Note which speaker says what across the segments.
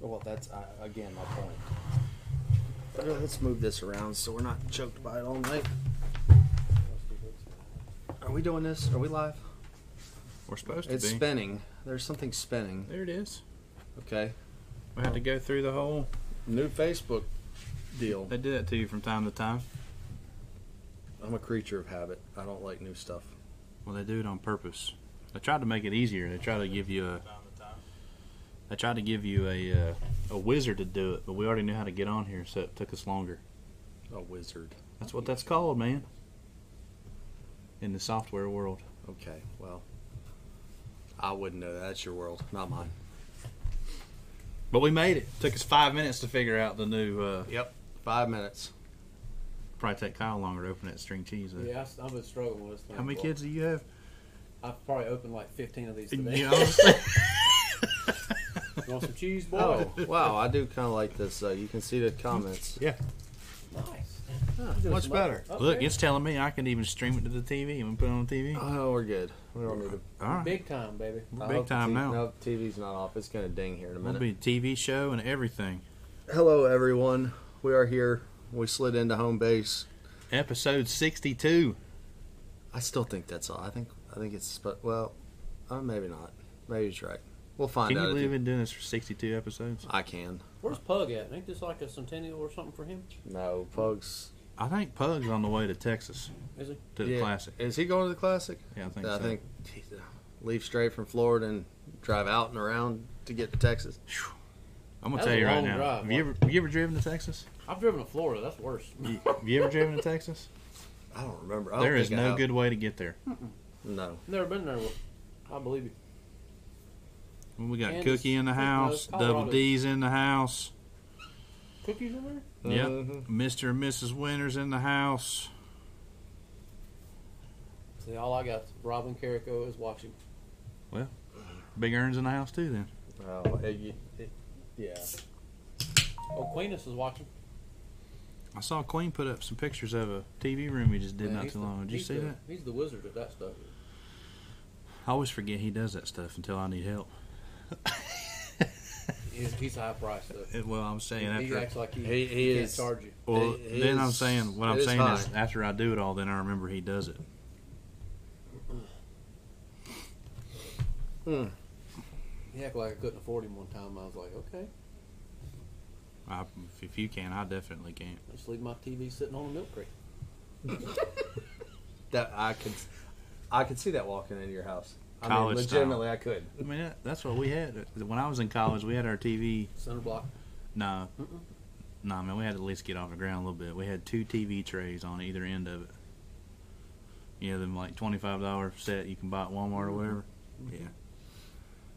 Speaker 1: Well, that's, uh, again, my point. Uh, Let's move this around so we're not choked by it all night. Are we doing this? Are we live?
Speaker 2: We're supposed to
Speaker 1: It's
Speaker 2: be.
Speaker 1: spinning. There's something spinning.
Speaker 2: There it is.
Speaker 1: Okay.
Speaker 2: We had to go through the whole.
Speaker 1: New Facebook deal.
Speaker 2: They do that to you from time to time.
Speaker 1: I'm a creature of habit. I don't like new stuff.
Speaker 2: Well, they do it on purpose. They tried to make it easier. They try to give you a. They tried to give you a uh, a wizard to do it, but we already knew how to get on here, so it took us longer.
Speaker 1: A wizard.
Speaker 2: That's what that's called, man. In the software world,
Speaker 1: Okay, well, I wouldn't know that. That's your world, not mine.
Speaker 2: but we made it. Took us five minutes to figure out the new. Uh,
Speaker 1: Yep. Five minutes.
Speaker 2: probably take Kyle longer to open that string cheese. Though.
Speaker 3: Yeah, I s- I've been struggling with this thing.
Speaker 2: How many
Speaker 3: for-
Speaker 2: kids do you have?
Speaker 3: I've probably opened like 15 of these
Speaker 2: You
Speaker 3: today.
Speaker 2: know what I'm saying?
Speaker 3: You want some cheese, boy?
Speaker 1: Oh, wow. I do kind of like this. Uh, you can see the comments. Ah,
Speaker 2: yeah.
Speaker 3: Nice.
Speaker 1: Huh, much better.
Speaker 3: Up
Speaker 2: Look,
Speaker 3: there?
Speaker 2: it's telling me I can even stream it to the TV and put it on TV.
Speaker 1: Oh, we're good. We don't need to.
Speaker 2: All right.
Speaker 3: big time, baby.
Speaker 2: We're
Speaker 1: I
Speaker 2: big
Speaker 1: hope the
Speaker 2: time
Speaker 1: T-
Speaker 2: now.
Speaker 1: No, TV's not off. It's going to ding here in a
Speaker 2: It'll
Speaker 1: minute.
Speaker 2: be a TV show and everything.
Speaker 1: Hello, everyone. We are here. We slid into home base.
Speaker 2: Episode 62.
Speaker 1: I still think that's all. I think I think it's sp- well, uh, maybe not. Maybe it's right. We'll find
Speaker 2: Can you
Speaker 1: out. if
Speaker 2: believe in doing this for 62 episodes?
Speaker 1: I can.
Speaker 3: Where's Pug at? Ain't this like a centennial or something for him?
Speaker 1: No, folks.
Speaker 2: I think Pug's on the way to Texas
Speaker 3: Is he?
Speaker 2: to the
Speaker 1: Yeah.
Speaker 2: Classic.
Speaker 1: Is he going to the classic?
Speaker 2: Yeah, I think
Speaker 1: I
Speaker 2: so.
Speaker 1: think geez, uh, leave straight from Florida and drive out and around to get to Texas.
Speaker 2: I'm gonna
Speaker 3: That
Speaker 2: tell
Speaker 3: was
Speaker 2: you
Speaker 3: a
Speaker 2: right
Speaker 3: long
Speaker 2: now.
Speaker 3: drive,
Speaker 2: have you ever
Speaker 3: wasn't
Speaker 2: have you ever driven to Texas?
Speaker 3: I've driven to Florida. That's worse.
Speaker 2: You- have you ever driven to Texas?
Speaker 1: I don't remember. I don't
Speaker 2: There is
Speaker 1: think I
Speaker 2: no
Speaker 1: have.
Speaker 2: good way to get there.
Speaker 1: No.
Speaker 3: Never been there. Well, I believe you.
Speaker 2: We got
Speaker 3: Kansas,
Speaker 2: Cookie in the house,
Speaker 3: Colorado.
Speaker 2: Double D's in the house.
Speaker 3: Cookies in there?
Speaker 2: Yep.
Speaker 1: Mhm.
Speaker 2: Mr. and Mrs. Winters in the house.
Speaker 3: See, all I got. is Robin Carrico is watching.
Speaker 2: Big Earn's in the house too. Then
Speaker 1: Oh, it- you- it- yeah.
Speaker 3: Oh, Queenus is watching.
Speaker 2: I saw Queen put up some pictures of a TV room he just did
Speaker 3: Man,
Speaker 2: not
Speaker 3: he's
Speaker 2: too
Speaker 3: the-
Speaker 2: long. Did you
Speaker 3: he's
Speaker 2: see
Speaker 3: the-
Speaker 2: that?
Speaker 3: He's the wizard at that stuff.
Speaker 2: I always forget he does that stuff until I need help.
Speaker 3: He's, he's high priced though.
Speaker 2: It- well, I'm saying
Speaker 3: he,
Speaker 2: after
Speaker 3: acts like he, he,
Speaker 1: He- he
Speaker 3: can't
Speaker 1: is-
Speaker 3: charge you.
Speaker 2: Well,
Speaker 1: It- it
Speaker 2: then I'm
Speaker 1: is-
Speaker 2: saying what
Speaker 1: it
Speaker 2: I'm
Speaker 1: is
Speaker 2: saying is
Speaker 1: high.
Speaker 2: after I do it all, then I remember he does it.
Speaker 3: He acted like I couldn't afford him one time. I was like, okay,
Speaker 2: I, if- if you can, I definitely can't.
Speaker 3: just leave my TV sitting on a milk crate.
Speaker 1: That I could, I could see that walking into your house. I
Speaker 2: College
Speaker 1: mean,
Speaker 2: style.
Speaker 1: legitimately, I could.
Speaker 2: I mean, that, that's what we had when I was in college. We had our TV.
Speaker 3: Center block.
Speaker 2: Nah, nah, man, we had to at least get off the ground a little bit. We had two TV trays on either end of it. You know, them like twenty-five dollar set you can buy at Walmart or whatever. Yeah,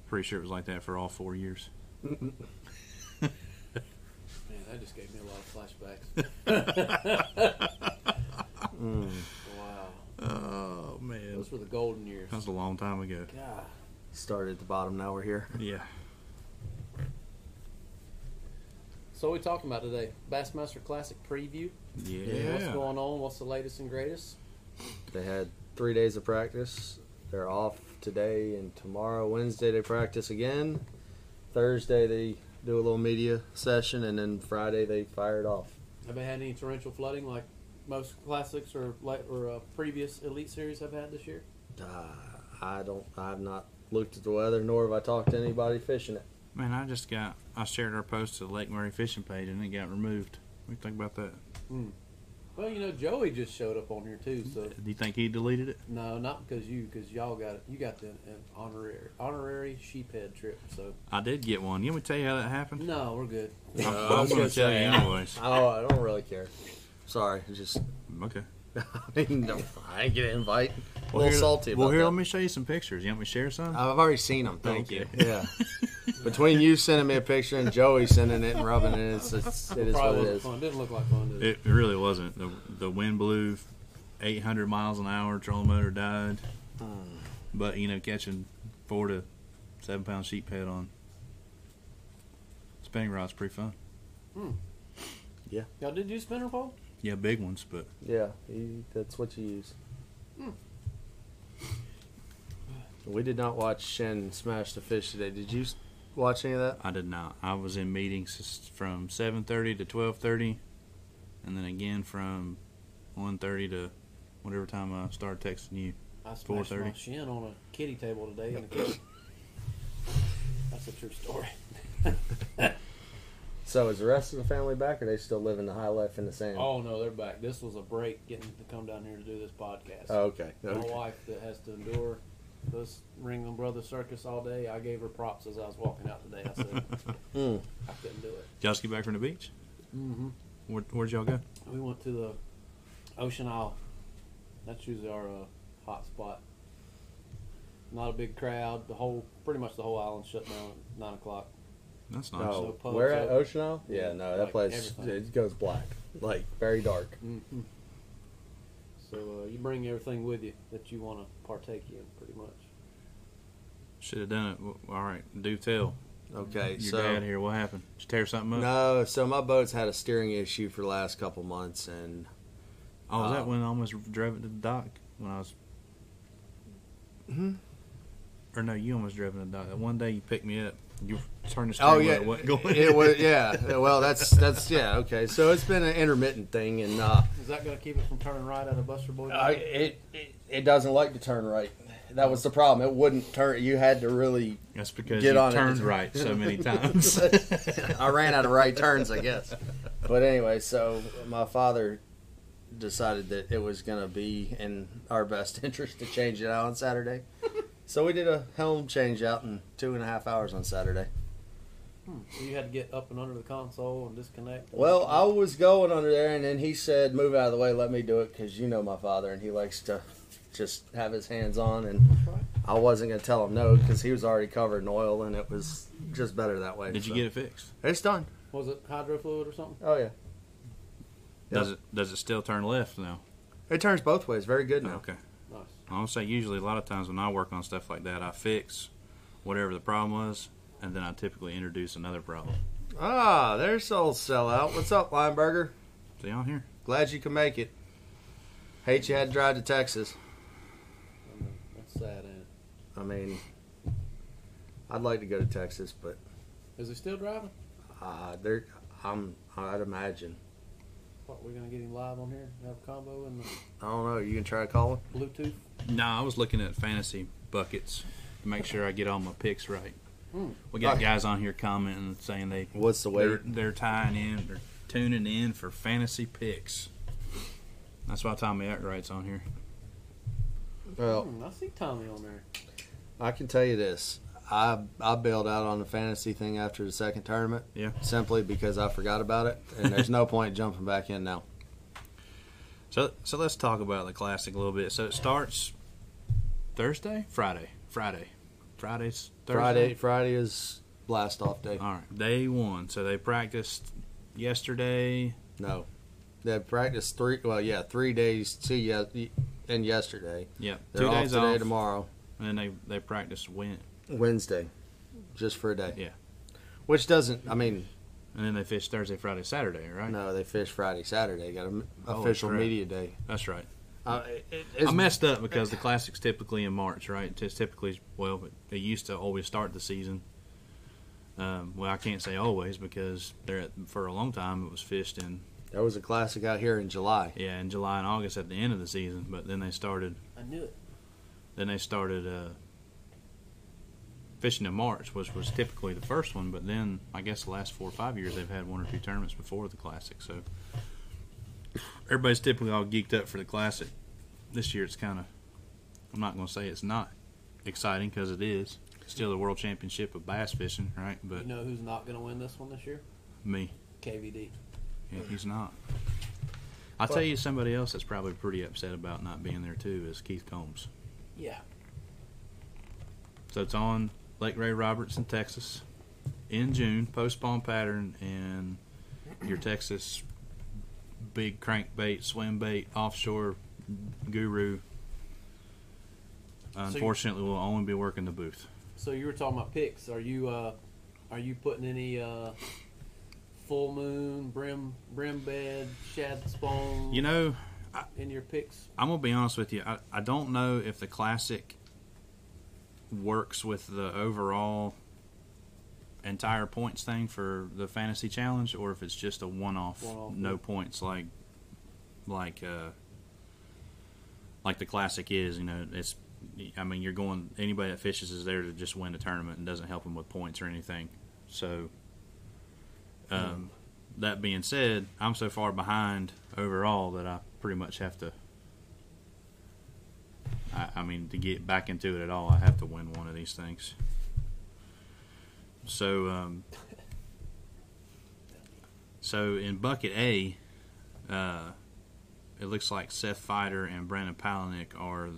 Speaker 2: pretty sure it was like that for all four years.
Speaker 3: Man, that just gave me a lot of flashbacks. Wow.
Speaker 2: Oh man,
Speaker 3: Those were the golden years.
Speaker 2: that was a long time ago.
Speaker 3: God.
Speaker 1: Started at the bottom. Now we're here.
Speaker 2: Yeah.
Speaker 3: So what we talking about today? Bassmaster Classic preview.
Speaker 2: Yeah.
Speaker 3: What's going on? What's the latest and greatest?
Speaker 1: They had three days of practice. They're off today and tomorrow. Wednesday they practice again. Thursday they do a little media session, and then Friday they fired off.
Speaker 3: Have they had any torrential flooding like most classics or la- or uh, previous Elite Series have had this year?
Speaker 1: Uh, I don't. I've not looked at the weather, nor have I talked to anybody fishing it.
Speaker 2: Man, I just got I shared our post to the Lake Murray fishing page and it got removed. What do you think about that?
Speaker 3: Well, you know, Joey just showed up on here too. So
Speaker 2: Do you think he deleted it?
Speaker 3: no, not because you, because y'all got you got the an honorary honorary sheephead trip. So
Speaker 2: I did get one. You want me to tell you how that happened?
Speaker 3: no, we're good.
Speaker 2: I'm,
Speaker 1: Uh,
Speaker 2: I'm
Speaker 1: I was
Speaker 2: gonna
Speaker 1: gonna
Speaker 2: tell you
Speaker 1: say, I-
Speaker 2: anyways.
Speaker 1: I don't. I don't really care. Sorry, I just
Speaker 2: Okay.
Speaker 1: I mean, no, I didn't get an invite. A
Speaker 2: Well,
Speaker 1: little
Speaker 2: here,
Speaker 1: salty about
Speaker 2: well, here
Speaker 1: that.
Speaker 2: let me show you some pictures. You want me to share some?
Speaker 1: I've already seen them. Thank
Speaker 2: Okay.
Speaker 1: you. Yeah. Between you sending me a picture and Joey sending it and rubbing it, it's, it's it is what
Speaker 3: Probably
Speaker 1: it
Speaker 3: wasn't
Speaker 1: is.
Speaker 3: fun. Didn't look like fun. Did it?
Speaker 2: it really wasn't. The the wind blew 800 miles an hour. Trolling motor died.
Speaker 1: Hmm.
Speaker 2: But you know, catching four to seven pound sheephead on spinning rod's pretty fun.
Speaker 3: Y'all did do spinner pole?
Speaker 2: Yeah, big ones, but
Speaker 1: Yeah, you, that's what you use. Hmm. We did not watch Shen smash the fish today. Did you? s- watch any of that?
Speaker 2: I did not. I was in meetings s- from 7:30 to 12:30, and then again from 1:30 to whatever time I started texting you.
Speaker 3: I smashed my
Speaker 2: 4:30.
Speaker 3: shin on a kitty table today in the kitchen. That's a true story.
Speaker 1: So is the rest of the family back? Or they still living the high life in the sand?
Speaker 3: Oh no, they're back. This was a break getting to come down here to do this podcast.
Speaker 1: Oh, okay.
Speaker 3: My
Speaker 1: okay.
Speaker 3: wife that has to endure this Ringling Brothers circus all day. I gave her props as I was walking out today. I said
Speaker 1: Hmm.
Speaker 3: I couldn't do it.
Speaker 2: Y'all just get back from the beach?
Speaker 3: Mm-hmm.
Speaker 2: Where, where'd y'all go?
Speaker 3: We went to the Ocean Isle. That's usually our uh, hot spot. Not a big crowd. The whole, pretty much the whole island shut down at nine o'clock.
Speaker 2: That's nice.
Speaker 3: so
Speaker 1: No,
Speaker 3: pubs
Speaker 1: we're Oh, at
Speaker 3: open.
Speaker 1: Ocean Isle. Yeah, no, that
Speaker 3: Like
Speaker 1: place
Speaker 3: everything.
Speaker 1: it goes black, like very dark.
Speaker 3: Mm-hmm. So uh, you bring everything with you that you want to partake in, pretty much.
Speaker 2: Should have done it. W- All right, do tell.
Speaker 1: Okay,
Speaker 2: Your
Speaker 1: so
Speaker 2: dad here. What happened? Did you tear something up?
Speaker 1: no, so my boat's had a steering issue for the last couple months, and
Speaker 2: Oh, is
Speaker 1: Uh,
Speaker 2: that when I almost drove it to the dock when I was?
Speaker 1: Mhm.
Speaker 2: Or no, you almost drove it to the dock. That one day you picked me up. You turned the steering
Speaker 1: oh
Speaker 2: wheel.
Speaker 1: yeah,
Speaker 2: It wasn't going.
Speaker 1: it was yeah. Well, that's that's yeah. Okay, so it's been an intermittent thing, and uh,
Speaker 3: Is that going to keep it from turning right out of Buster Boy?
Speaker 1: I, Uh, it, it it doesn't like to turn right. That was the problem. It wouldn't turn. You had to really.
Speaker 2: That's because
Speaker 1: Get
Speaker 2: you
Speaker 1: on it.
Speaker 2: turned right so many times.
Speaker 1: I ran out of right turns, I guess. But anyway, so my father decided that it was going to be in our best interest to change it out on Saturday. So we did a helm change out in two and a half hours on Saturday.
Speaker 3: So you had to get up and under the console and disconnect.
Speaker 1: Well, I was going under there, and then he said, "Move out of the way, let me do it," because you know my father, and he likes to just have his hands on. And
Speaker 3: right.
Speaker 1: I wasn't gonna tell him no because he was already covered in oil, and it was just better that way.
Speaker 2: Did you
Speaker 1: so.
Speaker 2: get it fixed?
Speaker 1: It's done.
Speaker 3: was it hydrofluid or something?
Speaker 1: Oh yeah,
Speaker 2: Does it? Does it still turn left now?
Speaker 1: it turns both ways. Very good now.
Speaker 2: Okay.
Speaker 3: Nice.
Speaker 2: I would say usually a lot of times when I work on stuff like that, I fix whatever the problem was, and then I typically introduce another problem.
Speaker 1: Ah, there's old sellout. What's up, Lineberger?
Speaker 2: See on here.
Speaker 1: Glad you can make it. Hate you had to drive to Texas.
Speaker 3: I mean, that's sad. Ain't
Speaker 1: I mean, I'd like to go to Texas, but
Speaker 3: it? Is he still driving?
Speaker 1: uh, there, I'm. I'd imagine.
Speaker 3: What, we're going to get him live on here and have a combo and the
Speaker 1: I don't know. You can try to call him.
Speaker 3: Bluetooth?
Speaker 2: No, I was looking at fantasy buckets to make sure I get all my picks right.
Speaker 3: Hmm.
Speaker 2: We got
Speaker 1: Right.
Speaker 2: guys on here commenting saying they
Speaker 1: What's the
Speaker 2: they're,
Speaker 1: weight?
Speaker 2: they're tying in, they're tuning in for fantasy picks. That's why Tommy Ackwright's on here.
Speaker 1: Well,
Speaker 3: Hmm, I see Tommy on there.
Speaker 1: I can tell you this. I I bailed out on the fantasy thing after the second tournament.
Speaker 2: Yeah.
Speaker 1: Simply because I forgot about it, and there's no point jumping back in now.
Speaker 2: So so let's talk about the classic a little bit. So it starts Thursday, Friday, Friday, Friday's Thursday.
Speaker 1: Friday Friday is blast off day.
Speaker 2: All right, day one. So they practiced yesterday.
Speaker 1: No, they practiced three. Well, yeah, three days to ye- and yesterday.
Speaker 2: Yep,
Speaker 1: They're
Speaker 2: two
Speaker 1: off
Speaker 2: days
Speaker 1: today,
Speaker 2: off,
Speaker 1: tomorrow,
Speaker 2: and then they they practiced win,
Speaker 1: Wednesday, just for a day.
Speaker 2: Yeah.
Speaker 1: Which doesn't. I mean,
Speaker 2: and then they fished Thursday, Friday, Saturday. Right?
Speaker 1: no, they fish Friday, Saturday. Got an
Speaker 2: Holy
Speaker 1: official
Speaker 2: crap.
Speaker 1: media day.
Speaker 2: That's right.
Speaker 1: Uh, it- it- it's-
Speaker 2: I messed up because the classic's typically in March, right? It's typically well, they used to always start the season. Um, well, I can't say always because there at, for a long time it was fished in
Speaker 1: There was a classic out here in July.
Speaker 2: yeah in July and August at the end of the season, but then they started
Speaker 3: I knew it.
Speaker 2: then they started uh, fishing in March, which was typically the first one. But then I guess the last four or five years they've had one or two tournaments before the classic, so everybody's typically all geeked up for the classic. This year it's kind of I'm not going to say it's not exciting because it is. Still the world championship of bass fishing, right? But
Speaker 3: You know who's not going to win this one this year?
Speaker 2: me,
Speaker 3: KVD.
Speaker 2: yeah, he's not. I'll tell you somebody else that's probably pretty upset about not being there too is Keith Combs.
Speaker 3: Yeah.
Speaker 2: So it's on Lake Ray Roberts in Texas in June, post spawn pattern, and your Texas big crankbait, swim bait, offshore guru. Unfortunately, will only be working the booth.
Speaker 3: So you were talking about picks. Are you uh, are you putting any uh, full moon, brim, brim bed, shad spawn
Speaker 2: You know,
Speaker 3: in your picks?
Speaker 2: I'm gonna be honest with you. I, I don't know if the classic works with the overall entire points thing for the fantasy challenge, or if it's just a one-off,
Speaker 3: One-off,
Speaker 2: no
Speaker 3: yeah.
Speaker 2: points like, like, uh, like the classic is. You know, it's. I mean, you're going. Anybody that fishes is there to just win the tournament and doesn't help them with points or anything. So, um, that being said, I'm so far behind overall that I pretty much have to. I, I mean, to get back into it at all, I have to win one of these things. So, um, so in bucket A, uh, it looks like Seth Fighter and Brandon Palinick are,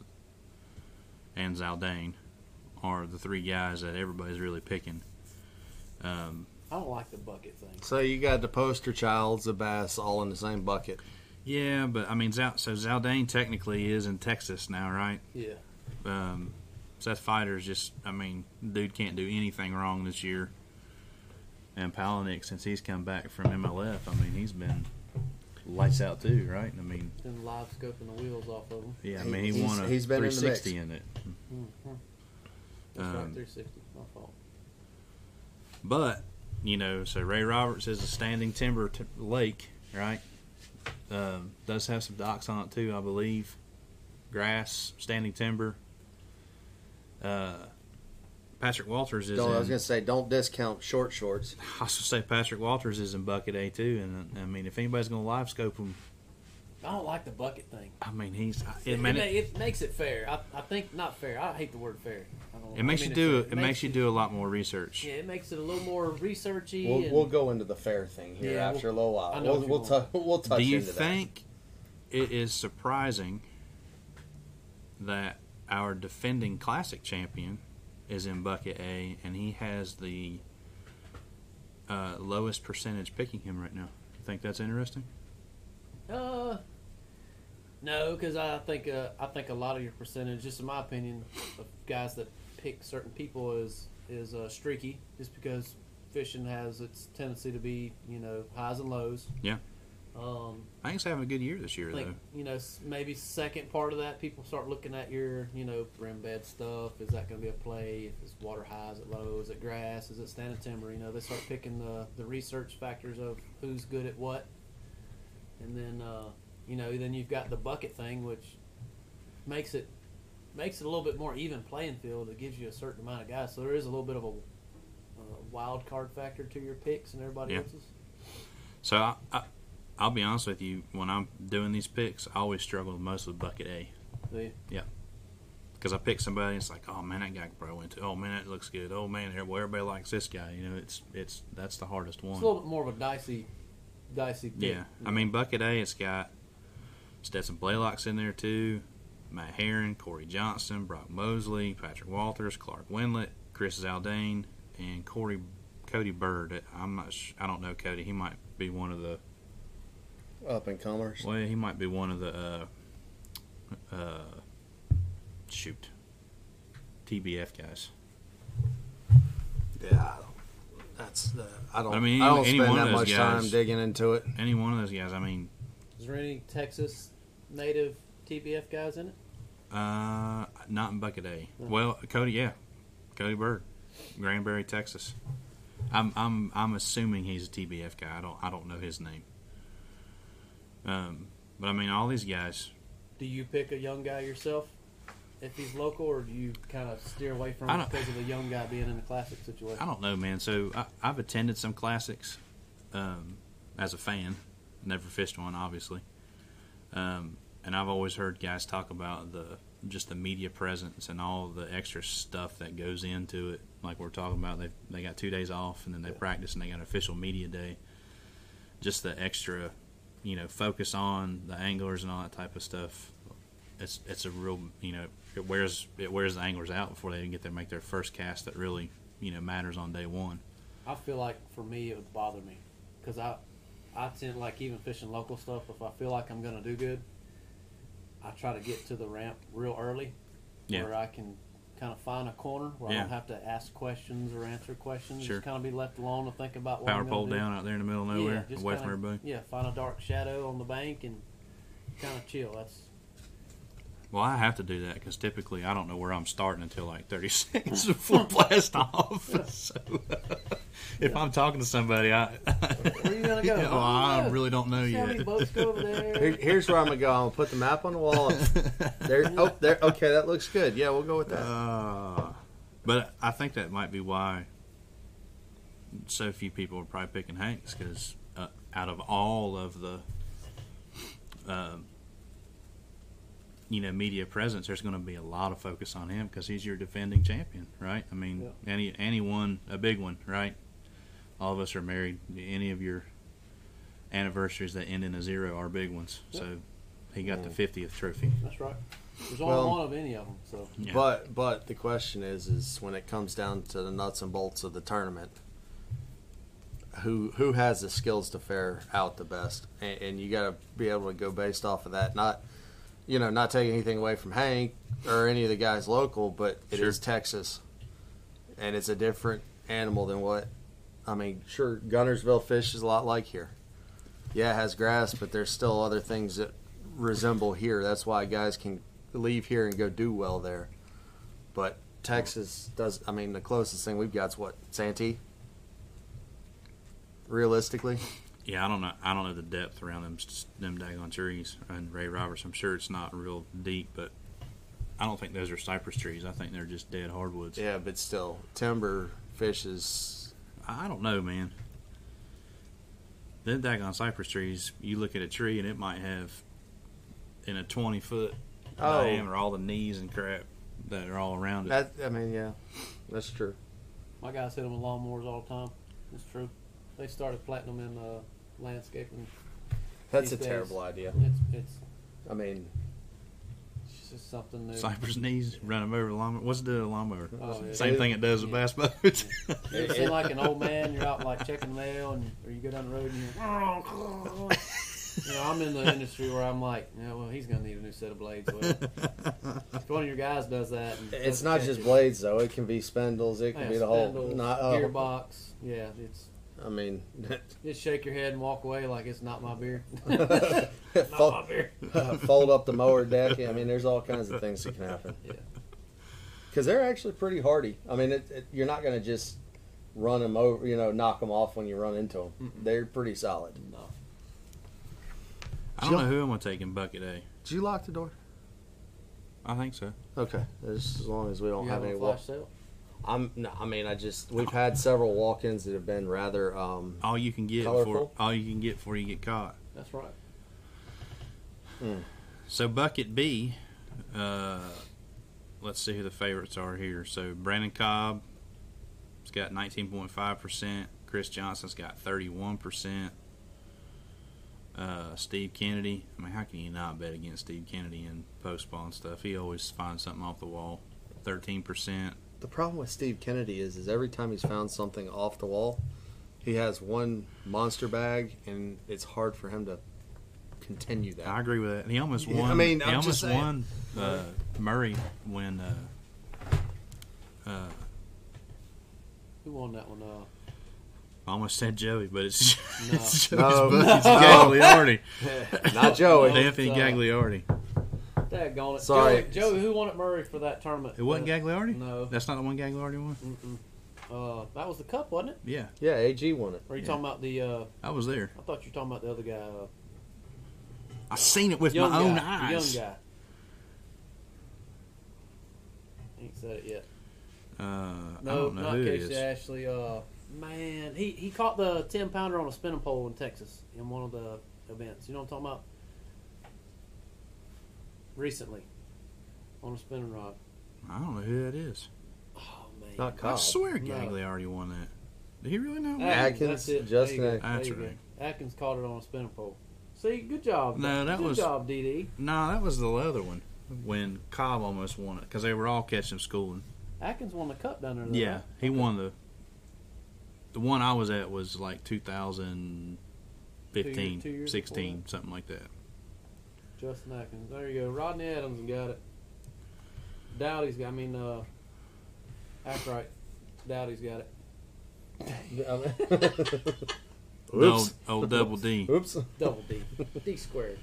Speaker 2: and Zaldane, are the three guys that everybody's really picking. Um,
Speaker 3: I don't like the bucket thing.
Speaker 1: So you got the poster childs, the bass, all in the same bucket.
Speaker 2: Yeah, but I mean, Zal- so Zaldane technically is in Texas now, right?
Speaker 3: Yeah.
Speaker 2: Um, Seth Fighter's just, I mean, dude can't do anything wrong this year. And Palinick, since he's come back from MLF, I mean, he's been lights out too, right? I mean,
Speaker 3: Then live scoping the wheels off of them.
Speaker 2: yeah, I mean, he
Speaker 1: He's-
Speaker 2: won a
Speaker 1: he's been in the mix.
Speaker 2: 360 in it.
Speaker 3: Mm-hmm. That's
Speaker 2: Um,
Speaker 3: right, 360. My fault.
Speaker 2: But you know, so Ray Roberts is a standing timber t- lake, right? Um, does have some docks on it too, I believe. Grass, standing timber. Uh, Patrick Walters is.
Speaker 1: Don't,
Speaker 2: in,
Speaker 1: I was gonna say, don't discount short shorts.
Speaker 2: I was gonna say Patrick Walters is in bucket A too, and uh, I mean, if anybody's gonna live scope him,
Speaker 3: I don't like the bucket thing.
Speaker 2: I mean, he's. I-
Speaker 3: It,
Speaker 2: It, man,
Speaker 3: ma-
Speaker 2: it,
Speaker 3: it makes it fair. I, I think not fair. I hate the word fair. I don't,
Speaker 2: it makes
Speaker 3: I
Speaker 2: you
Speaker 3: mean,
Speaker 2: do.
Speaker 3: it's-
Speaker 2: It makes you do a lot more research.
Speaker 3: Yeah, it makes it a little more researchy.
Speaker 1: We'll,
Speaker 3: and
Speaker 1: we'll go into the fair thing here
Speaker 3: Yeah,
Speaker 1: after a little while.
Speaker 3: I know
Speaker 1: We'll
Speaker 3: what
Speaker 1: we'll,
Speaker 3: you
Speaker 1: tou- we'll touch
Speaker 2: Do you
Speaker 1: into
Speaker 2: think it is surprising that our defending classic champion is in bucket A and he has the uh, lowest percentage picking him right now? You think that's interesting?
Speaker 3: Uh, no, because I think uh, I think a lot of your percentage, just in my opinion, of guys that pick certain people is is uh, streaky, just because fishing has its tendency to be you know highs and lows.
Speaker 2: Yeah.
Speaker 3: Um,
Speaker 2: I think he's having a good year this year,
Speaker 3: I think
Speaker 2: though.
Speaker 3: you know s- maybe second part of that, people start looking at your you know rim bed stuff. Is that going to be a play? If it's water high, is it low? Is it grass? Is it standing timber? You know, they start picking the the research factors of who's good at what, and then uh, you know then you've got the bucket thing, which makes it makes it a little bit more even playing field. It gives you a certain amount of guys, so there is a little bit of a uh, wild card factor to your picks and everybody
Speaker 2: Yeah.
Speaker 3: else's.
Speaker 2: So I, I, I'll be honest with you. When I'm doing these picks, I always struggle the most with bucket A.
Speaker 3: Do you?
Speaker 2: because I pick somebody and it's like, oh man, that guy could probably win too. Oh man, that looks good. Oh man, well, everybody likes this guy. You know, it's it's that's the hardest one.
Speaker 3: It's a little bit more of a dicey, dicey. Pick.
Speaker 2: yeah, I mean bucket A, it's got Stetson Blaylock's in there too, Matt Heron, Corey Johnson, Brock Mosley, Patrick Walters, Clark Winlet, Chris Zaldane, and Corey Cody Bird. I'm not, sh- I don't know Cody. He might be one of the
Speaker 1: that up and comers.
Speaker 2: well, he might be one of the uh, uh, shoot TBF guys.
Speaker 1: Yeah, I don't, that's the, I don't.
Speaker 2: I
Speaker 1: I
Speaker 2: mean,
Speaker 1: mean, I don't
Speaker 2: any
Speaker 1: spend
Speaker 2: one of
Speaker 1: that
Speaker 2: those
Speaker 1: much
Speaker 2: guys-
Speaker 1: time digging into it.
Speaker 2: Any one of those guys. I mean,
Speaker 3: Is there any Texas native TBF guys in it?
Speaker 2: Uh, not in Bucket A.
Speaker 3: Hmm.
Speaker 2: Well, Cody, yeah, Cody Bird, Granbury, Texas. I'm I'm I'm assuming he's a TBF guy. I don't I don't know his name. Um, but I mean, all these guys.
Speaker 3: Do you pick a young guy yourself if he's local, or do you kind of steer away from
Speaker 2: I
Speaker 3: him
Speaker 2: don't-
Speaker 3: because of the young guy being in the classic
Speaker 2: I
Speaker 3: situation?
Speaker 2: don't know, man. So I, I've attended some classics, um, as a fan. Never fished one, obviously. Um, and I've always heard guys talk about the just the media presence and all the extra stuff that goes into it. Like we're talking about, they they got two days off and then they practice and they got an official media day. Just the extra, you know, focus on the anglers and all that type of stuff. It's it's a real you know it wears it wears the anglers out before they even get to make their first cast that really you know matters on day one.
Speaker 3: I, feel like for me it would bother me because I, I tend like even fishing local stuff. If I feel like I'm gonna do good, I try to get to the ramp real early,
Speaker 2: Yeah.
Speaker 3: where I can kind of find a corner where I
Speaker 2: Yeah.
Speaker 3: don't have to ask questions or answer questions.
Speaker 2: Sure.
Speaker 3: Just kind of be left alone to think about what
Speaker 2: Power
Speaker 3: I'm gonna
Speaker 2: pole
Speaker 3: do.
Speaker 2: down out there in the middle of nowhere,
Speaker 3: just
Speaker 2: away
Speaker 3: kinda-
Speaker 2: from everybody.
Speaker 3: Yeah, find a dark shadow on the bank and kind of chill. That's
Speaker 2: Well, I have to do that because typically I don't know where I'm starting until like 30 seconds before blast off. so, if I'm talking to somebody, I
Speaker 3: Where you gonna go? I
Speaker 2: You know,
Speaker 3: don't
Speaker 2: I
Speaker 3: know.
Speaker 2: really don't know
Speaker 3: See how many
Speaker 2: yet.
Speaker 3: boats go over
Speaker 1: Here,
Speaker 3: there?
Speaker 1: here's where I'm gonna go. I'm gonna put the map on the wall. There, oh, there. Okay, that looks good. Yeah, we'll go with that.
Speaker 2: Uh, but I think that might be why so few people are probably picking Hanks because uh, out of all of the, um, you know, media presence, there's going to be a lot of focus on him because he's your defending champion, right? I mean, any any one a big one, right? All of us are married. Any of your anniversaries that end in a zero are big ones. So he got the fiftieth trophy.
Speaker 3: That's right. There's only
Speaker 1: Well-
Speaker 3: one of any of them, so
Speaker 2: Yeah.
Speaker 1: But but the question is is when it comes down to the nuts and bolts of the tournament, who who has the skills to fare out the best, and, and you got to be able to go based off of that. Not you know not taking anything away from Hank or any of the guys local, but it is
Speaker 2: Sure.
Speaker 1: Texas, and it's a different animal than what I mean. Sure, Gunnersville fish is a lot like here. Yeah, it has grass, but there's still other things that resemble here. That's why guys can leave here and go do well there. But Texas does. I mean, the closest thing we've got is what Santee. Realistically,
Speaker 2: Yeah, I don't know. I don't know the depth around them them daggone trees and Ray Roberts. I'm sure it's not real deep, but I don't think those are cypress trees. I think they're just dead hardwoods.
Speaker 1: yeah, but still, timber fishes.
Speaker 2: I I don't know, man. Them daggone cypress trees. You look at a tree and it might have in a 20 foot
Speaker 1: Oh.
Speaker 2: diameter all the knees and crap that are all around it.
Speaker 1: That I mean, yeah, that's true.
Speaker 3: my guys hit them with lawnmowers all the time. It's true. They started platinum in uh, landscaping.
Speaker 1: That's a
Speaker 3: These days.
Speaker 1: terrible idea.
Speaker 3: It's it's,
Speaker 1: I mean,
Speaker 3: it's just something new.
Speaker 2: cypress knees run them over the lawnmower. What's the lawnmower?
Speaker 3: Oh, yeah.
Speaker 2: Same thing it does with
Speaker 3: Yeah.
Speaker 2: bass boats.
Speaker 3: You ever see like an old man, you're out like checking mail, and or you go down the road and you're. You know, I'm in the industry where I'm like, yeah, well, he's gonna need a new set of blades. Well, if one of your guys does that, and
Speaker 1: it's
Speaker 3: doesn't
Speaker 1: not
Speaker 3: catch
Speaker 1: just
Speaker 3: it,
Speaker 1: blades though. It can be spindles. It can
Speaker 3: yeah,
Speaker 1: be the whole.
Speaker 3: spindle,
Speaker 1: Not, oh,
Speaker 3: gearbox. Yeah, it's
Speaker 1: I mean,
Speaker 3: just shake your head and walk away like it's not my beer. not my
Speaker 1: fold,
Speaker 3: beer.
Speaker 1: fold up the mower deck. I mean, there's all kinds of things that can happen.
Speaker 3: Yeah.
Speaker 1: because they're actually pretty hardy. I mean, it, it, you're not going to just run them over, you know, knock them off when you run into them. They're pretty solid.
Speaker 3: No.
Speaker 2: I don't know who I'm gonna take in bucket A.
Speaker 1: Did you lock the door?
Speaker 2: I think so.
Speaker 1: Okay, as as long as we don't
Speaker 3: You
Speaker 1: have
Speaker 3: have
Speaker 1: any
Speaker 3: a
Speaker 1: walk.
Speaker 3: flash sale?
Speaker 1: I'm. No, I mean, I just we've had several walk-ins that have been rather. Um,
Speaker 2: all you can get
Speaker 1: Colorful?
Speaker 2: for all you can get before you get caught.
Speaker 3: That's right.
Speaker 2: So bucket B, uh, let's see who the favorites are here. So Brandon Cobb, has got nineteen point five percent. Chris Johnson's got thirty one percent. Uh, Steve Kennedy. I mean, how can you not bet against Steve Kennedy in post ball and stuff? He always finds something off the wall. Thirteen percent.
Speaker 1: the problem with Steve Kennedy is, is every time he's found something off the wall, he has one monster bag, and it's hard for him to continue that.
Speaker 2: I agree with that. He almost
Speaker 1: Yeah,
Speaker 2: won.
Speaker 1: I mean,
Speaker 2: he
Speaker 1: I'm
Speaker 2: almost
Speaker 1: just saying.
Speaker 2: won uh, Murray when uh, uh,
Speaker 3: Who won that one? Uh,
Speaker 2: I almost said Joey, but it's, it's
Speaker 1: No. No.
Speaker 2: Joey's buddy. It's Gagliardi.
Speaker 1: Not Joey.
Speaker 3: No.
Speaker 2: Anthony
Speaker 3: uh,
Speaker 2: Gagliardi.
Speaker 3: daggone it.
Speaker 1: Sorry.
Speaker 3: Joey, Joey, who won at Murray for that tournament?
Speaker 2: It wasn't
Speaker 3: Uh,
Speaker 2: Gagliardi?
Speaker 3: No.
Speaker 2: That's not the one Gagliardi won?
Speaker 3: Mm-mm. Uh, that was the cup, wasn't it?
Speaker 2: Yeah,
Speaker 1: Yeah, AG won it.
Speaker 3: Or are you
Speaker 2: Yeah.
Speaker 3: talking about the? Uh,
Speaker 2: I was there.
Speaker 3: I thought you were talking about the other guy. Uh,
Speaker 2: I seen it with
Speaker 3: young
Speaker 2: my
Speaker 3: guy,
Speaker 2: own
Speaker 3: the
Speaker 2: eyes.
Speaker 3: Young guy. Ain't said it yet.
Speaker 2: Uh, I
Speaker 3: No,
Speaker 2: don't know
Speaker 3: not
Speaker 2: who it
Speaker 3: Casey
Speaker 2: is.
Speaker 3: Ashley. Uh, man, he he caught the ten pounder on a spinning pole in Texas in one of the events. You know what I'm talking about? Recently, on a spinning rod.
Speaker 2: I don't know who that is.
Speaker 3: Oh man.
Speaker 1: Not
Speaker 2: I
Speaker 1: Cobb.
Speaker 2: swear
Speaker 3: No.
Speaker 2: Gagliardi won that. Did he really not win?
Speaker 1: Ah. Atkins,
Speaker 3: that's it.
Speaker 1: Justin
Speaker 3: There you go.
Speaker 1: Atkins.
Speaker 2: That's
Speaker 3: There you go.
Speaker 2: right.
Speaker 3: Atkins caught it on a spinner pole. See, good job.
Speaker 2: No, that
Speaker 3: good
Speaker 2: was-
Speaker 3: job, DD.
Speaker 2: No, that was the other one when Cobb almost won it because they were all catching schooling.
Speaker 3: Atkins won the cup down there. Though,
Speaker 2: Yeah,
Speaker 3: right?
Speaker 2: he won the. The one I was at was like 2015,
Speaker 3: Two year- two years
Speaker 2: 16,
Speaker 3: before
Speaker 2: something like that.
Speaker 3: Justin Atkins. There you go. Rodney Adams got it. Dowdy's got. I mean, uh, Ackright. Dowdy's got it.
Speaker 2: The
Speaker 1: Oops.
Speaker 2: Old, old double oh, D.
Speaker 1: Oops.
Speaker 3: Double D. D squared.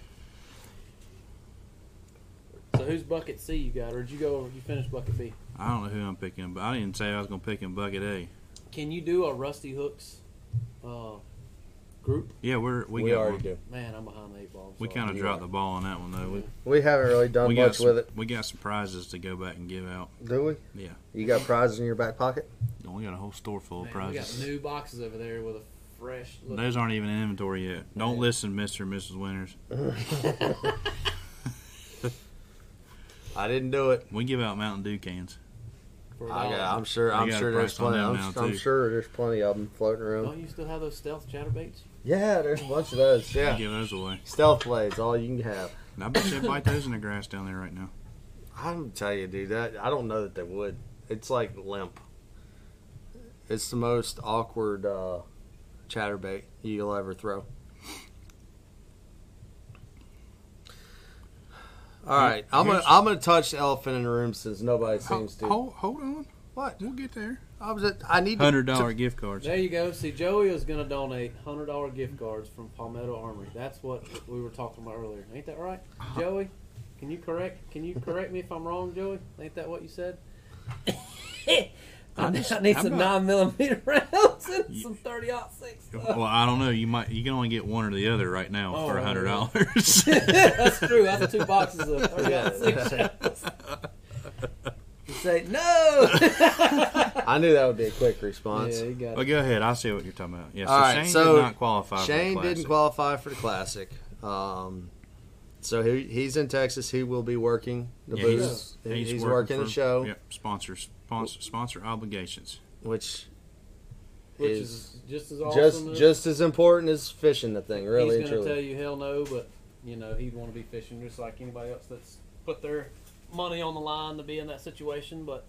Speaker 3: So who's bucket C you got, or did you go over? You finish bucket B?
Speaker 2: I don't know who I'm picking, but I didn't say I was gonna pick in bucket A.
Speaker 3: Can you do a Rusty Hooks uh, group?
Speaker 2: Yeah, we're we,
Speaker 1: We,
Speaker 2: got
Speaker 1: already
Speaker 2: one.
Speaker 1: do.
Speaker 3: Man, I'm behind the eight ball.
Speaker 2: We kind of
Speaker 1: You
Speaker 2: dropped
Speaker 1: are.
Speaker 2: the ball on that one though. We,
Speaker 1: We haven't really done
Speaker 2: we got
Speaker 1: much
Speaker 2: some,
Speaker 1: with it,
Speaker 2: we got some prizes to go back and give out.
Speaker 1: do we?
Speaker 2: Yeah.
Speaker 1: You got prizes in your back pocket?
Speaker 2: No, we got a whole store full of
Speaker 3: Man, we got
Speaker 2: prizes.
Speaker 3: new boxes over there with a fresh. Look.
Speaker 2: Those aren't even in inventory yet. Don't listen, Mister and Mrs. Winters.
Speaker 1: I didn't do it.
Speaker 2: We give out Mountain Dew cans.
Speaker 3: for a
Speaker 1: I
Speaker 3: dollar.
Speaker 1: got, I'm sure.
Speaker 2: You
Speaker 1: I'm
Speaker 2: got a
Speaker 1: sure there's
Speaker 2: price on
Speaker 1: plenty.
Speaker 2: them
Speaker 1: I'm,
Speaker 2: now,
Speaker 1: I'm
Speaker 2: too.
Speaker 1: sure there's plenty of them floating around.
Speaker 3: Don't you still have those stealth chatterbaits?
Speaker 1: Yeah, there's a bunch of those.
Speaker 2: We
Speaker 1: Yeah,
Speaker 2: give those away.
Speaker 1: stealth plays, all you can have.
Speaker 2: And I bet they bite those in the grass down there right now.
Speaker 1: I'm tell you, dude. That I don't know that they would. It's like limp. It's the most awkward uh, chatterbait you'll ever throw. All right, I'm gonna
Speaker 2: Here's-
Speaker 1: I'm gonna touch the elephant in the room since nobody seems to.
Speaker 2: Hold, hold on.
Speaker 1: What?
Speaker 2: We'll get there.
Speaker 1: I was at, I need to-
Speaker 2: Hundred dollar gift cards.
Speaker 3: There you go. See, Joey is going to donate hundred dollar gift cards from Palmetto Armory. That's what we were talking about earlier. Ain't that right,
Speaker 2: Uh-huh.
Speaker 3: Joey? Can you correct? Can you correct me if I'm wrong, Joey? Ain't that what you said? I need, I need
Speaker 2: I'm
Speaker 3: some
Speaker 2: not-
Speaker 3: nine millimeter rounds and
Speaker 2: You-
Speaker 3: some thirty out six.
Speaker 2: Well, I don't know. You might you can only get one or the other right now
Speaker 3: Oh,
Speaker 2: for
Speaker 3: right,
Speaker 2: hundred
Speaker 3: right.
Speaker 2: dollars.
Speaker 3: That's true. That's two boxes of thirty
Speaker 1: Yeah.
Speaker 3: out six. Rounds. You say no. yeah,
Speaker 1: I knew that would be a quick response.
Speaker 3: you got
Speaker 2: well,
Speaker 3: it.
Speaker 2: go ahead. I see what you're talking about. Yeah. So
Speaker 1: All right,
Speaker 2: Shane
Speaker 1: so
Speaker 2: did not qualify. for the
Speaker 1: Shane didn't
Speaker 2: Classic.
Speaker 1: qualify for the classic. Um, so he, he's in Texas. He will be working the
Speaker 2: Yeah,
Speaker 1: booth. He- He's, working,
Speaker 2: for-
Speaker 1: the show,
Speaker 2: Yep. Sponsors. Sponsor, sponsor obligations.
Speaker 1: which
Speaker 3: Which
Speaker 1: is
Speaker 3: is just as awesome.
Speaker 1: just
Speaker 3: as-
Speaker 1: just as important as fishing the thing. Really,
Speaker 3: he's
Speaker 1: and
Speaker 3: going to
Speaker 1: truly.
Speaker 3: tell you hell no, but you know he'd want to be fishing just like anybody else that's put their money on the line to be in that situation. But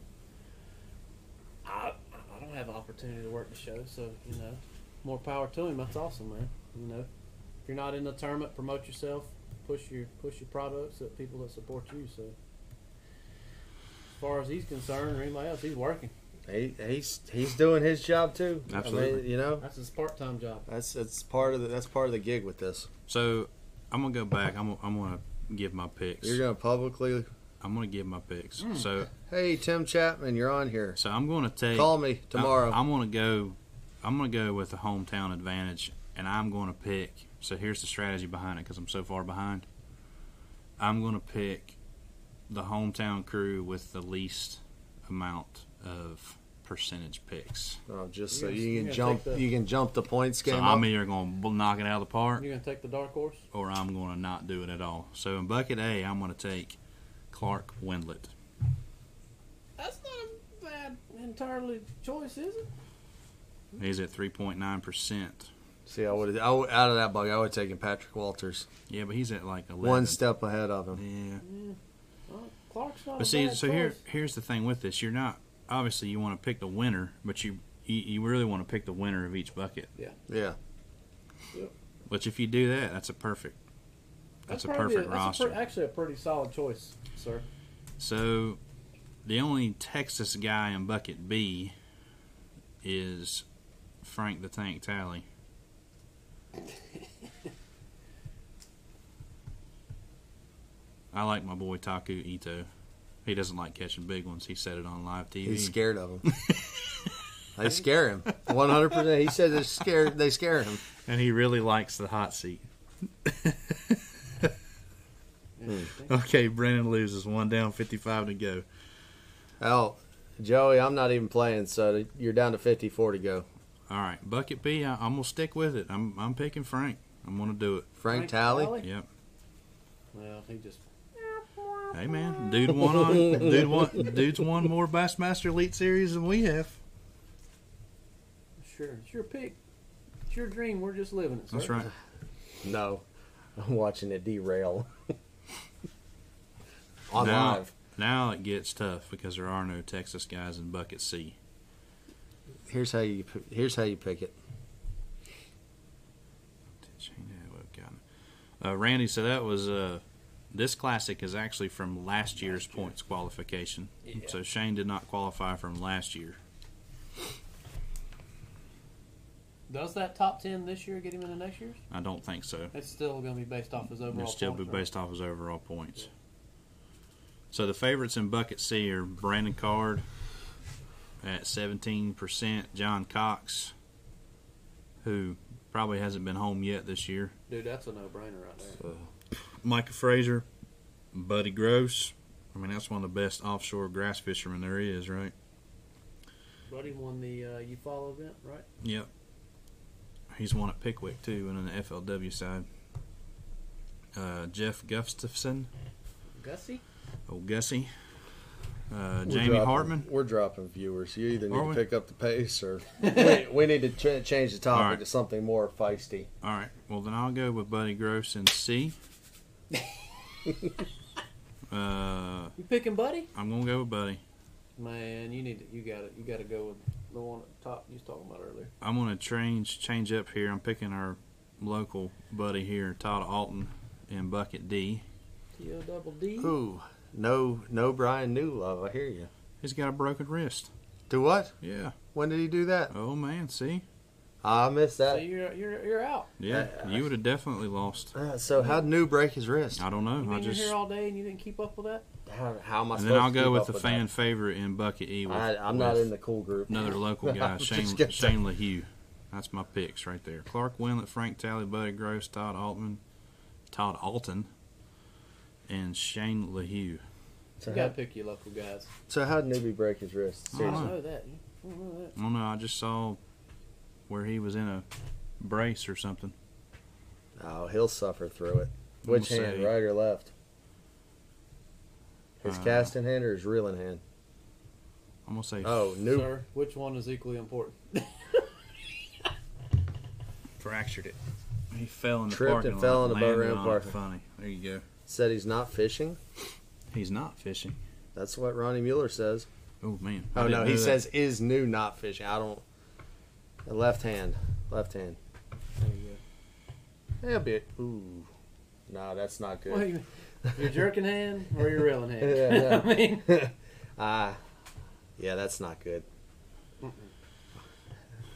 Speaker 3: I, I don't have an opportunity to work the show, so you know, more power to him. That's awesome, man. You know, if you're not in the tournament, promote yourself, push your push your products at people that support you. So as far as he's concerned, or anybody else, he's working.
Speaker 1: He, he's he's doing his job too. I mean,
Speaker 2: Absolutely.
Speaker 1: you know,
Speaker 3: That's his part time job.
Speaker 1: that's that's part of the that's part of the gig with this.
Speaker 2: So I'm gonna go back. I'm gonna- I'm gonna give my picks.
Speaker 1: You're Hmm. going to publicly,
Speaker 2: I'm gonna give my picks. So
Speaker 1: hey Tim Chapman, you're on here.
Speaker 2: so I'm gonna take.
Speaker 1: Call me tomorrow.
Speaker 2: I'm, I'm gonna go. I'm gonna go with the hometown advantage, and I'm gonna pick. So here's the strategy behind it, because I'm so far behind. I'm gonna pick the hometown crew with the least amount of percentage picks.
Speaker 1: oh, just so
Speaker 3: You're gonna-
Speaker 1: you
Speaker 3: you're
Speaker 1: can
Speaker 3: gonna
Speaker 1: jump,
Speaker 3: take the-
Speaker 1: you can jump the points game.
Speaker 2: so
Speaker 1: up.
Speaker 2: I'm either gonna knock it out of the park,
Speaker 3: You're going to take the dark horse.
Speaker 2: or I'm gonna not do it at all. So in bucket A, I'm gonna take Clark Windlet.
Speaker 3: That's not a bad entirely choice, is it?
Speaker 2: He's at 3.9 percent.
Speaker 1: See, I would I would, out of that bug, I would have taken Patrick Walters
Speaker 2: Yeah, but he's at like 11.
Speaker 1: one step ahead of him.
Speaker 2: Yeah.
Speaker 3: Well, Clark's not.
Speaker 2: But
Speaker 3: a
Speaker 2: see,
Speaker 3: bad
Speaker 2: so
Speaker 3: choice.
Speaker 2: here, here's the thing with this: you're not obviously you want to pick the winner, but you you, you really want to pick the winner of each bucket.
Speaker 1: Yeah,
Speaker 2: Which if you do that, that's a perfect. That's, a
Speaker 3: probably
Speaker 2: perfect
Speaker 3: that's a
Speaker 2: roster.
Speaker 3: per- actually, a pretty solid choice, sir.
Speaker 2: so, the only Texas guy in bucket B is Frank the Tank Tally. I like my boy Taku Ito. He doesn't like catching big ones. He said it on live TV.
Speaker 1: he's scared of him. they scare him one hundred percent. He said they're scared. They scare him.
Speaker 2: And he really likes the hot seat.
Speaker 3: Interesting.
Speaker 2: Okay, Brennan loses one down, fifty-five to go.
Speaker 1: Oh, Joey, I'm not even playing. So you're down to fifty four to go.
Speaker 2: All right, bucket B. I, I'm gonna stick with it. I'm I'm picking Frank. I'm gonna do it.
Speaker 1: Frank, Talley.
Speaker 2: Yep.
Speaker 3: Well, he just
Speaker 2: Hey man, dude won on dude won dude's won more Bassmaster Elite Series than we have.
Speaker 3: sure. It's your pick. It's your dream. We're just living it. Sir.
Speaker 2: That's right.
Speaker 1: No, I'm watching it derail. On
Speaker 2: Now-
Speaker 1: live,
Speaker 2: Now it gets tough because there are no Texas guys in bucket C.
Speaker 1: here's how you p- here's how you pick it.
Speaker 2: Uh, Randy, so that was uh, this classic is actually from last year's points qualification.
Speaker 3: Yeah.
Speaker 2: So Shane did not qualify from last year.
Speaker 3: Does that top ten this year get him into next year's?
Speaker 2: I don't think so.
Speaker 3: It's still going to be based off his overall.
Speaker 2: It'll still be
Speaker 3: points, right?
Speaker 2: based off his overall points. So the favorites in bucket C are Brandon Card at 17%, John Cox, who probably hasn't been home yet this year,
Speaker 3: Dude, that's a no-brainer right there.
Speaker 2: Micah Fraser, Buddy Gross. I mean, that's one of the best offshore grass fishermen there is, right?
Speaker 3: Buddy won the uh, you follow event, right?
Speaker 2: Yep. He's one at Pickwick too, and on the FLW side. Uh, Jeff Gustafson,
Speaker 3: Gussie.
Speaker 2: old Gussie, uh,
Speaker 1: We're
Speaker 2: Jamie
Speaker 1: dropping-
Speaker 2: Hartman.
Speaker 1: We're dropping viewers. You either need
Speaker 2: Are
Speaker 1: to
Speaker 2: we?
Speaker 1: pick up the pace or we, we need to ch- change the topic
Speaker 2: All right.
Speaker 1: to something more feisty.
Speaker 2: All right, well then I'll go with Buddy Gross and C. uh,
Speaker 3: You picking Buddy?
Speaker 2: I'm gonna go with Buddy.
Speaker 3: Man, you need to, you got it. You got to go with the one at the top you was talking about earlier.
Speaker 2: I'm gonna change change up here. I'm picking our local buddy here, Todd Alton, in bucket D.
Speaker 3: T O double D.
Speaker 1: Ooh, no, no, Brian Newlove. I hear you.
Speaker 2: He's got a broken wrist.
Speaker 1: Do what?
Speaker 2: Yeah.
Speaker 1: When did he do that?
Speaker 2: Oh man, see?
Speaker 1: I missed
Speaker 3: So
Speaker 1: that.
Speaker 3: you're you're you're out.
Speaker 2: Yeah,
Speaker 1: Uh,
Speaker 2: you would have definitely lost.
Speaker 1: Uh, so how'd New break his wrist?
Speaker 2: I don't know.
Speaker 3: You
Speaker 2: I
Speaker 3: mean
Speaker 2: just
Speaker 3: you're here all day and you didn't keep up with that?
Speaker 1: How, how am I?
Speaker 2: and
Speaker 1: supposed
Speaker 2: then I'll
Speaker 1: to
Speaker 2: go
Speaker 1: keep
Speaker 2: with
Speaker 1: up
Speaker 2: the
Speaker 1: that?
Speaker 2: fan favorite in Bucket E. With,
Speaker 1: I, I'm not
Speaker 2: with
Speaker 1: in the cool group.
Speaker 2: another local guy,
Speaker 1: I'm
Speaker 2: Shane
Speaker 1: just kidding.
Speaker 2: Shane LaHue. That's my picks right there. Clark Winlet, Frank Talley, Buddy Gross, Todd Altman, Todd Alton, and Shane LaHue.
Speaker 1: So,
Speaker 3: You got
Speaker 1: how,
Speaker 3: to pick your local guys.
Speaker 1: so how'd Newbie break his wrist?
Speaker 2: I
Speaker 3: I
Speaker 2: don't
Speaker 3: don't
Speaker 1: Seriously.
Speaker 2: know.
Speaker 3: know that. I don't know that.
Speaker 2: I don't know. I just saw where he was in a brace or something.
Speaker 1: Oh, he'll suffer through it.
Speaker 2: I'm
Speaker 1: Which
Speaker 2: gonna
Speaker 1: hand,
Speaker 2: say-
Speaker 1: right or left? His
Speaker 2: Uh,
Speaker 1: casting hand or his reeling hand?
Speaker 2: I'm gonna say
Speaker 1: Oh, New
Speaker 3: Sir, which one is equally important?
Speaker 2: fractured it. He fell in the
Speaker 1: Tripped
Speaker 2: parking
Speaker 1: and fell
Speaker 2: lot,
Speaker 1: in the boat
Speaker 2: landed
Speaker 1: ramp
Speaker 2: on it.
Speaker 1: parking.
Speaker 2: Funny. There you go.
Speaker 1: said he's not fishing.
Speaker 2: He's not fishing.
Speaker 1: That's what Ronnie Mueller says.
Speaker 2: Oh man. I
Speaker 1: Oh
Speaker 2: didn't
Speaker 1: no,
Speaker 2: know
Speaker 1: he
Speaker 2: that.
Speaker 1: says is New not fishing. I don't. The left hand, left hand.
Speaker 3: There you
Speaker 1: Yeah, a bit. Ooh, no, that's not
Speaker 3: go. Well,
Speaker 1: good.
Speaker 3: you- your jerking hand or your reeling hand?
Speaker 1: Yeah, yeah.
Speaker 3: I mean,
Speaker 1: Ah, yeah, that's not good.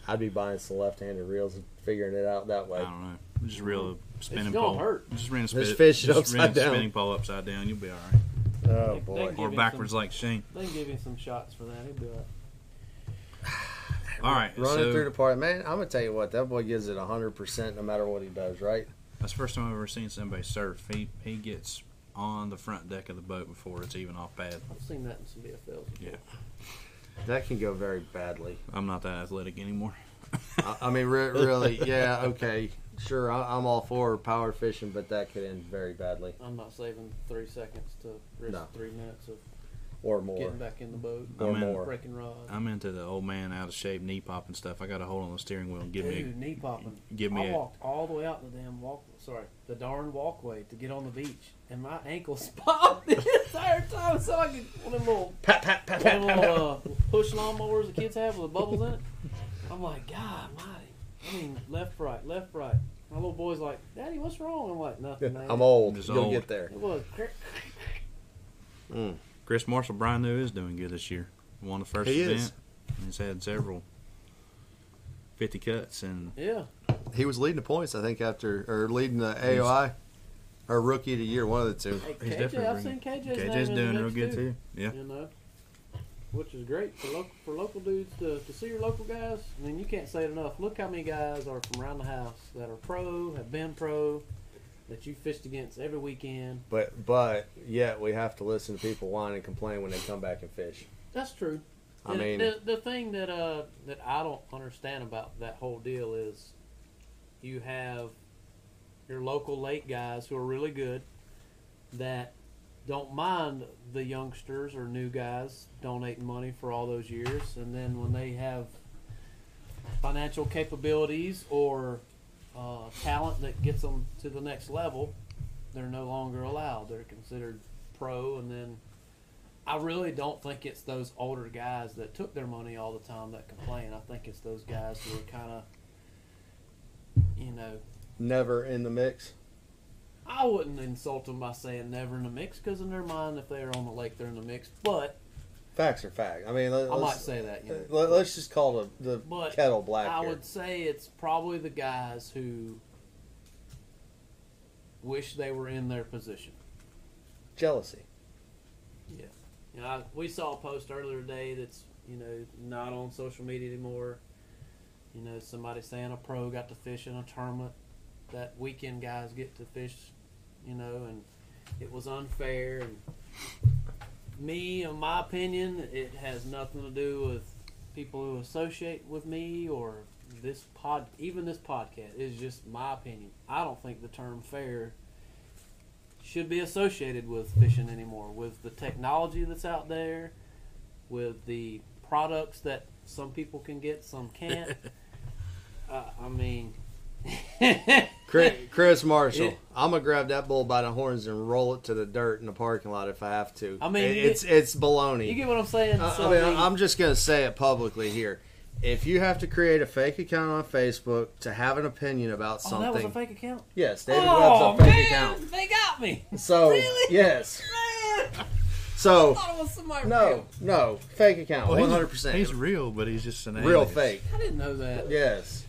Speaker 1: I'd be buying some left-handed reels and figuring it out that
Speaker 2: I
Speaker 1: way.
Speaker 2: don't know. Just reel a spinning
Speaker 3: gonna
Speaker 2: pole.
Speaker 3: hurt.
Speaker 2: Just ring a spin,
Speaker 1: Just fish it
Speaker 2: just
Speaker 1: upside
Speaker 2: ring a
Speaker 1: down.
Speaker 2: spinning pole upside down. You'll be all right.
Speaker 1: Oh
Speaker 3: They-
Speaker 1: boy.
Speaker 3: they-
Speaker 2: Or
Speaker 3: Give him
Speaker 2: backwards like Shane.
Speaker 3: they can give him some shots for that. He'll be like,
Speaker 2: All right.
Speaker 1: Running
Speaker 2: so
Speaker 1: through the park, man. I'm gonna tell you what, that boy gives it hundred percent no matter what he does, right?
Speaker 2: that's the first time I've ever seen somebody surf. He he gets on the front deck of the boat before it's even off pad.
Speaker 3: I've seen that in some BFLs.
Speaker 1: That can go very badly.
Speaker 2: I'm not that athletic anymore.
Speaker 1: I, I mean, re- really, yeah, okay, sure. I, I'm all for power fishing, but that could end very badly
Speaker 3: I'm not saving three seconds to risk
Speaker 1: No.
Speaker 3: three minutes of
Speaker 1: or more.
Speaker 3: getting back in the boat,
Speaker 1: Or
Speaker 2: I'm in.
Speaker 1: more.
Speaker 3: breaking rods.
Speaker 2: I'm into the old man out of shape knee popping stuff. I got a hold on the steering wheel and give me
Speaker 3: Dude, knee popping.
Speaker 2: give me
Speaker 3: I
Speaker 2: a-
Speaker 3: walked all the way out the damn walk. Sorry, the darn walkway to get on the beach, and my ankles popped the entire time. So I could one of them little
Speaker 1: Pat, pat, pat,
Speaker 3: one
Speaker 1: pat,
Speaker 3: of
Speaker 1: pat,
Speaker 3: them
Speaker 1: pat.
Speaker 3: little, uh, push lawnmowers the kids have with the bubbles in it. I'm like, God, mighty. I mean, left, right, left, right. My little boy's like, Daddy, what's wrong? I'm like, nothing, man.
Speaker 1: I'm old.
Speaker 2: Just
Speaker 1: You'll
Speaker 2: old.
Speaker 1: get there.
Speaker 3: It was.
Speaker 2: Chris Marshall Bryan though is doing good this year. Won the first
Speaker 1: He
Speaker 2: event.
Speaker 1: is.
Speaker 2: He's had several fifty cuts and
Speaker 3: Yeah.
Speaker 1: He was leading the points, I think, after or leading the AOI or rookie of the year, one of the two.
Speaker 3: Hey,
Speaker 2: he's
Speaker 3: KJ, I've seen
Speaker 2: bringing-
Speaker 3: KJ's, name
Speaker 2: KJ's
Speaker 3: in
Speaker 2: doing
Speaker 3: the mix,
Speaker 2: real good
Speaker 3: too.
Speaker 2: too. Yeah.
Speaker 3: you know, which is great for local for local dudes to, to see your local guys. I mean, you can't say it enough. Look how many guys are from around the house that are pro, have been pro, that you fished against every weekend.
Speaker 1: But but yet we have to listen to people whine and complain when they come back and fish.
Speaker 3: That's true.
Speaker 1: I
Speaker 3: And
Speaker 1: mean-
Speaker 3: the, the thing that uh that I don't understand about that whole deal is, you have your local lake guys who are really good, that don't mind the youngsters or new guys donating money for all those years, and then when they have financial capabilities or uh, talent that gets them to the next level, they're no longer allowed. They're considered pro, and then I really don't think it's those older guys that took their money all the time that complain. I think it's those guys who are kind of, you know,
Speaker 1: Never in the mix.
Speaker 3: I wouldn't insult them by saying never in the mix because in their mind, if they are on the lake, they're in the mix. But
Speaker 1: Facts are fact. I mean, let,
Speaker 3: I might
Speaker 1: let's,
Speaker 3: say that, you know.
Speaker 1: let, us just call the, the
Speaker 3: But
Speaker 1: kettle black.
Speaker 3: I
Speaker 1: here.
Speaker 3: would say it's probably the guys who wish they were in their position.
Speaker 1: Jealousy.
Speaker 3: Yeah. You know, I, we saw a post earlier today that's, you know, not on social media anymore. You know, somebody saying a pro got to fish in a tournament that weekend guys get to fish, you know, and it was unfair. And me, in my opinion, it has nothing to do with people who associate with me or this pod, even this podcast. It's just my opinion. I don't think the term fair should be associated with fishing anymore. With the technology that's out there, with the products that some people can get, some can't. uh, I mean,
Speaker 1: Chris, Chris Marshall,
Speaker 3: It-
Speaker 1: I'm gonna grab that bull by the horns and roll it to the dirt in the parking lot if I have to.
Speaker 3: I mean,
Speaker 1: It-
Speaker 3: you
Speaker 1: it's it's baloney.
Speaker 3: you get what I'm saying?
Speaker 1: I-
Speaker 3: So,
Speaker 1: I mean, I'm just gonna say it publicly here. If you have to create a fake account on Facebook to have an opinion about
Speaker 3: oh, that was
Speaker 1: something,
Speaker 3: a fake account.
Speaker 1: yes, David
Speaker 3: oh
Speaker 1: Webb's a fake
Speaker 3: man,
Speaker 1: account.
Speaker 3: they got me.
Speaker 1: So
Speaker 3: Really?
Speaker 1: yes,
Speaker 3: Man, I
Speaker 1: so
Speaker 3: thought it was somebody
Speaker 1: no,
Speaker 3: real.
Speaker 1: no, fake account,
Speaker 2: Well, he's-
Speaker 1: 100.
Speaker 2: He's
Speaker 1: percent
Speaker 2: real, but he's just an
Speaker 1: Real
Speaker 2: alias.
Speaker 1: fake.
Speaker 3: I didn't know that.
Speaker 1: Yes.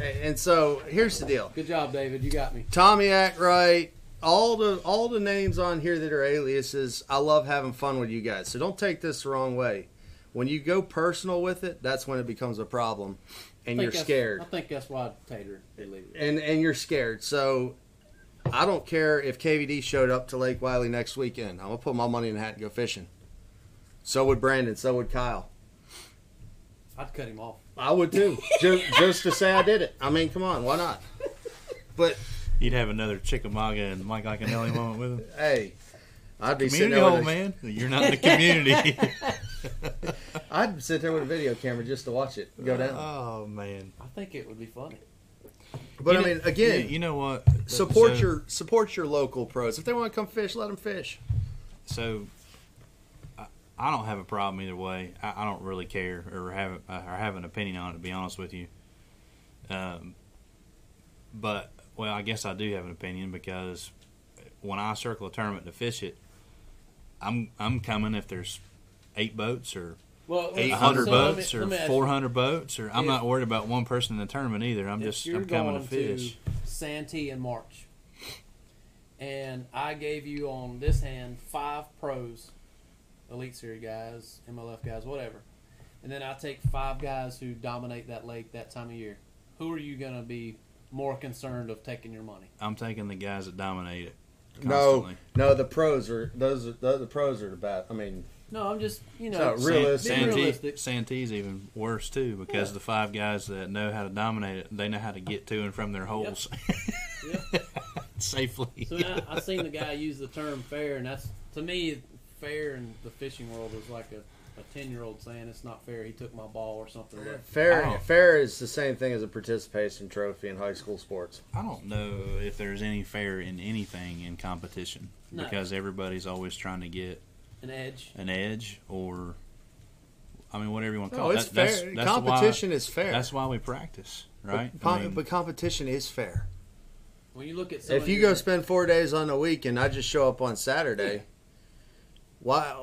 Speaker 1: A- And so here's the deal.
Speaker 3: Good job, David. You got me.
Speaker 1: Tommy Ackright, all the all the names on here that are aliases. I love having fun with you guys, so don't take this the wrong way. When you go personal with it, that's when it becomes a problem,
Speaker 3: I
Speaker 1: and
Speaker 3: think
Speaker 1: you're
Speaker 3: that's-
Speaker 1: scared,
Speaker 3: I think that's why Tater deleted it.
Speaker 1: and and you're scared. So I don't care if KVD showed up to Lake Wiley next weekend. I'm gonna put my money in the hat and go fishing. So would Brandon. So would Kyle.
Speaker 3: I'd cut him off.
Speaker 1: I would too, just, just to say I did it. I mean, come on, why not? But
Speaker 2: You'd have another Chickamauga and Mike Iaconelli moment with him.
Speaker 1: hey, I'd be sitting
Speaker 2: Community
Speaker 1: there with
Speaker 2: hole,
Speaker 1: a-
Speaker 2: man. You're not in the community.
Speaker 1: I'd sit there with a video camera just to watch it go down.
Speaker 2: Oh man.
Speaker 3: I think it would be funny.
Speaker 1: but I
Speaker 2: You know-
Speaker 1: mean, again,
Speaker 2: you, you know what?
Speaker 1: support
Speaker 2: So-
Speaker 1: your support your local pros. If they want to come fish, let them fish.
Speaker 2: So, I, I don't have a problem either way. I, I don't really care or have or have an opinion on it. To be honest with you, um, but well, I guess I do have an opinion because when I circle a tournament to fish it, I'm I'm coming if there's eight boats or
Speaker 3: Well,
Speaker 2: eight hundred boats or four hundred boats or I'm not worried about one person in the tournament either. I'm just I'm coming to fish.
Speaker 3: Santee in March, and I gave you on this hand five pros, elite series guys, MLF guys, whatever, and then I take five guys who dominate that lake that time of year. Who are you gonna be more concerned of taking your money?
Speaker 2: I'm taking the guys that dominate it.
Speaker 1: No,
Speaker 2: Constantly.
Speaker 1: no, the pros are those. Are, the, the pros are the best. I mean,
Speaker 3: No, I'm just you know
Speaker 1: So,
Speaker 3: it's-
Speaker 1: real- Realistic.
Speaker 2: Santee,
Speaker 3: Realistic.
Speaker 2: Santee's even worse too because
Speaker 3: Yeah.
Speaker 2: the five guys that know how to dominate it, they know how to get to and from their holes safely.
Speaker 3: So now I seen the guy use the term fair, and that's to me fair in the fishing world is like a, a ten year old saying it's not fair. He took my ball or something. But
Speaker 1: fair
Speaker 2: I don't-
Speaker 1: fair is the same thing as a participation trophy in high school sports.
Speaker 2: I don't know if there's any fair in anything in competition
Speaker 3: No.
Speaker 2: because everybody's always trying to get
Speaker 3: an edge.
Speaker 2: an edge or, I mean, whatever you want to
Speaker 1: No,
Speaker 2: call it.
Speaker 1: Oh, it's
Speaker 2: That-
Speaker 1: fair.
Speaker 2: that's- that's why-
Speaker 1: competition is fair.
Speaker 2: That's why we practice, right?
Speaker 1: But, com-
Speaker 2: I mean,
Speaker 1: but competition is fair.
Speaker 3: When you look at some
Speaker 1: if
Speaker 3: of
Speaker 1: you
Speaker 3: your-
Speaker 1: go spend four days on a week and I just show up on Saturday, why?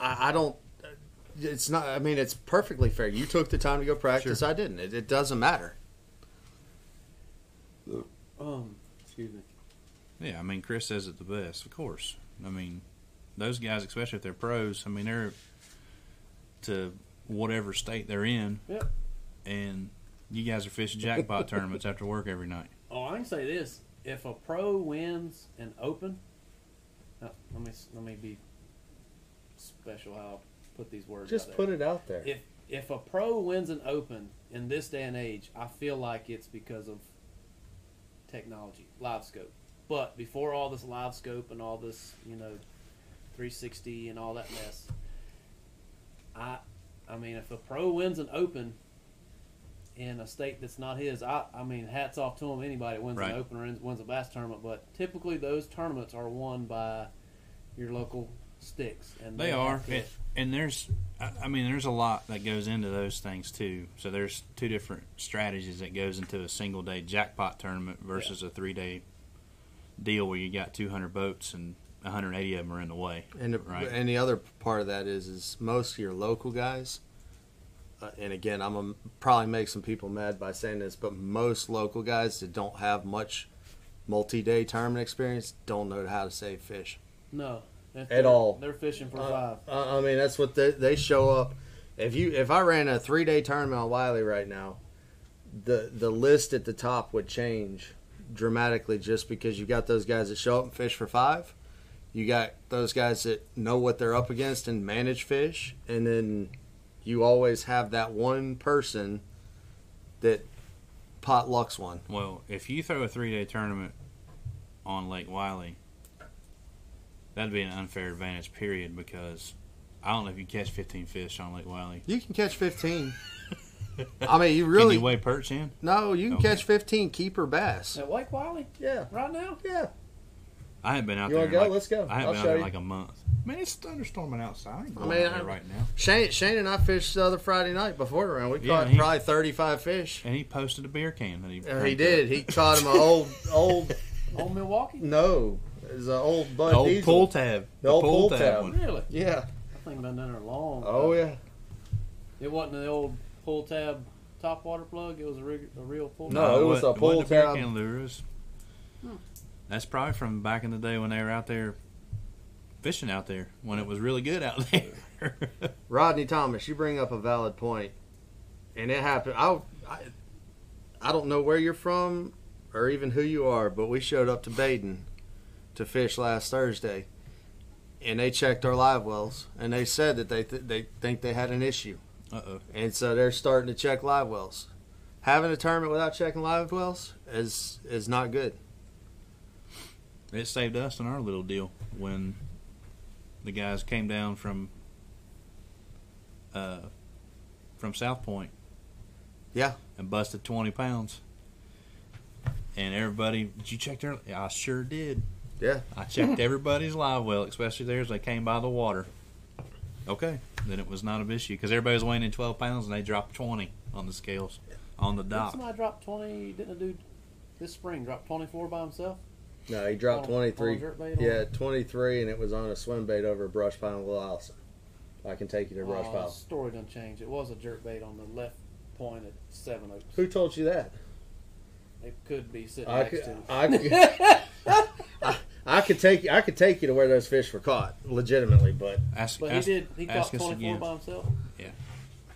Speaker 1: I, I don't. It's not. I mean, it's perfectly fair. You took the time to go practice. I didn't. It, it doesn't matter.
Speaker 3: um, excuse me,
Speaker 2: yeah, I mean, Chris says it the best, of course. I mean, those guys, especially if they're pros, I mean, they're to whatever state they're in.
Speaker 3: Yep.
Speaker 2: And you guys are fishing jackpot tournaments after work every night.
Speaker 3: oh, I can say this: if a pro wins an open, uh, let me s- let me be special how I put these words. out there.
Speaker 1: it out there.
Speaker 3: if if a pro wins an open in this day and age, I feel like it's because of technology, live scope. But before all this live scope and all this, you know, 360 and all that mess, I I mean, if a pro wins an open in a state that's not his, I I mean, hats off to him. Anybody that wins
Speaker 2: Right.
Speaker 3: an open or wins a bass tournament, but typically those tournaments are won by your local sticks, and
Speaker 2: They
Speaker 3: have
Speaker 2: are,
Speaker 3: to-
Speaker 2: and, and there's, I I mean, there's a lot that goes into those things too. So there's two different strategies that goes into a single day jackpot tournament versus a three day deal where you got 200 boats and 180 of them are in the way.
Speaker 1: And the,
Speaker 2: Right.
Speaker 1: and the other part of that is is most of your local guys. Uh, and again, I'm gonna probably make some people mad by saying this, but most local guys that don't have much multi-day tournament experience don't know how to save fish.
Speaker 3: no. That's
Speaker 1: At all.
Speaker 3: They're fishing for
Speaker 1: Uh,
Speaker 3: five.
Speaker 1: I I mean, that's what they, they show up. If you if I ran a three day tournament on Wiley right now, the the list at the top would change dramatically just because you got those guys that show up and fish for five. You got those guys that know what they're up against and manage fish, and then you always have that one person that potlucks one.
Speaker 2: Well, if you throw a three day tournament on Lake Wiley, that'd be an unfair advantage, period, because I don't know if you catch 15 fish on Lake Wiley.
Speaker 1: You can catch fifteen. I mean, you really
Speaker 2: Can you weigh perch in?
Speaker 1: no. You can
Speaker 2: Okay.
Speaker 1: catch fifteen keeper bass.
Speaker 3: At Lake Wiley,
Speaker 1: Yeah,
Speaker 3: right now,
Speaker 1: yeah.
Speaker 2: I haven't been out
Speaker 1: You
Speaker 2: there.
Speaker 1: wanna
Speaker 2: in
Speaker 1: go?
Speaker 2: Like,
Speaker 1: Let's go.
Speaker 2: I haven't
Speaker 1: I'll
Speaker 2: been out
Speaker 1: show
Speaker 2: there in
Speaker 1: you.
Speaker 2: like a month. Man, it's thunderstorming outside. I ain't going
Speaker 1: mean,
Speaker 2: out there
Speaker 1: I-
Speaker 2: right now.
Speaker 1: Shane, Shane and I fished the other Friday night before the round. We
Speaker 2: Yeah,
Speaker 1: caught
Speaker 2: he-
Speaker 1: probably thirty-five fish.
Speaker 2: And he posted a beer can that he.
Speaker 1: Uh, he did. He caught him an old, old
Speaker 3: old Milwaukee.
Speaker 1: no, it was an old Bud
Speaker 2: The old
Speaker 1: Diesel.
Speaker 2: pull tab.
Speaker 1: The old pull tab.
Speaker 2: one.
Speaker 3: Really?
Speaker 1: Yeah.
Speaker 3: I think about that in a long.
Speaker 1: Oh yeah.
Speaker 3: It wasn't the old pull tab top water plug. It was a, rig- a real pull.
Speaker 1: No,
Speaker 3: tab.
Speaker 1: it was a
Speaker 2: wasn't-
Speaker 1: pull
Speaker 2: wasn't beer
Speaker 1: tab.
Speaker 2: can lure, it was- That's probably from back in the day when they were out there fishing out there when it was really good out there.
Speaker 1: Rodney Thomas, you bring up a valid point, and it happened. I, I, I don't know where you're from or even who you are, but we showed up to Baden to fish last Thursday, and they checked our live wells, and they said that they th- they think they had an issue.
Speaker 2: uh oh.
Speaker 1: and so they're starting to check live wells. Having a tournament without checking live wells is is not good.
Speaker 2: It saved us in our little deal when the guys came down from uh, from South Point.
Speaker 1: Yeah.
Speaker 2: And busted twenty pounds. And everybody did you check their I sure did.
Speaker 1: Yeah.
Speaker 2: I checked everybody's live well, especially theirs. They came by the water. Okay. Then it was not an issue because everybody was weighing in twelve pounds and they dropped twenty on the scales on the dock.
Speaker 3: Didn't somebody drop twenty? Didn't a dude this spring drop twenty four by himself?
Speaker 1: No, he dropped
Speaker 3: On-
Speaker 1: twenty
Speaker 3: on
Speaker 1: three.
Speaker 3: dirt bait or-
Speaker 1: Yeah, twenty three, and it was on a swim bait over a brush pile in Little Allison. I can take you to brush
Speaker 3: Oh,
Speaker 1: pile.
Speaker 3: Story done changed. It was a jerk bait on the left point at Seven Oaks.
Speaker 1: Who told you that?
Speaker 3: It could be sitting
Speaker 1: I
Speaker 3: next
Speaker 1: could,
Speaker 3: to. him.
Speaker 1: I, could, I- I could take you. I could take you to where those fish were caught, legitimately. But
Speaker 2: Ask,
Speaker 3: But
Speaker 2: ask-
Speaker 3: he did. He caught
Speaker 2: ask us
Speaker 3: twenty four
Speaker 2: again.
Speaker 3: by himself.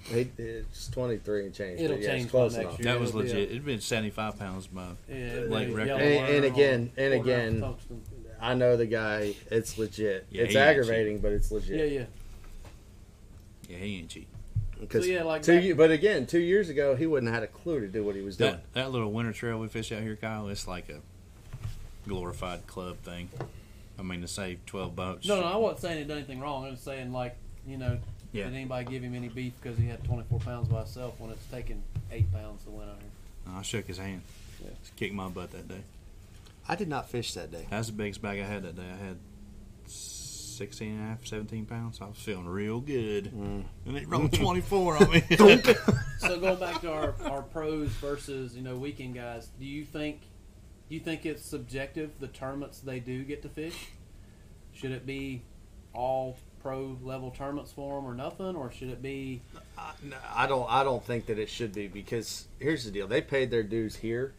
Speaker 1: he, it's twenty three and change.
Speaker 3: It'll
Speaker 1: but yeah, it's
Speaker 3: change by
Speaker 1: close
Speaker 3: next
Speaker 1: enough.
Speaker 3: year.
Speaker 2: That was
Speaker 3: It'll be a-
Speaker 2: legit. It'd been seventy five pounds by
Speaker 3: Yeah,
Speaker 2: Like
Speaker 3: the
Speaker 2: record.
Speaker 3: yellow
Speaker 1: And-
Speaker 3: wire
Speaker 1: and
Speaker 3: on
Speaker 1: again, and
Speaker 3: quarter ounce
Speaker 1: again.
Speaker 3: tungsten.
Speaker 1: I know the guy. It's legit.
Speaker 2: Yeah,
Speaker 1: it's
Speaker 2: he ain't
Speaker 1: aggravating, but it's legit.
Speaker 3: Yeah, yeah.
Speaker 2: Yeah, he ain't cheap.
Speaker 1: Because
Speaker 3: So, yeah, like
Speaker 1: two,
Speaker 3: back-
Speaker 1: ye- but again, two years ago, he wouldn't have had a clue to do what he was doing.
Speaker 2: That that little winter trail we fish out here, Kyle, it's like a glorified club thing. I mean, to save twelve bucks.
Speaker 3: No, no, I wasn't saying he did anything wrong. I was saying like, you know,
Speaker 2: Yeah.
Speaker 3: did anybody give him any beef because he had 24 pounds by himself when it's taking eight pounds to win out here?
Speaker 2: I shook his hand.
Speaker 3: Yeah.
Speaker 2: Just kicked my butt that day.
Speaker 1: I did not fish that day.
Speaker 2: That's the biggest bag I had that day. I had 16 and a half, 17 pounds. I was feeling real good. And it rolled 24 on me.
Speaker 3: So going back to our, our pros versus you know weekend guys, do you think do you think it's subjective the tournaments they do get to fish? Should it be all pro level tournaments for them or nothing, or should it be
Speaker 1: I, no, I don't. I don't think that it should be because here's the deal: they paid their dues here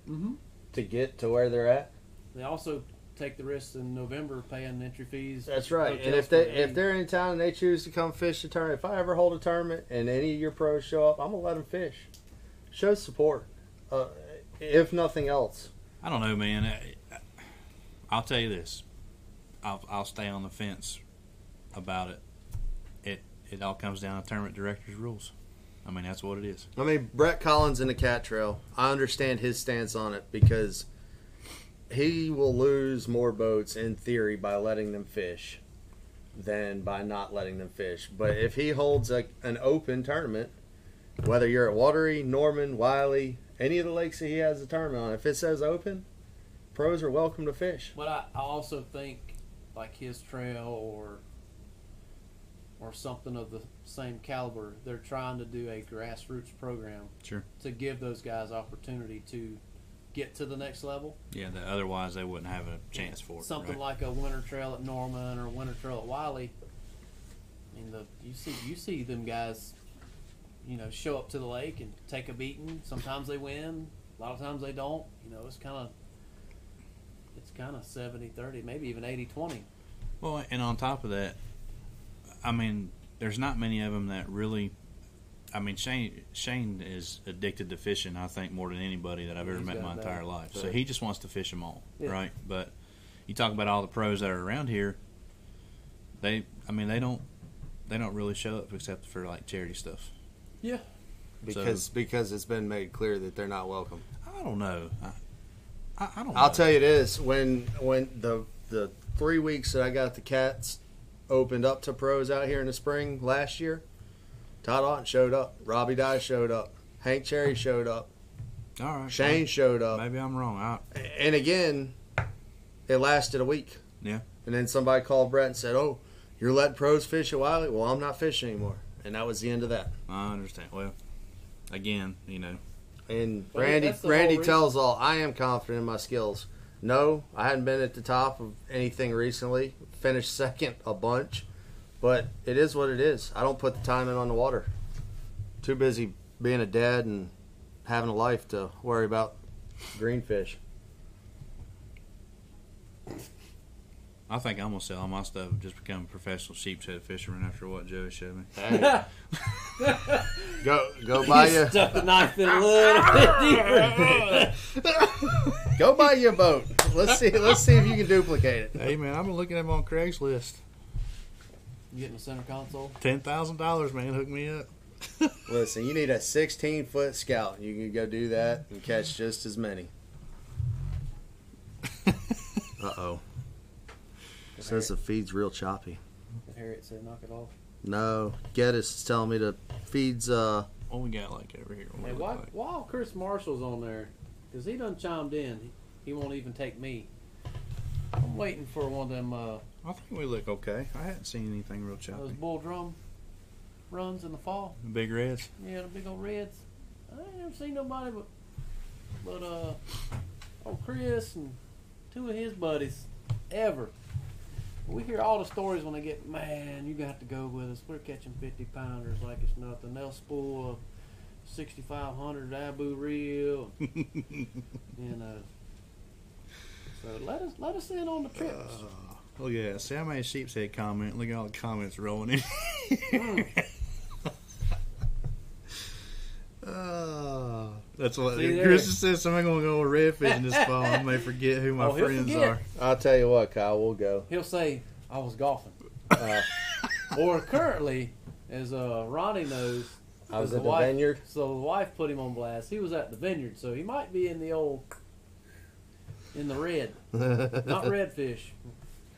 Speaker 1: to get to where they're at.
Speaker 3: they also take the risks in November paying entry fees?
Speaker 1: That's right. And
Speaker 3: hotels
Speaker 1: if
Speaker 3: for
Speaker 1: they
Speaker 3: the
Speaker 1: if
Speaker 3: league?
Speaker 1: they're in town and they choose to come fish the tournament, if I ever hold a tournament and any of your pros show up, I'm gonna let them fish. Show support, uh, if nothing else.
Speaker 2: I don't know, man. I- I- I'll tell you this. I'll, I'll stay on the fence about it. It it all comes down to tournament directors' rules. I mean, that's what it is.
Speaker 1: I mean, Brett Collins in the cat trail. I understand his stance on it because he will lose more boats in theory by letting them fish than by not letting them fish. But if he holds a, an open tournament, whether you're at Watery, Norman, Wiley, any of the lakes that he has a tournament on, if it says open, pros are welcome to fish.
Speaker 3: But I, I also think like his trail or or something of the same caliber, they're trying to do a grassroots program
Speaker 2: Sure.
Speaker 3: to give those guys opportunity to get to the next level.
Speaker 2: Yeah, that otherwise they wouldn't have a chance for it.
Speaker 3: something
Speaker 2: right?
Speaker 3: like a winter trail at Norman or a winter trail at Wiley. I mean, the, you see you see them guys, you know, show up to the lake and take a beating. Sometimes they win, a lot of times they don't. You know, it's kind of it's kind of 70-30, maybe even 80-20
Speaker 2: Well, and on top of that, I mean, there's not many of them that really. I mean, Shane Shane is addicted to fishing. I think more than anybody that I've ever
Speaker 3: He's
Speaker 2: met in my
Speaker 3: got that.
Speaker 2: entire life. So
Speaker 1: Right.
Speaker 2: he just wants to fish them all, right?
Speaker 3: Yeah.
Speaker 2: But you talk about all the pros that are around here. They, I mean, they don't, they don't really show up except for like charity stuff.
Speaker 3: Yeah.
Speaker 1: because because it's been made clear that they're not welcome.
Speaker 2: I don't know. I, I, I don't.
Speaker 1: I'll
Speaker 2: know.
Speaker 1: tell you this: when when the the three weeks that I got the cats opened up to pros out here in the spring last year, Todd Ott showed up, Robbie Dye showed up, Hank Cherry showed up,
Speaker 2: All right,
Speaker 1: Shane showed
Speaker 2: well,
Speaker 1: up,
Speaker 2: Maybe I'm wrong. I,
Speaker 1: and again, it lasted a week.
Speaker 2: Yeah.
Speaker 1: And then somebody called Brett and said, "Oh, you're letting pros fish at Wiley? Well, I'm not fishing anymore." And that was the end of that.
Speaker 2: I understand. Well, again, you know,
Speaker 1: And
Speaker 3: Well,
Speaker 1: Randy
Speaker 3: that's the whole
Speaker 1: Randy
Speaker 3: reason.
Speaker 1: tells all I am confident in my skills. No, I hadn't been at the top of anything recently. Finished second a bunch, but it is what it is. I don't put the time in on the water. Too busy being a dad and having a life to worry about greenfish.
Speaker 2: I think I'm gonna sell all my stuff and just become a professional sheep's head fisherman after what Joe showed me.
Speaker 1: Hey. go go buy
Speaker 3: You
Speaker 1: your
Speaker 3: stuck the knife in a little bit deeper.
Speaker 1: go buy your boat. Let's see let's see if you can duplicate it.
Speaker 2: Hey man, I've been looking at him on Craigslist.
Speaker 3: you getting the center console?
Speaker 2: Ten thousand dollars, man, hook me up.
Speaker 1: Listen, you need a 16 foot scout. You can go do that and catch just as many. Uh oh. Says the feed's real choppy.
Speaker 3: Harriet said, knock it off.
Speaker 1: No, Geddes is telling me the feed's uh
Speaker 2: What we got like over here? What we
Speaker 3: Hey,
Speaker 2: look
Speaker 3: why,
Speaker 2: like?
Speaker 3: while Chris Marshall's on there, because he done chimed in, he, he won't even take me. I'm waiting for one of them uh,
Speaker 2: I think we look okay. I hadn't seen anything real
Speaker 3: those
Speaker 2: choppy.
Speaker 3: bull drum runs in the fall.
Speaker 2: Big reds.
Speaker 3: Yeah, the big old reds. I ain't never seen nobody but but uh old Chris and two of his buddies ever. We hear all the stories when they get, man, you got to go with us. We're catching 50 pounders like it's nothing. They'll spool a 6,500 Abu reel, you know. So let us let us in on the trips.
Speaker 2: Look at that. Oh, See how many sheep's head comment. Look at all the comments rolling in.
Speaker 3: Hmm.
Speaker 2: Uh, that's what
Speaker 3: See there?
Speaker 2: Chris says. I'm gonna go with redfish in this fall. I may forget who my
Speaker 3: Oh, he'll
Speaker 2: friends
Speaker 3: forget.
Speaker 2: are.
Speaker 1: I'll tell you what, Kyle, we'll go.
Speaker 3: He'll say, I was golfing.
Speaker 1: Uh,
Speaker 3: Or currently, as uh, Ronnie knows,
Speaker 1: I was
Speaker 3: the
Speaker 1: at the
Speaker 3: wife-
Speaker 1: vineyard.
Speaker 3: So the wife put him on blast. He was at the vineyard, so he might be in the old, in the red, not redfish,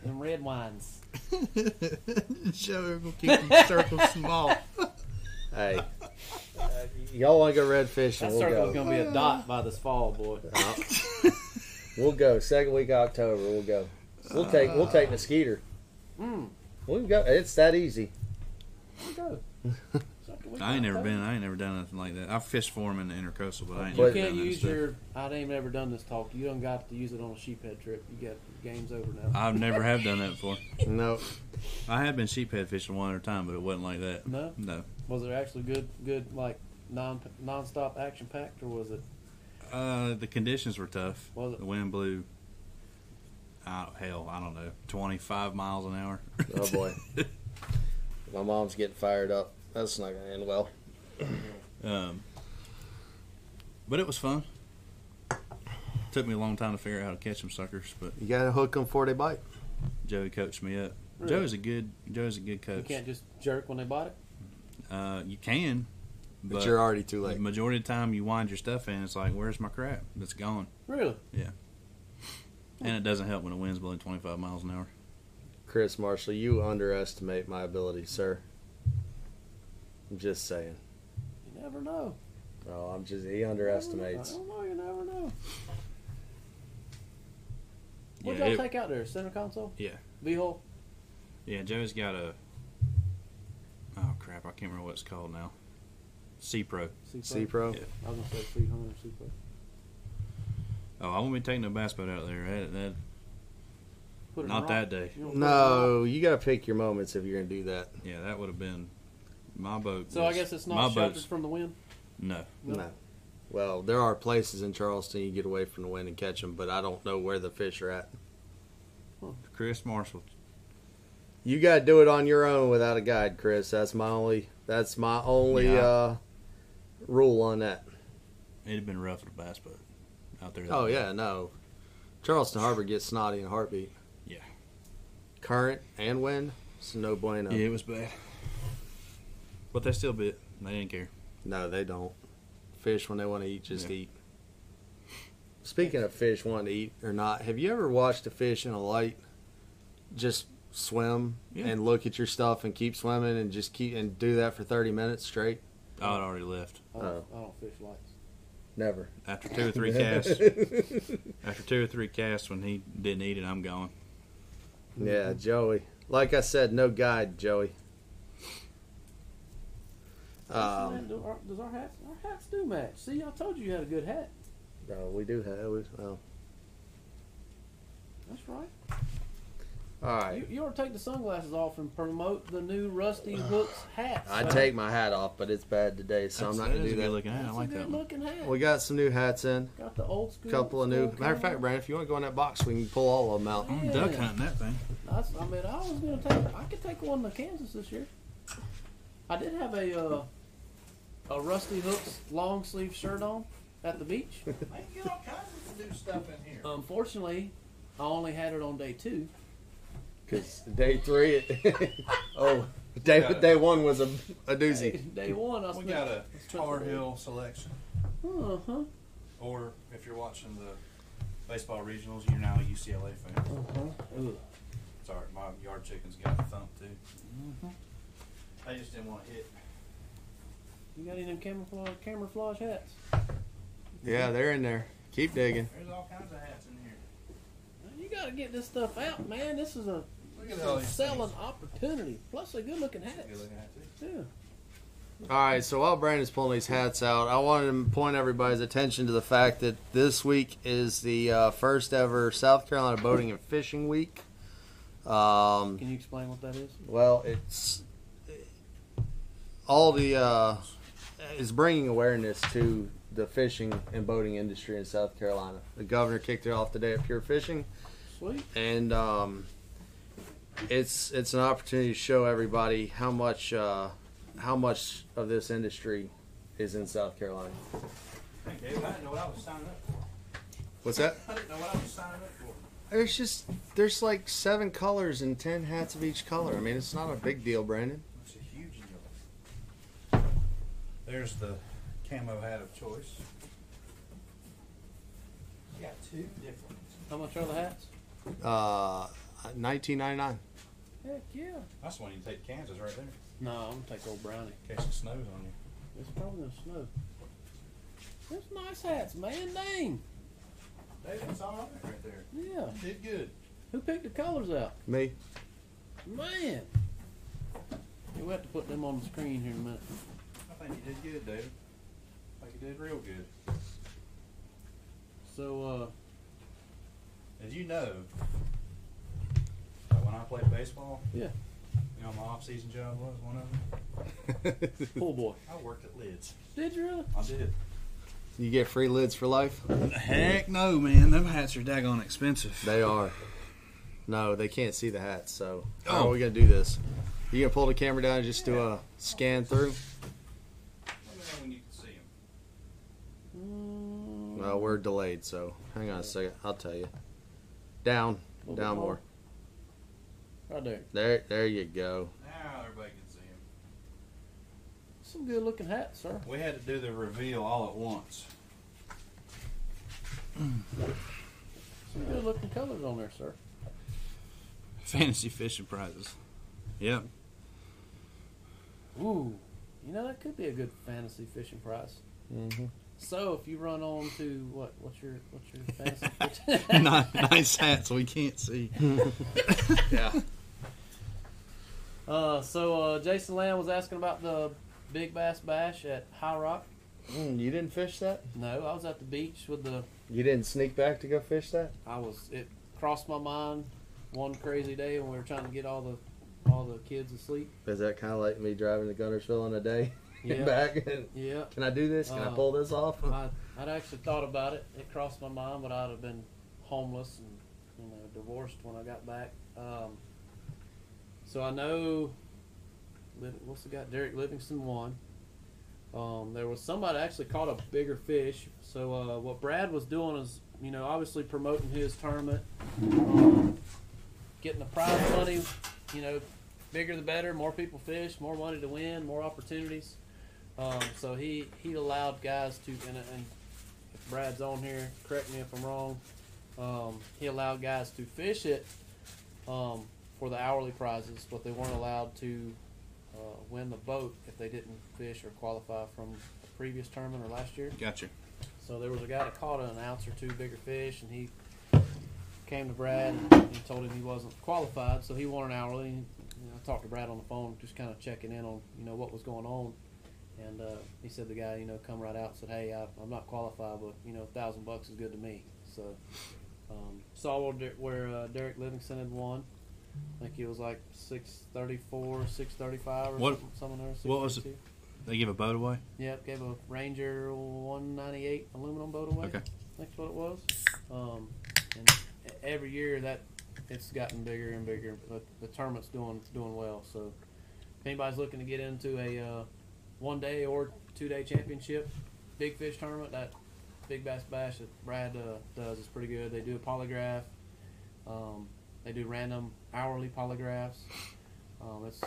Speaker 3: them red wines.
Speaker 2: Joe we're gonna keep them circles small.
Speaker 1: Hey. Uh, y'all wanna go red fishing,
Speaker 3: That
Speaker 1: we'll
Speaker 3: circle's
Speaker 1: go.
Speaker 3: gonna be a dot by this fall, boy.
Speaker 1: Uh, we'll go. Second week of October, we'll go. We'll take we'll take the skeeter.
Speaker 3: Mm,
Speaker 1: We'll go it's that easy.
Speaker 3: we go. Sucker, we
Speaker 2: I ain't
Speaker 3: got
Speaker 2: never
Speaker 3: that.
Speaker 2: been. I ain't never done nothing like that. I fished for them in the intercoastal, but I ain't
Speaker 3: You
Speaker 1: You
Speaker 2: never
Speaker 1: But-
Speaker 2: done
Speaker 3: can't
Speaker 2: that
Speaker 3: use
Speaker 2: stuff.
Speaker 3: your. I ain't ever done this talk. You don't got to use it on a sheephead trip. You got game's over now.
Speaker 2: I've never have done that before.
Speaker 1: No.
Speaker 2: I have been sheephead fishing one other time, but it wasn't like that.
Speaker 3: No,
Speaker 2: No.
Speaker 3: was it actually good? Good like non non-stop action packed, or was it?
Speaker 2: Uh, the conditions were tough.
Speaker 3: Was it?
Speaker 2: The wind blew. Uh, hell, I don't know. Twenty-five miles an hour.
Speaker 1: Oh boy. My mom's getting fired up. That's not gonna end well.
Speaker 2: Um, but it was fun. Took me a long time to figure out how to catch them suckers, but
Speaker 1: You gotta hook them before they bite.
Speaker 2: Joey coached me up.
Speaker 3: Really?
Speaker 2: Joe's a good Joe's a good
Speaker 3: You
Speaker 2: coach.
Speaker 3: can't just jerk when they bought it.
Speaker 2: Uh, you can,
Speaker 1: But,
Speaker 2: but,
Speaker 1: you're already too late.
Speaker 2: the majority of the time you wind your stuff in, it's like, where's my crap? It's gone,
Speaker 3: Really?
Speaker 2: and it doesn't help when the wind's blowing 25 miles an hour.
Speaker 1: Chris Marshall, you underestimate my ability, sir. I'm just saying.
Speaker 3: You never know.
Speaker 1: Oh, I'm just he underestimates.
Speaker 3: I don't know. You never know. What
Speaker 2: Yeah,
Speaker 3: y'all
Speaker 2: it-
Speaker 3: take out there? Center console?
Speaker 2: Yeah.
Speaker 3: V hole.
Speaker 2: yeah, Joe's got a. Oh crap! I can't remember what it's called now. C Pro.
Speaker 3: C
Speaker 1: C Pro?
Speaker 2: Yeah.
Speaker 3: I was gonna say three hundred C pro.
Speaker 2: Oh, I won't be taking no bass boat out there. That, that,
Speaker 3: Put it in
Speaker 2: not
Speaker 3: rock.
Speaker 2: that day.
Speaker 3: You don't put it in rock.
Speaker 1: No, you gotta pick your moments if you're gonna do that.
Speaker 2: Yeah, that would have been my boat.
Speaker 3: So I
Speaker 2: was-
Speaker 3: guess it's
Speaker 2: my
Speaker 3: not sheltered
Speaker 2: boat's
Speaker 3: from the wind.
Speaker 2: no.
Speaker 3: No.
Speaker 1: No. Well, there are places in Charleston you get away from the wind and catch them, but I don't know where the fish are at.
Speaker 2: Chris Marshall
Speaker 1: You got to do it on your own without a guide, Chris. That's my only. That's my only
Speaker 2: Yeah.
Speaker 1: uh, rule on that.
Speaker 2: It'd have been rough at a bass boat out there.
Speaker 1: Oh yeah, no. Charleston Harbor gets snotty in a heartbeat.
Speaker 2: Yeah.
Speaker 1: Current and wind, it's no bueno.
Speaker 2: Yeah, it was bad. But they still bit. They didn't care.
Speaker 1: No, they don't. Fish when they want to eat, just
Speaker 2: Yeah.
Speaker 1: eat. Speaking of fish wanting to eat or not, have you ever watched a fish in a light just swim
Speaker 2: Yeah.
Speaker 1: and look at your stuff and keep swimming and just keep and do that for 30 minutes straight?
Speaker 2: I had already left
Speaker 3: I don't,
Speaker 1: Oh.
Speaker 3: I don't fish lights.
Speaker 1: Never.
Speaker 2: after two or three casts. After two or three casts, when he didn't eat it, I'm gone.
Speaker 1: Yeah, Joey. Like I said, no guide, Joey. Um,
Speaker 3: Does our, does our hats? Our hats do match. See, I told you you had a good hat.
Speaker 1: no, we do have. We, well,
Speaker 3: That's right.
Speaker 1: all right.
Speaker 3: You, you ought to take the sunglasses off and promote the new Rusty Books hats.
Speaker 1: I take my hat off, but it's bad today, so I'm not
Speaker 2: That
Speaker 1: gonna do
Speaker 2: is a good
Speaker 1: that.
Speaker 2: Looking hat. I
Speaker 3: That's
Speaker 2: like
Speaker 3: a good
Speaker 2: that one.
Speaker 3: looking hat.
Speaker 1: We got some new hats in.
Speaker 3: got the old school.
Speaker 1: couple of new.
Speaker 3: school
Speaker 1: Matter of fact,
Speaker 3: kind.
Speaker 1: Brandon, if you want to go in that box, we can pull all of them out.
Speaker 2: I'm duck hunting that thing.
Speaker 3: That's, I mean, I was gonna take. I could take one to Kansas this year. I did have a uh, a Rusty Hooks long sleeve shirt on at the beach.
Speaker 2: I can get all kinds of new stuff in here.
Speaker 3: Unfortunately, I only had it on day two.
Speaker 1: Cause day three, it- oh, day day one was a, a doozy.
Speaker 3: Day one, I snuck- Tar Heel
Speaker 2: selection.
Speaker 3: Uh-huh.
Speaker 2: Or if you're watching the baseball regionals, you're now a UCLA fan.
Speaker 3: Uh-huh. Ugh.
Speaker 2: It's all right. My yard chicken's got the thump too. Mm-hmm. I just didn't want to hit.
Speaker 3: You got any of them camouflage camouflage hats?
Speaker 1: Yeah, they're in there. Keep digging.
Speaker 2: There's all kinds of hats in here.
Speaker 3: You gotta get this stuff out, man. This is a
Speaker 2: Look at all
Speaker 3: selling
Speaker 2: these
Speaker 3: opportunity. Plus, a good looking hat.
Speaker 2: Things. Good looking hat, too.
Speaker 3: Yeah.
Speaker 1: All right, so while Brandon's pulling these hats out, I wanted to point everybody's attention to the fact that this week is the uh, first ever South Carolina Boating and Fishing Week. Um,
Speaker 3: Can you explain what that is?
Speaker 1: Well, it's all the uh, is bringing awareness to the fishing and boating industry in South Carolina. The governor kicked it off today at Pure Fishing,
Speaker 3: Sweet.
Speaker 1: and um, it's it's an opportunity to show everybody how much uh, how much of this industry is in South Carolina.
Speaker 2: Hey, Dave, I didn't know what I was signing up for.
Speaker 1: What's that?
Speaker 2: I didn't know what I was signing up for.
Speaker 1: There's just there's like seven colors and ten hats of each color. I mean, it's not a big deal, Brandon.
Speaker 2: It's a huge deal. There's the camo hat of choice. You got two different.
Speaker 3: How much are the hats?
Speaker 1: Uh, 1999.
Speaker 3: Heck yeah.
Speaker 2: That's the one you take to Kansas right there,
Speaker 3: No, I'm gonna take old brownie.
Speaker 2: in case it snows on you.
Speaker 3: It's probably gonna snow. There's nice hats, man. Dang.
Speaker 2: Dave, that's all right right there.
Speaker 3: Yeah.
Speaker 2: You did good.
Speaker 3: Who picked the colors out?
Speaker 1: Me.
Speaker 3: Man. Yeah, we have to put them on the screen here in a minute.
Speaker 2: I think you did good, David. I think you did real good.
Speaker 3: So, uh,
Speaker 2: As you know, like when I played baseball,
Speaker 3: Yeah.
Speaker 2: you know, my off-season job was one of them.
Speaker 3: pool boy.
Speaker 2: I worked at Lids.
Speaker 3: Did you really?
Speaker 2: I did.
Speaker 1: You get free lids for life?
Speaker 2: Heck no, man. Them hats are daggone expensive.
Speaker 1: They are. No, they can't see the hats, so how
Speaker 2: Oh.
Speaker 1: are we gonna do this? You gonna pull the camera down and just do a scan through?
Speaker 2: Let me know when you can see them.
Speaker 3: Mm,
Speaker 1: Well, we're delayed, so hang on a second. I'll tell you. Down,
Speaker 3: little bit
Speaker 1: down more.
Speaker 3: Right there.
Speaker 1: There, there you go.
Speaker 2: Now everybody can see them.
Speaker 3: Some good looking hats, sir.
Speaker 2: We had to do the reveal all at once.
Speaker 3: Some good looking colors on there, sir.
Speaker 2: Fantasy fishing prizes. Yep.
Speaker 3: Ooh. You know, that could be a good fantasy fishing prize.
Speaker 1: Mm-hmm.
Speaker 3: So, if you run on to what? What's your what's your fantasy fishing?
Speaker 2: nice hats we can't see.
Speaker 1: Mm, Yeah.
Speaker 3: Uh, so uh, Jason Lamb was asking about the Big Bass Bash at High Rock.
Speaker 1: Mm, you didn't fish that?
Speaker 3: No, I was at the beach with the.
Speaker 1: You didn't sneak back to go fish that?
Speaker 3: I was. It crossed my mind one crazy day when we were trying to get all the all the kids asleep.
Speaker 1: Is that kind of like me driving to Gunnersville in a day and
Speaker 3: Yeah,
Speaker 1: back? And,
Speaker 3: yeah.
Speaker 1: can I do this? Can I
Speaker 3: Uh,
Speaker 1: pull this off?
Speaker 3: I, I'd actually thought about it. It crossed my mind, but I'd have been homeless and you know divorced when I got back. Um, So I know, Liv- what's the guy? Derek Livingston won. Um, there was somebody actually caught a bigger fish. So uh, what Brad was doing is, you know, obviously promoting his tournament, um, getting the prize money. You know, bigger the better. More people fish, more money to win, more opportunities. Um, so he he allowed guys to and, and if Brad's on here. Correct me if I'm wrong. Um, he allowed guys to fish it um, for the hourly prizes, but they weren't allowed to uh, win the boat if they didn't fish or qualify from the previous tournament or last year.
Speaker 2: Gotcha.
Speaker 3: So there was a guy that caught an ounce or two bigger fish, and he came to Brad and he told him he wasn't qualified, so he won an hourly. And you know, I talked to Brad on the phone, just kind of checking in on you know what was going on, and uh, he said the guy you know come right out and said, hey, I, I'm not qualified, but you know a thousand bucks is good to me. So um, saw where, Der- where uh, Derek Livingston had won. I think it was like six thirty four, six thirty five, or
Speaker 2: What-
Speaker 3: something, something there.
Speaker 2: what was
Speaker 3: 632.
Speaker 2: They give a boat away.
Speaker 3: Yep, gave a Ranger 198 aluminum boat away.
Speaker 2: Okay.
Speaker 3: That's what it was. Um, and e- every year that it's gotten bigger and bigger. The, the tournament's doing doing well. So if anybody's looking to get into a uh, one day or two day championship big fish tournament, that big bass bash that Brad uh, does is pretty good. They do a polygraph. Um, they do random hourly polygraphs. Um, it's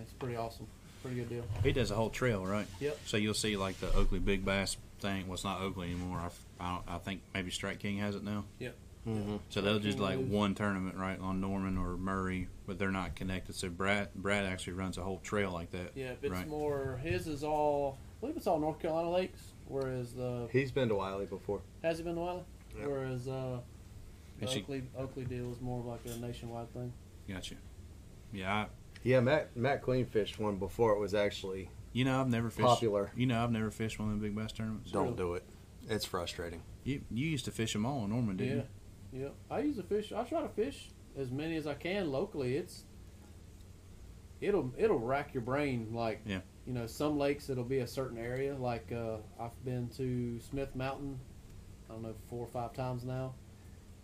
Speaker 3: it's pretty awesome. Pretty good deal.
Speaker 2: He does a whole trail, right?
Speaker 3: Yep.
Speaker 2: So you'll see like the Oakley Big Bass thing. Well, it's not Oakley anymore. I, f- I, don't- I think maybe Strike King has it now.
Speaker 1: Mm-hmm.
Speaker 2: So they'll just
Speaker 3: King
Speaker 2: like
Speaker 3: Blues.
Speaker 2: one tournament, right, on Norman or Murray, but they're not connected. So Brad Brad actually runs a whole trail like that.
Speaker 3: Yeah, but it's
Speaker 2: Right.
Speaker 3: more his is all I believe it's all North Carolina lakes, whereas the
Speaker 1: He's been to Wiley before.
Speaker 3: has it been Wiley?
Speaker 1: Yeah.
Speaker 3: Whereas uh the
Speaker 2: And she-
Speaker 3: Oakley Oakley deal is more of like a nationwide thing.
Speaker 2: Gotcha. Yeah. I,
Speaker 1: Yeah, Matt Matt Queen fished one before it was actually
Speaker 2: you know, I've never fished.
Speaker 1: popular.
Speaker 2: You know, I've never fished one of the Big Bass tournaments.
Speaker 1: Don't do it. It's frustrating.
Speaker 2: You you used to fish them all in Norman, didn't
Speaker 3: yeah.
Speaker 2: you?
Speaker 3: Yeah. I use a fish I try to fish as many as I can locally. It's it'll it'll rack your brain like
Speaker 2: Yeah.
Speaker 3: you know, some lakes it'll be a certain area. Like uh I've been to Smith Mountain I don't know, four or five times now.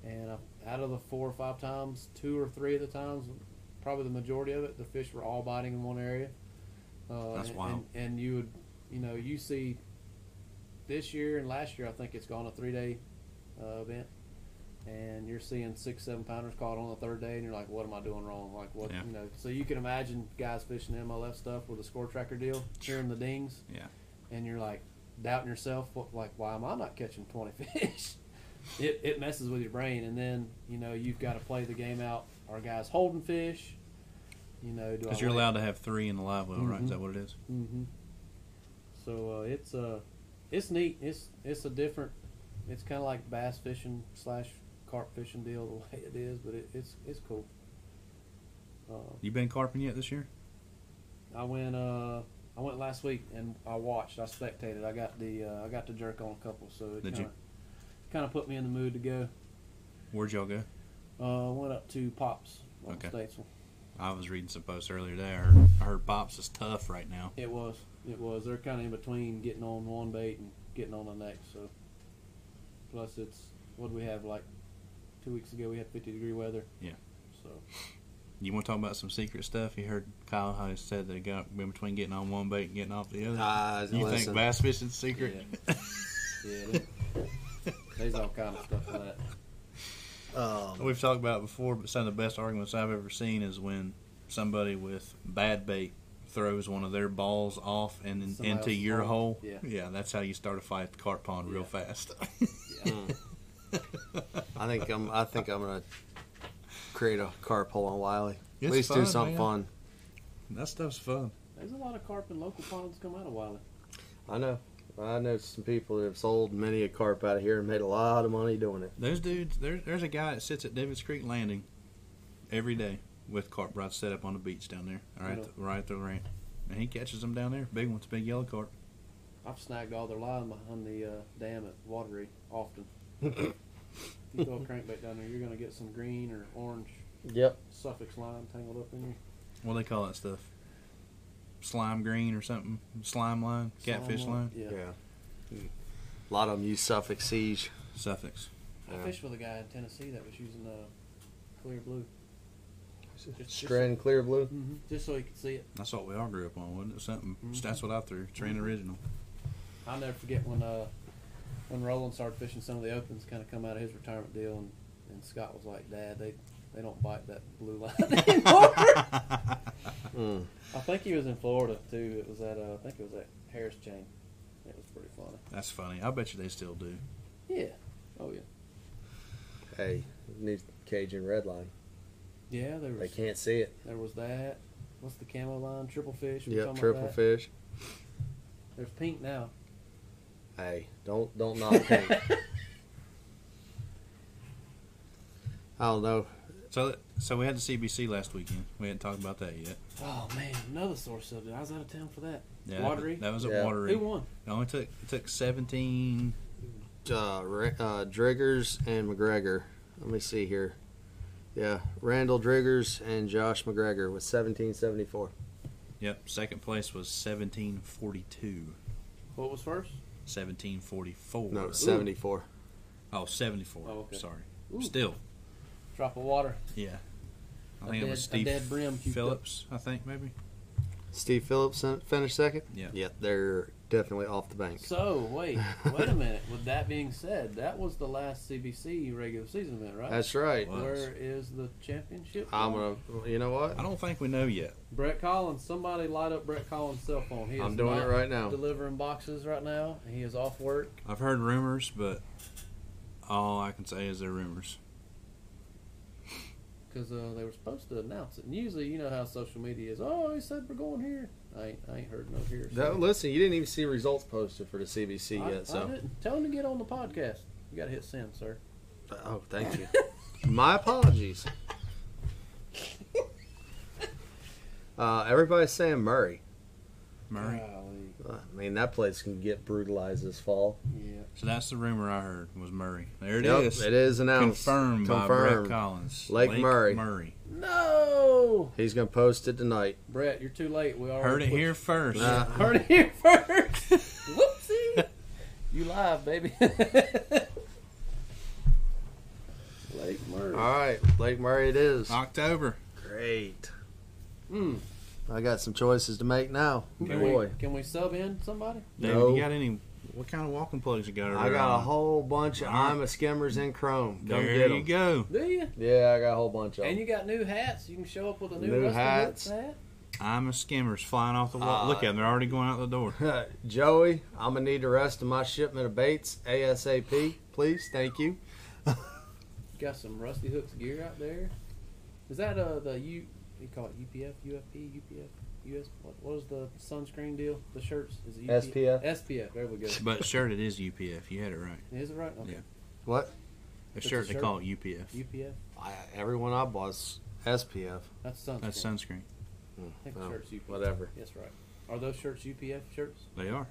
Speaker 3: And I- out of the four or five times, two or three of the times, probably the majority of it, the fish were all biting in one area. Uh,
Speaker 2: That's
Speaker 3: and,
Speaker 2: wild.
Speaker 3: And, and you would, you know, you see this year and last year, I think it's gone a three day uh, event. And you're seeing six, seven pounders caught on the third day, and you're like, "What am I doing wrong?" Like, what
Speaker 2: Yeah.
Speaker 3: you know? So you can imagine guys fishing MLF stuff with a score tracker deal, hearing the dings,
Speaker 2: Yeah.
Speaker 3: and you're like doubting yourself, what, like, why am I not catching 20 fish? it, it messes with your brain, and then you know you've got to play the game out. Are guys holding fish? You know, do I
Speaker 2: Because you're
Speaker 3: wait?
Speaker 2: allowed to have three in the live well, right?
Speaker 3: Mhm.
Speaker 2: Is that what it is?
Speaker 3: hmm So uh, it's uh, it's neat. It's it's a different. It's kind of like bass fishing slash carp fishing deal the way it is, but it, it's it's cool. Uh,
Speaker 2: You been carping yet this year?
Speaker 3: I went uh I went last week and I watched. I spectated. I got the uh, I got to jerk on a couple, so it
Speaker 2: Did
Speaker 3: kind of kind of put me in the mood to go.
Speaker 2: Where'd y'all go?
Speaker 3: Uh, I went up to Pops on
Speaker 2: Okay.
Speaker 3: Statesville.
Speaker 2: I was reading some posts earlier today. I heard, I heard Pops is tough right now.
Speaker 3: It was it was. They're kind of in between getting on one bait and getting on the next. So plus it's what do we have like two weeks ago we had 50 degree weather.
Speaker 2: Yeah.
Speaker 3: So
Speaker 2: You want to talk about some secret stuff? You heard Kyle how he said they got in between getting on one bait and getting off the other.
Speaker 1: Ah,
Speaker 2: you think bass fishing's secret?
Speaker 3: yeah, there- there's all kind of stuff like that.
Speaker 1: Um,
Speaker 2: We've talked about it before, but some of the best arguments I've ever seen is when somebody with bad bait throws one of their balls off and then
Speaker 3: Somebody
Speaker 2: into
Speaker 3: else's
Speaker 2: your
Speaker 3: hole.
Speaker 2: hole.
Speaker 3: Yeah.
Speaker 2: that's how you start a fight at the carp pond real
Speaker 3: Yeah.
Speaker 2: fast.
Speaker 3: Yeah.
Speaker 2: Hmm.
Speaker 1: I think I'm. I think I'm gonna create a carpool on Wiley.
Speaker 2: It's
Speaker 1: At least
Speaker 2: fun,
Speaker 1: do something
Speaker 2: man.
Speaker 1: fun.
Speaker 2: That stuff's fun.
Speaker 3: There's a lot of carp in local ponds come out of Wiley.
Speaker 1: I know. I know some people that have sold many a carp out of here and made a lot of money doing it.
Speaker 2: Those dudes, there, there's a guy that sits at Davis Creek Landing every day with carp rods set up on the beach down there, all right,
Speaker 3: Yeah.
Speaker 2: th- right at the ramp, and he catches them down there. Big ones, big yellow carp.
Speaker 3: I've snagged all their line behind the uh, dam at Watery often. if you throw a crankbait down there, you're gonna get some green or orange
Speaker 1: Yep.
Speaker 3: suffix line tangled up in you.
Speaker 2: What do they call that stuff? Slime green or something? Slime line, catfish
Speaker 3: Salmon.
Speaker 2: line.
Speaker 1: Yeah.
Speaker 3: Yeah.
Speaker 1: A lot of them use Suffolk siege.
Speaker 2: suffix.
Speaker 3: I fished with a guy in Tennessee that was using uh, clear blue. Just-
Speaker 1: Strand clear blue.
Speaker 3: hmm Just so you can see it.
Speaker 2: That's what we all grew up on, wasn't it? Something.
Speaker 3: Mm-hmm.
Speaker 2: That's what I threw. Train original.
Speaker 3: I'll never forget when uh when Roland started fishing some of the opens kind of come out of his retirement deal and, and Scott was like, Dad, they they don't bite that blue line anymore.
Speaker 1: Mm.
Speaker 3: I think he was in Florida too. It was at uh, I think it was at Harris Chain. It was pretty funny.
Speaker 2: That's funny. I bet you they still do.
Speaker 3: Yeah. Oh yeah.
Speaker 1: Hey, need Cajun red line.
Speaker 3: Yeah, there
Speaker 1: They
Speaker 3: was
Speaker 1: can't see it.
Speaker 3: there was that. What's the camo line? Triple fish. we
Speaker 1: Yep,
Speaker 3: talking about
Speaker 1: triple
Speaker 3: that?
Speaker 1: fish.
Speaker 3: There's pink now.
Speaker 1: Hey, don't don't knock pink. I don't know.
Speaker 2: So, so we had the CBC last weekend. We hadn't talked about that yet.
Speaker 3: Oh man, another source of it. I was out of town for that.
Speaker 2: Yeah,
Speaker 3: Watery?
Speaker 2: That, that was at
Speaker 1: Yeah.
Speaker 2: Watery.
Speaker 3: Who won?
Speaker 2: It only took it took seventeen.
Speaker 1: Uh, Ra- uh, Driggers and McGregor. Let me see here. Yeah, Randall Driggers and Josh McGregor with 1774.
Speaker 2: Yep. Second place was seventeen forty two.
Speaker 3: What was first?
Speaker 2: Seventeen forty four.
Speaker 1: No, 74.
Speaker 2: Oh, 74.
Speaker 3: Oh, okay.
Speaker 2: Sorry.
Speaker 3: Ooh.
Speaker 2: Still.
Speaker 3: Drop of water.
Speaker 2: Yeah. I
Speaker 3: A
Speaker 2: think it was
Speaker 3: dead- a
Speaker 2: Steve
Speaker 3: dead brim puked up.
Speaker 2: Phillips, I think, maybe.
Speaker 1: Steve Phillips fin- finished second.
Speaker 2: Yeah.
Speaker 1: Yeah, they're definitely off the bank.
Speaker 3: So wait, wait a minute. With that being said, that was the last CBC regular season event, right?
Speaker 1: That's right.
Speaker 2: Wow.
Speaker 3: Where is the championship?
Speaker 1: I'm gonna. You know what?
Speaker 2: I don't think we know yet.
Speaker 3: Brett Collins. Somebody light up Brett Collins' cell phone. He is
Speaker 1: I'm doing it
Speaker 3: not
Speaker 1: right now.
Speaker 3: Delivering boxes right now. He is off work.
Speaker 2: I've heard rumors, but all I can say is they're rumors.
Speaker 3: Because uh, they were supposed to announce it. And usually, you know how social media is. Oh, he said we're going here. I ain't, I ain't heard no here. so-
Speaker 1: That, listen, you didn't even see results posted for the CBC
Speaker 3: I,
Speaker 1: yet.
Speaker 3: I
Speaker 1: So,
Speaker 3: didn't. Tell him to get on the podcast. You got to hit send, sir.
Speaker 1: oh, thank you. My apologies. Uh, everybody's saying Murray.
Speaker 2: Murray.
Speaker 3: Golly.
Speaker 1: I mean, that place can get brutalized this fall.
Speaker 3: Yeah.
Speaker 2: So that's the rumor I heard was Murray. There it is.
Speaker 1: Yep, It is announced.
Speaker 2: Confirmed, by Brett
Speaker 1: Confirmed.
Speaker 2: Collins.
Speaker 1: Lake Murray.
Speaker 2: Murray.
Speaker 3: No,
Speaker 1: He's gonna post it tonight.
Speaker 3: Brett, you're too late. We already
Speaker 2: Heard it
Speaker 3: put
Speaker 2: here first.
Speaker 1: Nah.
Speaker 3: Heard it here first. Whoopsie. You live, baby. Lake Murray.
Speaker 1: All right, Lake Murray. It is.
Speaker 2: October.
Speaker 1: Great.
Speaker 3: Mm.
Speaker 1: I got some choices to make now.
Speaker 3: Can,
Speaker 1: Boy.
Speaker 3: We, can we sub in somebody?
Speaker 2: David,
Speaker 1: No.
Speaker 2: you got any? What kind of walking plugs you got? Over
Speaker 1: I
Speaker 2: there
Speaker 1: got a
Speaker 2: on?
Speaker 1: whole bunch of
Speaker 2: Alright.
Speaker 1: I'm a skimmers in Chrome. Go
Speaker 2: There
Speaker 1: get
Speaker 2: you
Speaker 1: them.
Speaker 2: go.
Speaker 3: Do you?
Speaker 1: Yeah, I got a whole bunch of
Speaker 3: And
Speaker 1: them.
Speaker 3: you got new hats. You can show up with a new,
Speaker 1: New
Speaker 3: Rusty
Speaker 1: hats.
Speaker 3: Woods hat.
Speaker 2: I'm a skimmer's flying off the wall.
Speaker 1: Uh,
Speaker 2: Look at them. They're already going out the door.
Speaker 1: Joey, I'm gonna need the rest of my shipment of baits ASAP, please. Thank you.
Speaker 3: Got some Rusty Hooks gear out there. Is that uh the U? You call it UPF, UFP, UPF, US? What, what was the sunscreen deal? The shirts is it
Speaker 1: SPF.
Speaker 3: SPF. There we go.
Speaker 2: But shirt, it is UPF. You had it right.
Speaker 3: Is it right? Okay.
Speaker 1: What?
Speaker 2: A
Speaker 3: It's a
Speaker 2: shirt, they
Speaker 3: shirt.
Speaker 2: call it UPF.
Speaker 3: UPF.
Speaker 1: I, everyone I bought's SPF.
Speaker 3: That's sunscreen.
Speaker 2: That's sunscreen.
Speaker 3: I think the
Speaker 1: Oh,
Speaker 3: shirt's UPF.
Speaker 1: whatever.
Speaker 3: That's right. Are those shirts UPF shirts?
Speaker 2: They are.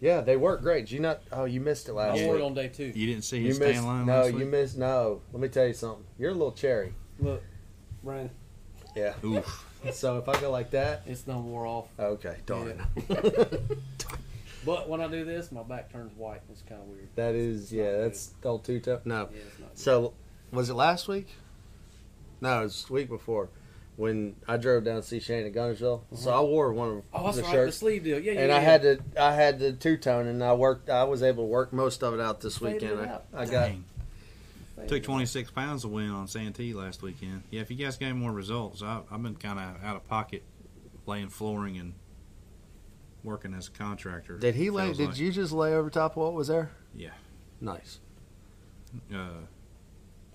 Speaker 1: Yeah, they work great. Did you not? Oh, you missed it last
Speaker 3: I wore it
Speaker 1: week.
Speaker 3: on day two.
Speaker 2: You didn't see
Speaker 1: You
Speaker 2: his
Speaker 1: missed.
Speaker 2: stand
Speaker 1: No,
Speaker 2: line last
Speaker 1: you
Speaker 2: week?
Speaker 1: missed. No. Let me tell you something. You're a little cherry.
Speaker 3: Look, Brandon,
Speaker 1: Yeah.
Speaker 2: Oof.
Speaker 1: so if I go like that,
Speaker 3: it's done wore off.
Speaker 1: okay, darn.
Speaker 3: Yeah. But when I do this, my back turns white. It's kind of weird.
Speaker 1: That is, yeah, that's all too tough. No.
Speaker 3: Yeah, it's not.
Speaker 1: So, was it last week? No, it was the week before when I drove down to see Shane at Gunnersville. So I wore one of
Speaker 3: oh, that's
Speaker 1: the
Speaker 3: right. The
Speaker 1: shirts,
Speaker 3: sleeve deal. Yeah, yeah.
Speaker 1: and
Speaker 3: yeah.
Speaker 1: I had to, I had the two tone, and I worked. I was able to work most of it out this
Speaker 3: Faded
Speaker 1: weekend.
Speaker 3: it
Speaker 1: I,
Speaker 3: out.
Speaker 1: I got
Speaker 2: Dang. Took 26 pounds to win on Santee last weekend. Yeah, if you guys got any more results, I, I've been kind of out of pocket laying flooring and working as a contractor.
Speaker 1: Did he lay?
Speaker 2: Feels
Speaker 1: Did
Speaker 2: like.
Speaker 1: you just lay over top of what was there?
Speaker 2: Yeah.
Speaker 1: Nice.
Speaker 2: Uh,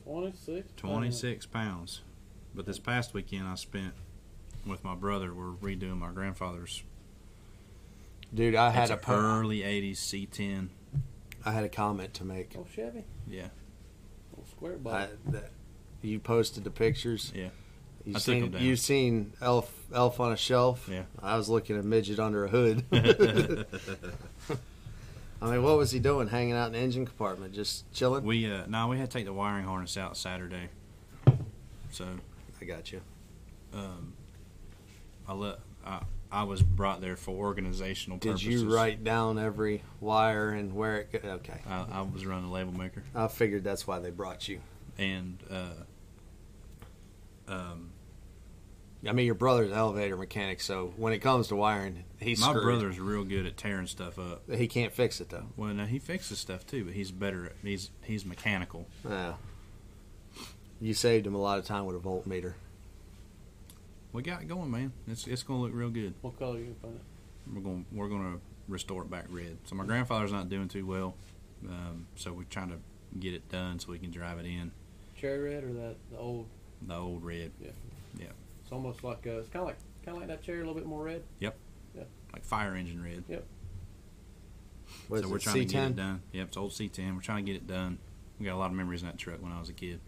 Speaker 3: 26.
Speaker 2: 26 pounds. But this past weekend, I spent with my brother. We're redoing my grandfather's.
Speaker 1: Dude, I had
Speaker 2: it's
Speaker 1: a
Speaker 2: a
Speaker 1: per-
Speaker 2: early 80s C10.
Speaker 1: I had a comment to make.
Speaker 3: Oh, Chevy.
Speaker 2: Yeah.
Speaker 3: Oh, square
Speaker 1: I,
Speaker 3: body.
Speaker 1: that, you posted the pictures.
Speaker 2: Yeah.
Speaker 1: You
Speaker 2: I took
Speaker 1: seen
Speaker 2: 'em down.
Speaker 1: you seen elf elf on a shelf.
Speaker 2: Yeah.
Speaker 1: I was looking at midget under a hood.
Speaker 2: we
Speaker 1: I mean, what was he doing? Hanging out in the engine compartment, just chilling.
Speaker 2: uh no, we had to take the wiring harness out Saturday. So
Speaker 1: I got you.
Speaker 2: um I let I I was brought there for organizational
Speaker 1: Did
Speaker 2: purposes.
Speaker 1: you write down every wire and where it? Go- okay,
Speaker 2: I, I was running a label maker
Speaker 1: I figured that's why they brought you.
Speaker 2: and uh um
Speaker 1: I mean, your brother's an elevator mechanic, so when it comes to wiring, he's
Speaker 2: My
Speaker 1: screwed.
Speaker 2: brother's real good at tearing stuff up.
Speaker 1: He can't fix it though.
Speaker 2: Well, no, he fixes stuff too, but he's better at he's he's mechanical.
Speaker 1: Yeah. You saved him a lot of time with a voltmeter.
Speaker 2: We got it going, man. It's it's gonna look real good.
Speaker 3: What color you gonna paint it?
Speaker 2: We're going to we're gonna restore it back red. So my grandfather's not doing too well, um, so we're trying to get it done so we can drive it in
Speaker 3: Cherry red or that the old?
Speaker 2: the old red,
Speaker 3: It's almost like uh, it's kind of like kind of like that cherry, a little bit more red.
Speaker 2: like fire engine red.
Speaker 1: What
Speaker 2: so
Speaker 1: is
Speaker 2: we're
Speaker 1: it,
Speaker 2: trying to get
Speaker 1: C10?
Speaker 2: it done. Yep, it's old C10. We're trying to get it done. We got a lot of memories in that truck when I was a kid.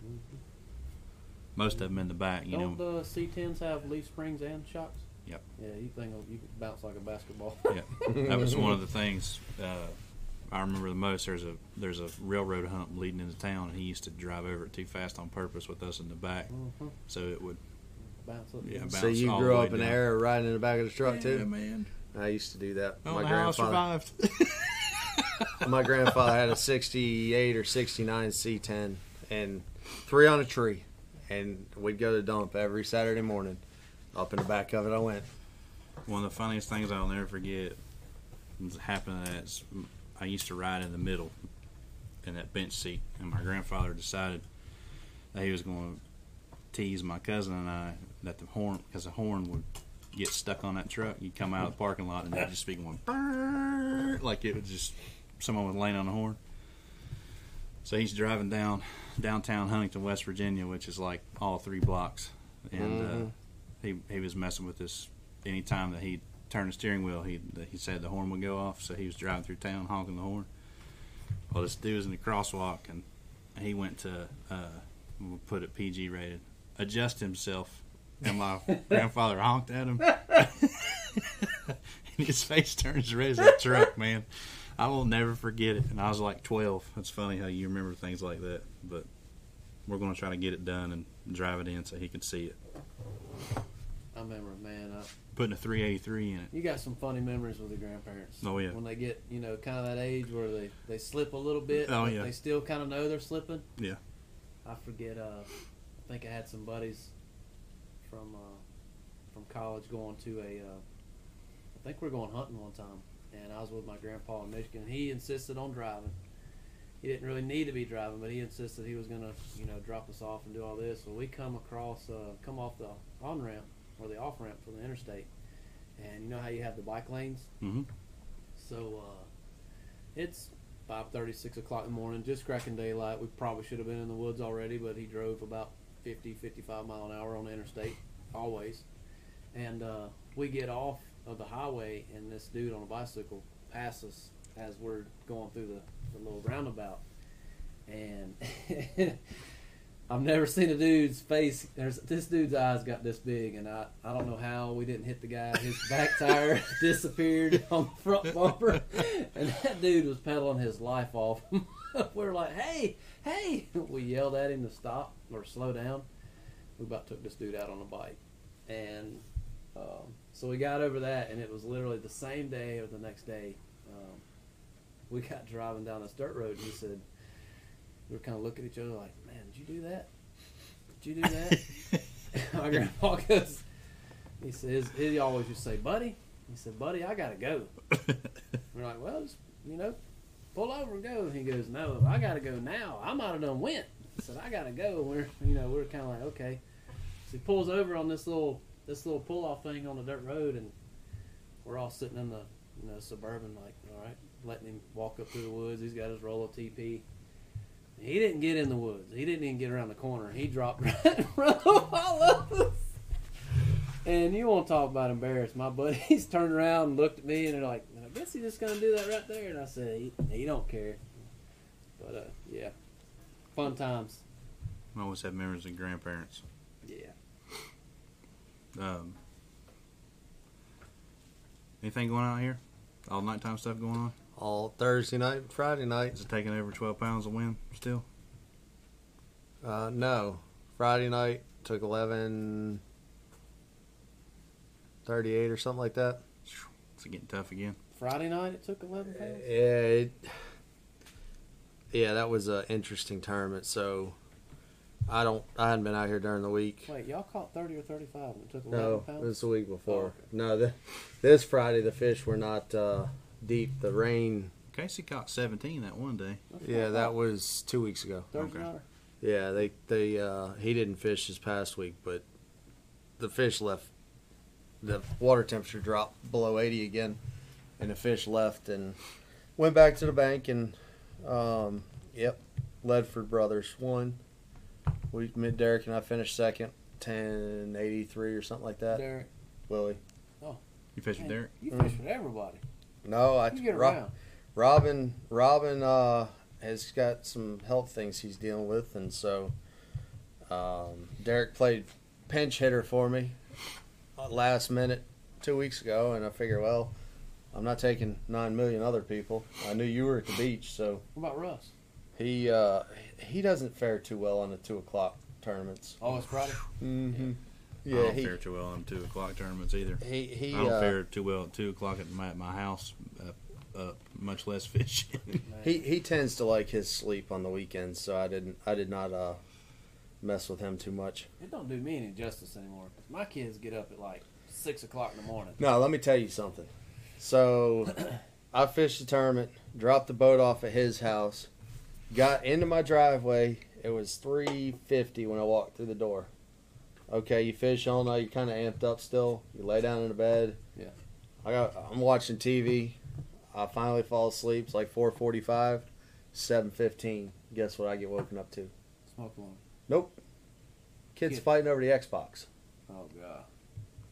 Speaker 2: Most of them in the back, you
Speaker 3: Don't
Speaker 2: know.
Speaker 3: the C10s have leaf springs and shocks?
Speaker 2: Yep.
Speaker 3: Yeah, you think it'll- you could bounce like a basketball.
Speaker 2: That was one of the things uh, I remember the most. There's a there's a railroad hump leading into town, and he used to drive over it too fast on purpose with us in the back,
Speaker 3: Mhm.
Speaker 2: so it would
Speaker 3: Bounce up.
Speaker 2: yeah. Bounce
Speaker 1: So you
Speaker 2: all
Speaker 1: grew
Speaker 2: the way
Speaker 1: up in the
Speaker 2: down.
Speaker 1: era riding in the back of the truck
Speaker 2: Yeah,
Speaker 1: too.
Speaker 2: man. Oh,
Speaker 1: I used to do that.
Speaker 2: I don't
Speaker 1: my
Speaker 2: know how I
Speaker 1: grandfather,
Speaker 2: survived.
Speaker 1: my grandfather had a '68 or '69 C10 and three on a tree, and we'd go to dump every Saturday morning. Up in the back of it, I went.
Speaker 2: One of the funniest things I'll never forget that happened to that is I used to ride in the middle in that bench seat, and my grandfather decided that he was going to tease my cousin and I that the horn, because the horn would get stuck on that truck. You'd come out of the parking lot and it'd just be going "Brrr," like it was just someone was laying on the horn. So he's driving down downtown Huntington, West Virginia, which is like all three blocks, and uh,
Speaker 1: Mhm.
Speaker 2: he he was messing with this any time that he turned the steering wheel, he he said the horn would go off. So he was driving through town honking the horn. Well, this dude was in the crosswalk, and he went to uh, we'll put it PG rated, adjust himself, and my grandfather honked at him, and his face turns red as that truck, man. I will never forget it. And I was like 12. It's funny how you remember things like that, but we're going to try to get it done and drive it in so he can see it.
Speaker 3: I remember, man. I,
Speaker 2: Putting a 383 in it.
Speaker 3: you got some funny memories with your grandparents.
Speaker 2: Oh, yeah.
Speaker 3: When they get you know kind of that age where they they slip a little bit.
Speaker 2: Oh,
Speaker 3: but
Speaker 2: yeah.
Speaker 3: They still kind of know they're slipping.
Speaker 2: Yeah.
Speaker 3: I forget. Uh, I think I had some buddies from uh, from college going to a. Uh, I think we were going hunting one time, and I was with my grandpa in Michigan. He insisted on driving. He didn't really need to be driving, but he insisted he was gonna, you know, drop us off and do all this. Well, we come across, uh, come off the on ramp or the off ramp for the interstate, and you know how you have the bike lanes.
Speaker 2: Mm-hmm.
Speaker 3: So uh, it's five thirty, six o'clock in the morning, just cracking daylight. We probably should have been in the woods already, but he drove about 50, 55 mile an hour on the interstate, always. And uh, we get off of the highway, and this dude on a bicycle passes us as we're going through the, the little roundabout. And I've never seen a dude's face. There's this dude's eyes got this big, and I, I don't know how we didn't hit the guy. His back tire disappeared on the front bumper, and that dude was pedaling his life off. We're like, hey, hey! We yelled at him to stop or slow down. We about took this dude out on a bike, and um, so we got over that, and it was literally the same day or the next day. Um, we got driving down this dirt road, and he said, we were kind of looking at each other like, man, did you do that? Did you do that?
Speaker 2: Mm-hmm.
Speaker 3: My grandpa goes, he says, he always just say, buddy. He said, buddy, I got to go. We're like, well, just, you know, pull over and go. And he goes, no, I got to go now. I might have done went. I said, I got to go. We're, you know, we're kind of like, okay. So he pulls over on this little, this little pull off thing on the dirt road. And we're all sitting in the, you know, suburban, like, all right, letting him walk up through the woods. He's got his roll of TP. He didn't get in the woods. He didn't even get around the corner. He dropped right in front of all of us. And you want to talk about embarrassed? My buddies turned around and looked at me, and they're like, "I guess he's just gonna do that right there." And I said, "He, he don't care." But uh, yeah, fun times.
Speaker 2: I always have memories of grandparents.
Speaker 3: Yeah.
Speaker 2: Um, anything going on here? All nighttime stuff going on?
Speaker 1: All Thursday night, and Friday night.
Speaker 2: Is it taking over 12 pounds a win still?
Speaker 1: Uh, no, Friday night took eleven thirty-eight or something like that.
Speaker 2: Is it getting tough again?
Speaker 3: Friday night it took eleven
Speaker 1: Yeah,
Speaker 3: pounds.
Speaker 1: it, yeah, that was an interesting tournament. So I don't. I hadn't been out here during the week.
Speaker 3: Wait, y'all caught thirty or thirty-five and took eleven
Speaker 1: No, it
Speaker 3: pounds.
Speaker 1: was the week before.
Speaker 3: Oh, okay.
Speaker 1: No, the, this Friday the fish were not uh, deep. The rain.
Speaker 2: Casey caught 17 that one day.
Speaker 3: That's
Speaker 1: Yeah,
Speaker 3: not
Speaker 1: that
Speaker 3: bad.
Speaker 1: was two weeks ago.
Speaker 3: Thursday
Speaker 2: okay.
Speaker 3: night.
Speaker 1: Yeah, they they uh, he didn't fish this past week, but the fish left. The water temperature dropped below eighty again, and the fish left and went back to the bank and, um, yep, Ledford Brothers won. We me- Derek and I finished second, ten eighty three or something like that.
Speaker 3: Derek,
Speaker 1: Willie.
Speaker 2: You fished
Speaker 3: man,
Speaker 2: with Derek?
Speaker 3: You
Speaker 1: Mm.
Speaker 3: fish with everybody.
Speaker 1: No, I
Speaker 3: You get
Speaker 1: Ro-
Speaker 3: around.
Speaker 1: Robin Robin uh, has got some health things he's dealing with, and so um, Derek played pinch hitter for me uh, last minute two weeks ago, and I figure, well, I'm not taking nine million other people. I knew you were at the beach, so
Speaker 3: What about Russ?
Speaker 1: he uh, he doesn't fare too well on the two o'clock tournaments.
Speaker 3: Oh, it's Friday.
Speaker 1: Mm-hmm.
Speaker 2: I
Speaker 1: Yeah,
Speaker 2: don't
Speaker 1: he
Speaker 2: fare too well in 2 o'clock tournaments either.
Speaker 1: he he.
Speaker 2: I don't
Speaker 1: uh,
Speaker 2: fare too well at 2 o'clock at my, at my house, uh, uh, much less fishing.
Speaker 3: Man.
Speaker 1: He he tends to like his sleep on the weekends, so I didn't I did not uh mess with him too much.
Speaker 3: It don't do me any justice anymore. 'cause my kids get up at like six o'clock in the morning.
Speaker 1: No, let me tell you something. So I fished the tournament, dropped the boat off at his house, got into my driveway. It was three fifty when I walked through the door. Okay, you fish all night. You're kind of amped up still. You lay down in the bed.
Speaker 3: Yeah.
Speaker 1: I got. I'm watching TV. I finally fall asleep. It's like four forty-five, seven fifteen. Guess what? I get woken up to.
Speaker 3: Smoke one.
Speaker 1: Nope. Kids
Speaker 3: Yeah.
Speaker 1: fighting over the Xbox.
Speaker 3: Oh god.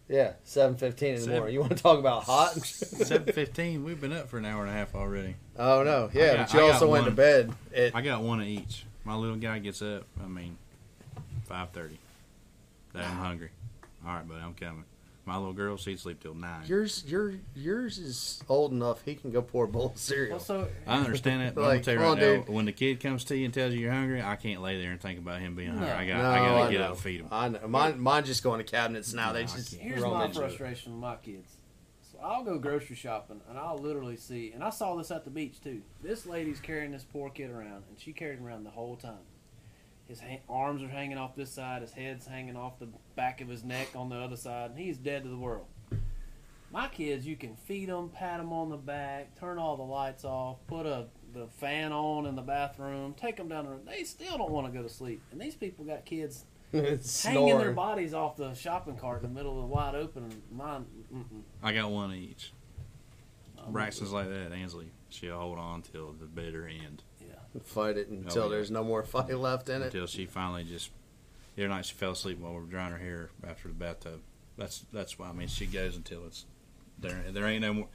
Speaker 1: Yeah, seven fifteen in the
Speaker 2: Seven-
Speaker 1: morning. You want to talk about hot?
Speaker 2: 7.15, we've been up for an hour and a half already.
Speaker 1: oh no, yeah.
Speaker 2: I got-
Speaker 1: but you
Speaker 2: I got
Speaker 1: also went to
Speaker 2: one.
Speaker 1: bed at
Speaker 2: I got one of each. My little guy gets up, I mean, 5.30. That I'm hungry. All right, buddy, I'm coming. My little girl, she'd sleep till 9.
Speaker 1: yours. Your yours is old enough. He can go pour a bowl of
Speaker 3: Well,
Speaker 1: cereal.
Speaker 3: so
Speaker 2: I understand that, but
Speaker 1: Like, come
Speaker 2: I'm gonna
Speaker 1: on,
Speaker 2: tell you right
Speaker 1: dude.
Speaker 2: now, when the kid comes to you and tells you you're hungry, I can't lay there and think about him being
Speaker 3: No.
Speaker 2: hungry. I got,
Speaker 1: No,
Speaker 2: I gotta
Speaker 1: I
Speaker 2: get up
Speaker 1: know.
Speaker 2: and feed him.
Speaker 1: I know. Mine, mine just go in the cabinets now. They
Speaker 2: No, I
Speaker 1: just
Speaker 2: can't.
Speaker 3: Here's
Speaker 1: roll
Speaker 3: my
Speaker 1: into it.
Speaker 3: frustration with my kids. So I'll go grocery shopping and I'll literally see, and I saw this at the beach too. This lady's carrying this poor kid around, and she carried him around the whole time. His ha- arms are hanging off this side, his head's hanging off the back of his neck on the other side, and he's dead to the world. My kids, you can feed them, pat them on the back, turn all the lights off, put a the fan on in the bathroom, take them down the room. They still don't want to go to sleep, and these people got kids
Speaker 1: It's
Speaker 3: hanging their
Speaker 1: snoring.
Speaker 3: bodies off the shopping cart in the middle of the wide open. Mine, mm-mm. um,
Speaker 2: I got one of each.
Speaker 3: I'm-
Speaker 2: Braxton's like that. Ainsley, she'll hold on till the bitter end,
Speaker 1: Fight it until
Speaker 2: yeah.
Speaker 1: there's no more fight left in it.
Speaker 2: until she finally just. The other night she fell asleep while we were drying her hair after the bathtub. That's that's why I mean she goes until it's there. There ain't no more.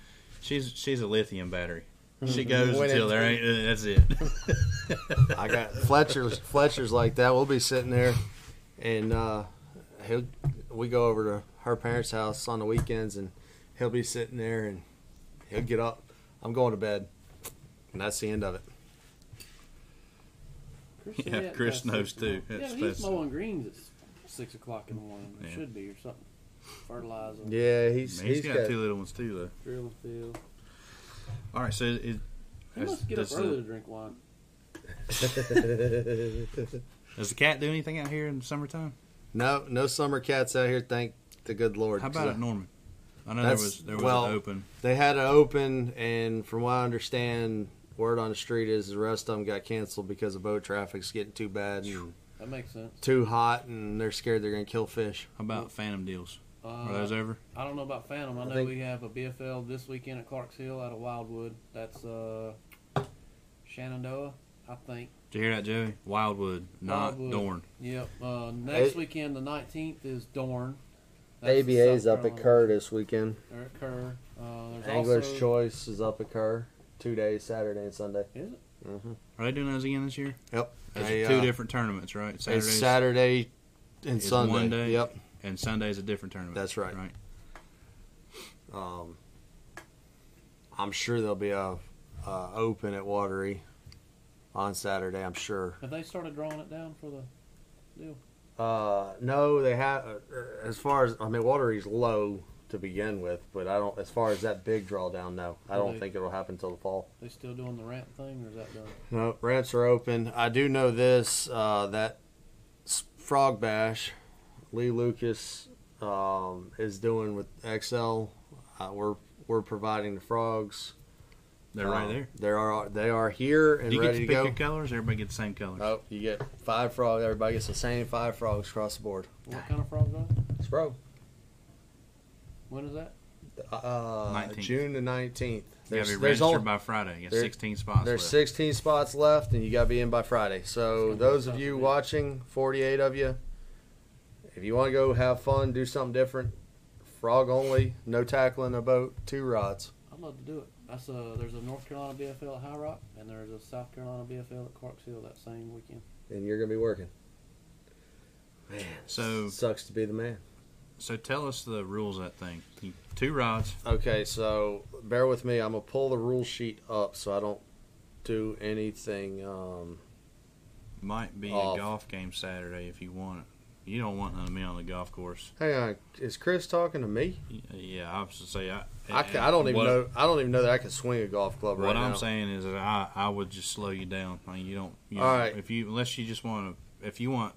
Speaker 2: She's she's a lithium battery. She goes
Speaker 1: Mm-hmm. When
Speaker 2: until
Speaker 1: it's-
Speaker 2: there ain't. That's it.
Speaker 1: I got Fletcher's Fletcher's like that. We'll be sitting there, and uh, he'll we go over to her parents' house on the weekends, and he'll be sitting there, and he'll get up. I'm going to bed, and that's the end of it.
Speaker 3: Chris
Speaker 2: Yeah,
Speaker 3: Jeanette
Speaker 2: Chris
Speaker 3: passed
Speaker 2: knows
Speaker 3: six
Speaker 2: too.
Speaker 3: o'clock. Yeah,
Speaker 2: That's-
Speaker 3: but
Speaker 2: that's-
Speaker 3: he's mowing greens at six o'clock in the morning. It
Speaker 2: Yeah.
Speaker 3: should be or something. Fertilizer,
Speaker 1: Yeah, he's
Speaker 2: he's
Speaker 1: he's
Speaker 2: got,
Speaker 1: got.
Speaker 2: two little ones too though.
Speaker 3: drill the field.
Speaker 2: All right, so it,
Speaker 3: He
Speaker 2: That's-
Speaker 3: must get
Speaker 2: that's
Speaker 3: up early
Speaker 2: the-
Speaker 3: to drink wine.
Speaker 2: does the cat do anything out here in the summertime?
Speaker 1: no, no summer cats out here. Thank the good Lord.
Speaker 2: How about
Speaker 1: 'cause
Speaker 2: at Norman? I know
Speaker 1: That's-
Speaker 2: there was there was
Speaker 1: well-
Speaker 2: an open.
Speaker 1: They had it open, and from what I understand, word on the street is the rest of them got canceled because the boat traffic's getting too bad and
Speaker 3: That makes sense.
Speaker 1: too hot, and they're scared they're gonna kill fish.
Speaker 2: How about Phantom Deals? Are
Speaker 3: Uh,
Speaker 2: those over?
Speaker 3: I don't know about Phantom. I,
Speaker 1: I
Speaker 3: know
Speaker 1: think-
Speaker 3: we have a BFL this weekend at Clarks Hill out of Wildwood. That's uh, Shenandoah, I think.
Speaker 2: Did you hear that, Joey? Wildwood, not
Speaker 3: Wildwood.
Speaker 2: Dorn.
Speaker 3: Yep. Uh, next
Speaker 1: Hey.
Speaker 3: weekend, the nineteenth is Dorn. That's the
Speaker 1: ABA's
Speaker 3: South
Speaker 1: up at
Speaker 3: Carolina-
Speaker 1: Kerr this weekend.
Speaker 3: Or at Kerr. Uh, there's
Speaker 1: Angler's
Speaker 3: also,
Speaker 1: Choice is up at Kerr. Two days, Saturday and Sunday.
Speaker 3: Is it?
Speaker 1: Mm-hmm.
Speaker 2: Are they doing those again this year?
Speaker 1: Yep.
Speaker 2: Those
Speaker 1: They,
Speaker 2: are two
Speaker 1: uh,
Speaker 2: different tournaments, right? Saturdays
Speaker 1: It's Saturday and
Speaker 2: It's
Speaker 1: Sunday.
Speaker 2: one day.
Speaker 1: Yep.
Speaker 2: and Sunday's a different tournament.
Speaker 1: That's right.
Speaker 2: Right.
Speaker 1: Um, I'm sure there'll be a, a open at Watery on Saturday. I'm sure.
Speaker 3: Have they started drawing it down for the?
Speaker 1: Uh, no, they have. As far as I mean, Watery's low to begin with, but I don't. As far as that big drawdown, no, I
Speaker 3: Will
Speaker 1: don't
Speaker 3: they-
Speaker 1: think it'll happen till the fall.
Speaker 3: They still doing the ramp thing, or is that done?
Speaker 1: No, ramps are open. I do know this uh, that Frog Bash, Lee Lucas um, is doing with XL. Uh, we're we're providing the frogs.
Speaker 2: They're right
Speaker 1: Um,
Speaker 2: there.
Speaker 1: They are they are here and
Speaker 2: Do you get
Speaker 1: ready
Speaker 2: to
Speaker 1: to,
Speaker 2: pick
Speaker 1: go.
Speaker 2: your colors? Everybody gets the same colors.
Speaker 1: Oh, you get five frogs. Everybody gets the same five frogs across the board.
Speaker 3: What kind of frogs are? they?
Speaker 1: It's frog.
Speaker 3: When is that?
Speaker 1: Uh,
Speaker 2: 19th.
Speaker 1: June the nineteenth.
Speaker 2: you gotta be
Speaker 1: There's, there's,
Speaker 2: registered
Speaker 1: only,
Speaker 2: by Friday. You got
Speaker 1: there-
Speaker 2: 16 spots
Speaker 1: there's
Speaker 2: left.
Speaker 1: 16 spots left, and you got to be in by Friday. So
Speaker 3: gonna be
Speaker 1: those
Speaker 3: tough
Speaker 1: of
Speaker 3: to
Speaker 1: you
Speaker 3: do.
Speaker 1: watching, 48 of you, if you want to go have fun, do something different, frog only, no tackling a boat, two rods.
Speaker 3: I'd love to do it. That's a there's a North Carolina BFL at High Rock and there's a South Carolina BFL at Clarksville that same weekend.
Speaker 1: and you're gonna be working. Man,
Speaker 2: So-
Speaker 1: sucks to be the man.
Speaker 2: So tell us the rules of that thing. You- Two rods.
Speaker 1: Okay, so bear with me. I'm gonna pull the rule sheet up so I don't do anything. Um,
Speaker 2: Might be
Speaker 1: Off.
Speaker 2: a golf game Saturday if you want it. You don't want none of me on the golf course.
Speaker 1: hang on, is Chris talking to me?
Speaker 2: Y- Yeah, I was to say I.
Speaker 1: I, can, I don't even
Speaker 2: what-
Speaker 1: know. I don't even know that I can swing a golf club
Speaker 2: What
Speaker 1: right
Speaker 2: I'm
Speaker 1: now.
Speaker 2: saying is that I, I would just slow you down. I mean, you don't. You
Speaker 1: All
Speaker 2: don't-
Speaker 1: right.
Speaker 2: If you unless you just want to, if you want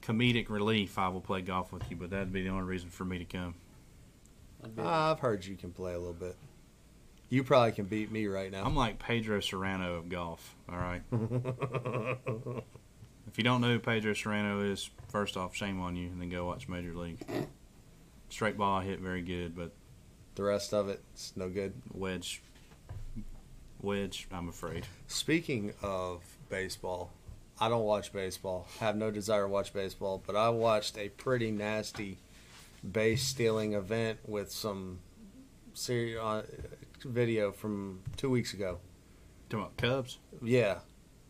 Speaker 2: comedic relief, I will play golf with you. But that'd be the only reason for me to come.
Speaker 3: That'd be-
Speaker 1: I've heard you can play a little bit. You probably can beat me right now.
Speaker 2: I'm like Pedro Serrano of golf. All right. If you don't know who Pedro Serrano is, first off, shame on you, and then go watch Major League. Straight ball I hit very good, but
Speaker 1: the rest of it, it's no good.
Speaker 2: wedge, wedge, I'm afraid.
Speaker 1: Speaking of baseball, I don't watch baseball. Have no desire to watch baseball, but I watched a pretty nasty base stealing event with some serious uh, video from two weeks ago.
Speaker 2: Talking about Cubs?
Speaker 1: Yeah,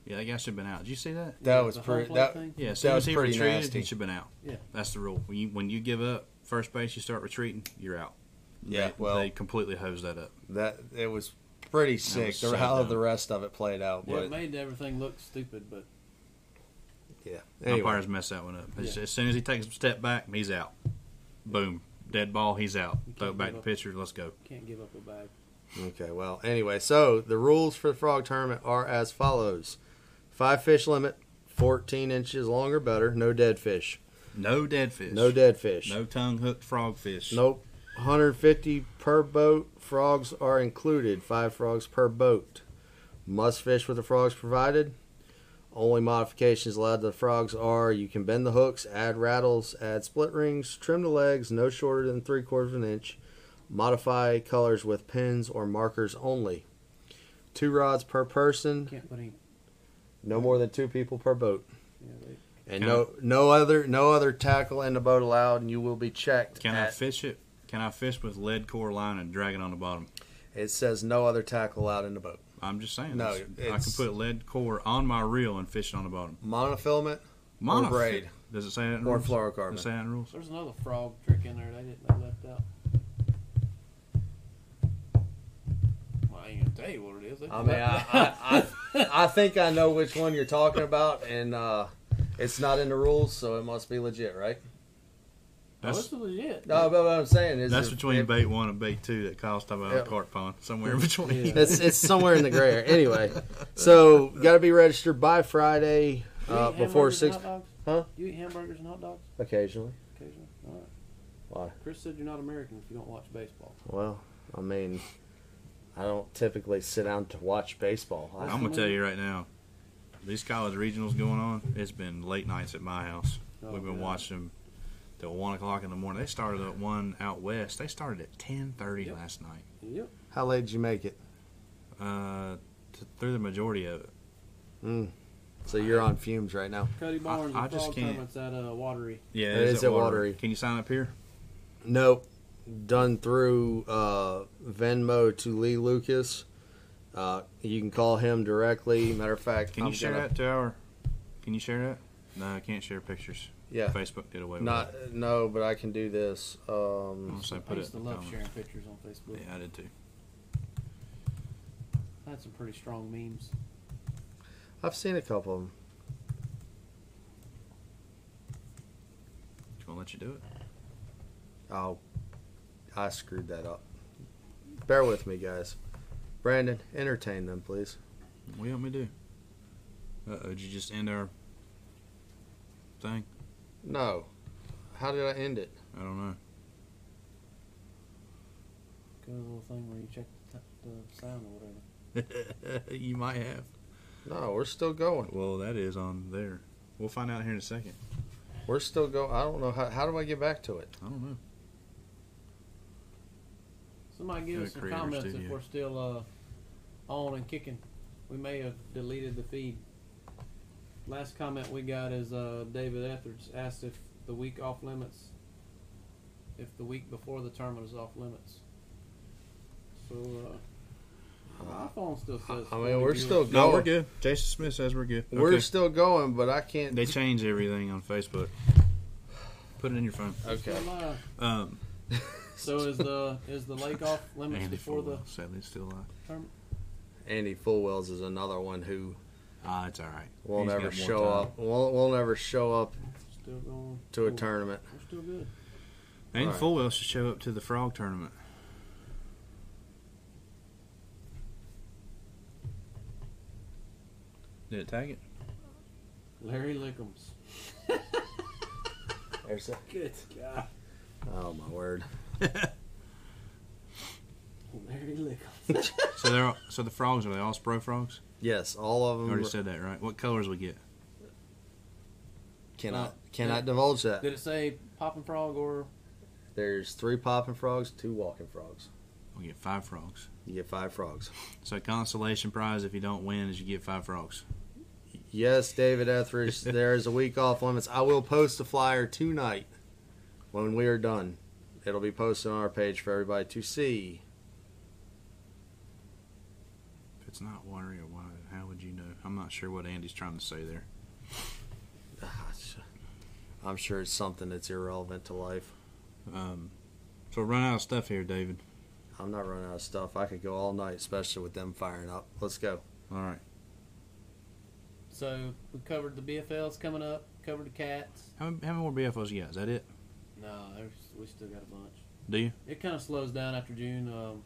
Speaker 2: Yeah, that guy should have been out. Did you see that?
Speaker 3: Yeah,
Speaker 1: that was
Speaker 3: the home
Speaker 1: pretty.
Speaker 3: plate
Speaker 1: That
Speaker 3: thing?
Speaker 2: Yeah,
Speaker 1: That
Speaker 2: as soon
Speaker 1: was
Speaker 2: as he
Speaker 1: pretty
Speaker 2: retreated,
Speaker 1: nasty.
Speaker 2: he should have been out.
Speaker 3: Yeah.
Speaker 2: That's the rule. When you, when you give up first base, you start retreating, you're out.
Speaker 1: yeah,
Speaker 2: They-
Speaker 1: well,
Speaker 2: they completely hosed that up.
Speaker 1: that it was pretty sick.
Speaker 2: was
Speaker 1: the-
Speaker 2: so
Speaker 1: how
Speaker 2: dumb.
Speaker 1: the rest of it played out,
Speaker 3: Yeah, it
Speaker 1: but
Speaker 3: made everything look stupid, but
Speaker 1: yeah. Anyway,
Speaker 2: Umpires messed that one up. As,
Speaker 3: Yeah.
Speaker 2: as soon as he takes a step back, he's out. Boom. Dead ball, he's out.
Speaker 3: You
Speaker 2: Throw
Speaker 3: can't
Speaker 2: it back
Speaker 3: give
Speaker 2: to
Speaker 3: up.
Speaker 2: pitcher, let's go.
Speaker 3: can't give up a bag.
Speaker 1: okay, well, anyway, so the rules for the frog tournament are as follows: five fish limit, fourteen inches long or better, no dead fish.
Speaker 2: No dead fish.
Speaker 1: No dead fish.
Speaker 2: No tongue hooked frogfish.
Speaker 1: Nope. 150 per boat. Frogs are included. Five frogs per boat. Must fish with the frogs provided. Only modifications allowed to the frogs are you can bend the hooks, add rattles, add split rings, trim the legs no shorter than three quarters of an inch, modify colors with pens or markers only. Two rods per person,
Speaker 3: Can't put any
Speaker 1: no more than two people per boat.
Speaker 3: you know, they-
Speaker 1: And
Speaker 2: Can
Speaker 1: no no other no other tackle in the boat allowed and you will be checked.
Speaker 2: Can I
Speaker 1: at
Speaker 2: fish it? Can I fish with lead core line and drag it on the bottom?
Speaker 1: It says no other tackle out in the boat.
Speaker 2: I'm just saying.
Speaker 1: No,
Speaker 2: that's- I can
Speaker 1: it's-
Speaker 2: put lead core on my reel and fish it on the bottom.
Speaker 1: Monofilament
Speaker 2: Monofi-
Speaker 1: braid.
Speaker 2: Does it say that in
Speaker 1: or
Speaker 2: rules? Does it say
Speaker 1: fluorocarbon.
Speaker 2: that in rules?
Speaker 3: there's another frog trick in there they didn't they left out. Well, I ain't gonna tell you what it is. They
Speaker 1: I mean, I, I, I, I think I know which one you're talking about, and uh, it's not in the rules, so it must be legit, right?
Speaker 3: oh,
Speaker 2: That's,
Speaker 3: it's legit.
Speaker 1: No, but what I'm saying is
Speaker 2: that's
Speaker 1: it-
Speaker 2: between
Speaker 1: it-
Speaker 2: bait one and bait two that cost about
Speaker 1: Yeah.
Speaker 2: a carp pond. Somewhere in between.
Speaker 3: Yeah.
Speaker 1: It's it's somewhere in the gray area. Anyway, so got to be registered by Friday
Speaker 3: You
Speaker 1: uh,
Speaker 3: eat
Speaker 1: before
Speaker 3: hamburgers and
Speaker 1: six.
Speaker 3: hot dogs?
Speaker 1: Huh?
Speaker 3: You eat hamburgers and hot dogs
Speaker 1: Occasionally,
Speaker 3: occasionally? All right.
Speaker 1: why?
Speaker 3: Chris said you're not American if you don't watch baseball.
Speaker 1: Well, I mean, I don't typically sit down to watch baseball. I,
Speaker 2: I'm gonna tell you right now, these college regionals going on. It's been late nights at my house.
Speaker 3: Oh,
Speaker 2: We've been
Speaker 3: yeah.
Speaker 2: watching them till one o'clock in the morning. They started at one out west. They started at ten thirty
Speaker 3: Yep.
Speaker 2: last night.
Speaker 3: Yep.
Speaker 1: how late did you make it?
Speaker 2: Uh, t- through the majority of it.
Speaker 1: Mm. So you're on fumes right now.
Speaker 3: Cody Barnes
Speaker 2: I
Speaker 3: and
Speaker 2: just
Speaker 3: Frog
Speaker 2: can't-
Speaker 3: Tournament's at uh, Watery.
Speaker 2: Yeah,
Speaker 1: It is at Watery.
Speaker 2: Can you sign up here?
Speaker 1: Nope. Done through uh, Venmo to Lee Lucas. Uh, you can call him directly. Matter of fact,
Speaker 2: Can
Speaker 1: I'm
Speaker 2: you share
Speaker 1: gonna-
Speaker 2: that to our? Can you share that? No, I can't share pictures.
Speaker 1: Yeah.
Speaker 2: Facebook did away with
Speaker 1: Not
Speaker 2: it.
Speaker 1: no, but I can do this. Um,
Speaker 2: I'm gonna
Speaker 3: I
Speaker 2: put
Speaker 3: used
Speaker 2: it.
Speaker 3: to
Speaker 2: in the
Speaker 3: love
Speaker 2: comments.
Speaker 3: sharing pictures on Facebook.
Speaker 2: Yeah, I did too.
Speaker 3: I had some pretty strong memes.
Speaker 1: I've seen a couple of them.
Speaker 2: Just gonna let you do it.
Speaker 1: Oh, I screwed that up. Bear with me, guys. Brandon, entertain them, please.
Speaker 2: What do you want me to do? Uh oh, did you just end our thing?
Speaker 1: No. How did I end it?
Speaker 2: I don't know.
Speaker 3: Go to the little thing where you check the, t- the sound or whatever.
Speaker 2: you might have.
Speaker 1: No, we're still going.
Speaker 2: Well, that is on there. We'll find out here in a second.
Speaker 1: We're still going. I don't know how. How do I get back to it?
Speaker 2: I don't know.
Speaker 3: Somebody give
Speaker 2: Go
Speaker 3: us
Speaker 2: to
Speaker 3: some
Speaker 2: Creator
Speaker 3: comments if
Speaker 2: Studio.
Speaker 3: we're still uh, on and kicking. We may have deleted the feed. Last comment we got is uh, David Etheridge asked if the week off limits, if the week before the tournament is off limits. So uh, my phone still says.
Speaker 1: I mean,
Speaker 3: 40
Speaker 1: we're
Speaker 3: viewers.
Speaker 1: still
Speaker 2: No,
Speaker 1: Go.
Speaker 2: we're good. Jason Smith says we're good.
Speaker 1: We're
Speaker 2: Okay.
Speaker 1: still going, but I can't.
Speaker 2: They change everything on Facebook. Put it in your phone.
Speaker 1: okay.
Speaker 3: Still live.
Speaker 2: Um,
Speaker 3: So is the is the lake off limits
Speaker 2: Andy
Speaker 3: before the
Speaker 2: Falwell, sadly, it's still alive.
Speaker 3: tournament?
Speaker 1: Andy Fullwells is another one who
Speaker 2: Ah, it's all right.
Speaker 1: won't
Speaker 2: He's
Speaker 1: ever
Speaker 2: got more
Speaker 1: show
Speaker 2: time.
Speaker 1: up. Won't, won't ever show up
Speaker 3: Still going
Speaker 1: to a
Speaker 3: Cool.
Speaker 1: tournament.
Speaker 3: We're still good.
Speaker 2: Andy
Speaker 1: All right.
Speaker 2: Fulwell should show up to the frog tournament. Did it tag it?
Speaker 3: Larry Lickums.
Speaker 1: There's a-
Speaker 3: Good God.
Speaker 1: oh my word.
Speaker 3: Larry Lickums.
Speaker 2: So they're all, so the frogs are they all spro frogs?
Speaker 1: Yes, all of
Speaker 2: You
Speaker 1: them.
Speaker 2: already said that, right? What colors we get?
Speaker 1: cannot
Speaker 3: Uh,
Speaker 1: cannot divulge that.
Speaker 3: Did it say popping frog or
Speaker 1: There's three popping frogs, two walking frogs.
Speaker 2: We get five frogs.
Speaker 1: You get five frogs.
Speaker 2: So consolation prize if you don't win is you get five frogs.
Speaker 1: Yes, David Etheridge. there is a week off limits. I will post a flyer tonight when we are done. It'll be posted on our page for everybody to see.
Speaker 2: If it's not watery or why how would you know? I'm not sure what Andy's trying to say there.
Speaker 1: I'm sure it's something that's irrelevant to life.
Speaker 2: Um, so we're running out of stuff here, David.
Speaker 1: I'm not running out of stuff. I could go all night, especially with them firing up. Let's go.
Speaker 2: All right.
Speaker 3: so? We covered the BFLs coming up. Covered the cats.
Speaker 2: How many, how many more BFOs you got? Is that it?
Speaker 3: No, there's, we still got a bunch.
Speaker 2: Do you?
Speaker 3: It kind of slows down after June. Um,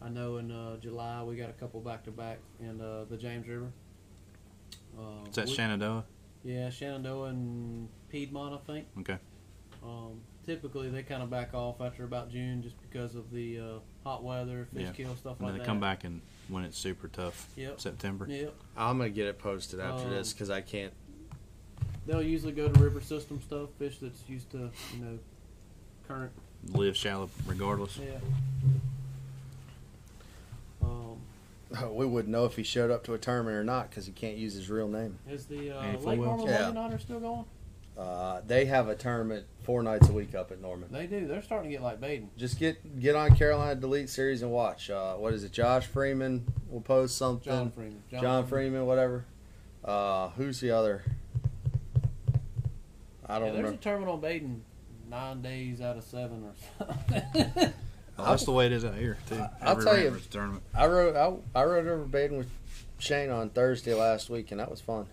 Speaker 3: I know in uh, July we got a couple back to back in uh, the James River. Uh,
Speaker 2: Is that
Speaker 3: we-
Speaker 2: Shenandoah?
Speaker 3: Yeah, Shenandoah and Piedmont, I think.
Speaker 2: Okay.
Speaker 3: Um, typically, they kind of back off after about June just because of the uh, hot weather, fish
Speaker 2: Yeah.
Speaker 3: kill stuff like
Speaker 2: And then they
Speaker 3: that.
Speaker 2: come back and when it's super tough.
Speaker 3: Yep.
Speaker 2: September.
Speaker 3: Yep.
Speaker 1: I'm gonna get it posted after this
Speaker 3: Um,
Speaker 1: because I can't.
Speaker 3: They'll usually go to river system stuff, fish that's used to, you know, current.
Speaker 2: Live shallow regardless.
Speaker 3: Yeah. Um,
Speaker 1: We wouldn't know if he showed up to a tournament or not because he can't use his real name.
Speaker 3: is the uh,
Speaker 2: Any full
Speaker 3: Lake
Speaker 2: wells?
Speaker 3: Norman
Speaker 1: Yeah.
Speaker 3: Lake Otter still going?
Speaker 1: Uh, they have a tournament four nights a week up at Norman.
Speaker 3: They do. They're starting to get like Baden.
Speaker 1: Just get get on Carolina Delete series and watch. Uh, what is it? Josh Freeman will post something.
Speaker 3: John Freeman.
Speaker 1: John, Freeman, whatever. Uh, who's the other? I
Speaker 3: Yeah,
Speaker 1: don't
Speaker 3: there's a
Speaker 1: remember.
Speaker 3: tournament on Baden nine days out of seven or something.
Speaker 2: Well, that's the way it is out here too.
Speaker 1: I'll tell you-
Speaker 2: Ramparts Tournament.
Speaker 1: I rode I, I rode over Baden with Shane on Thursday last week, and that was fun.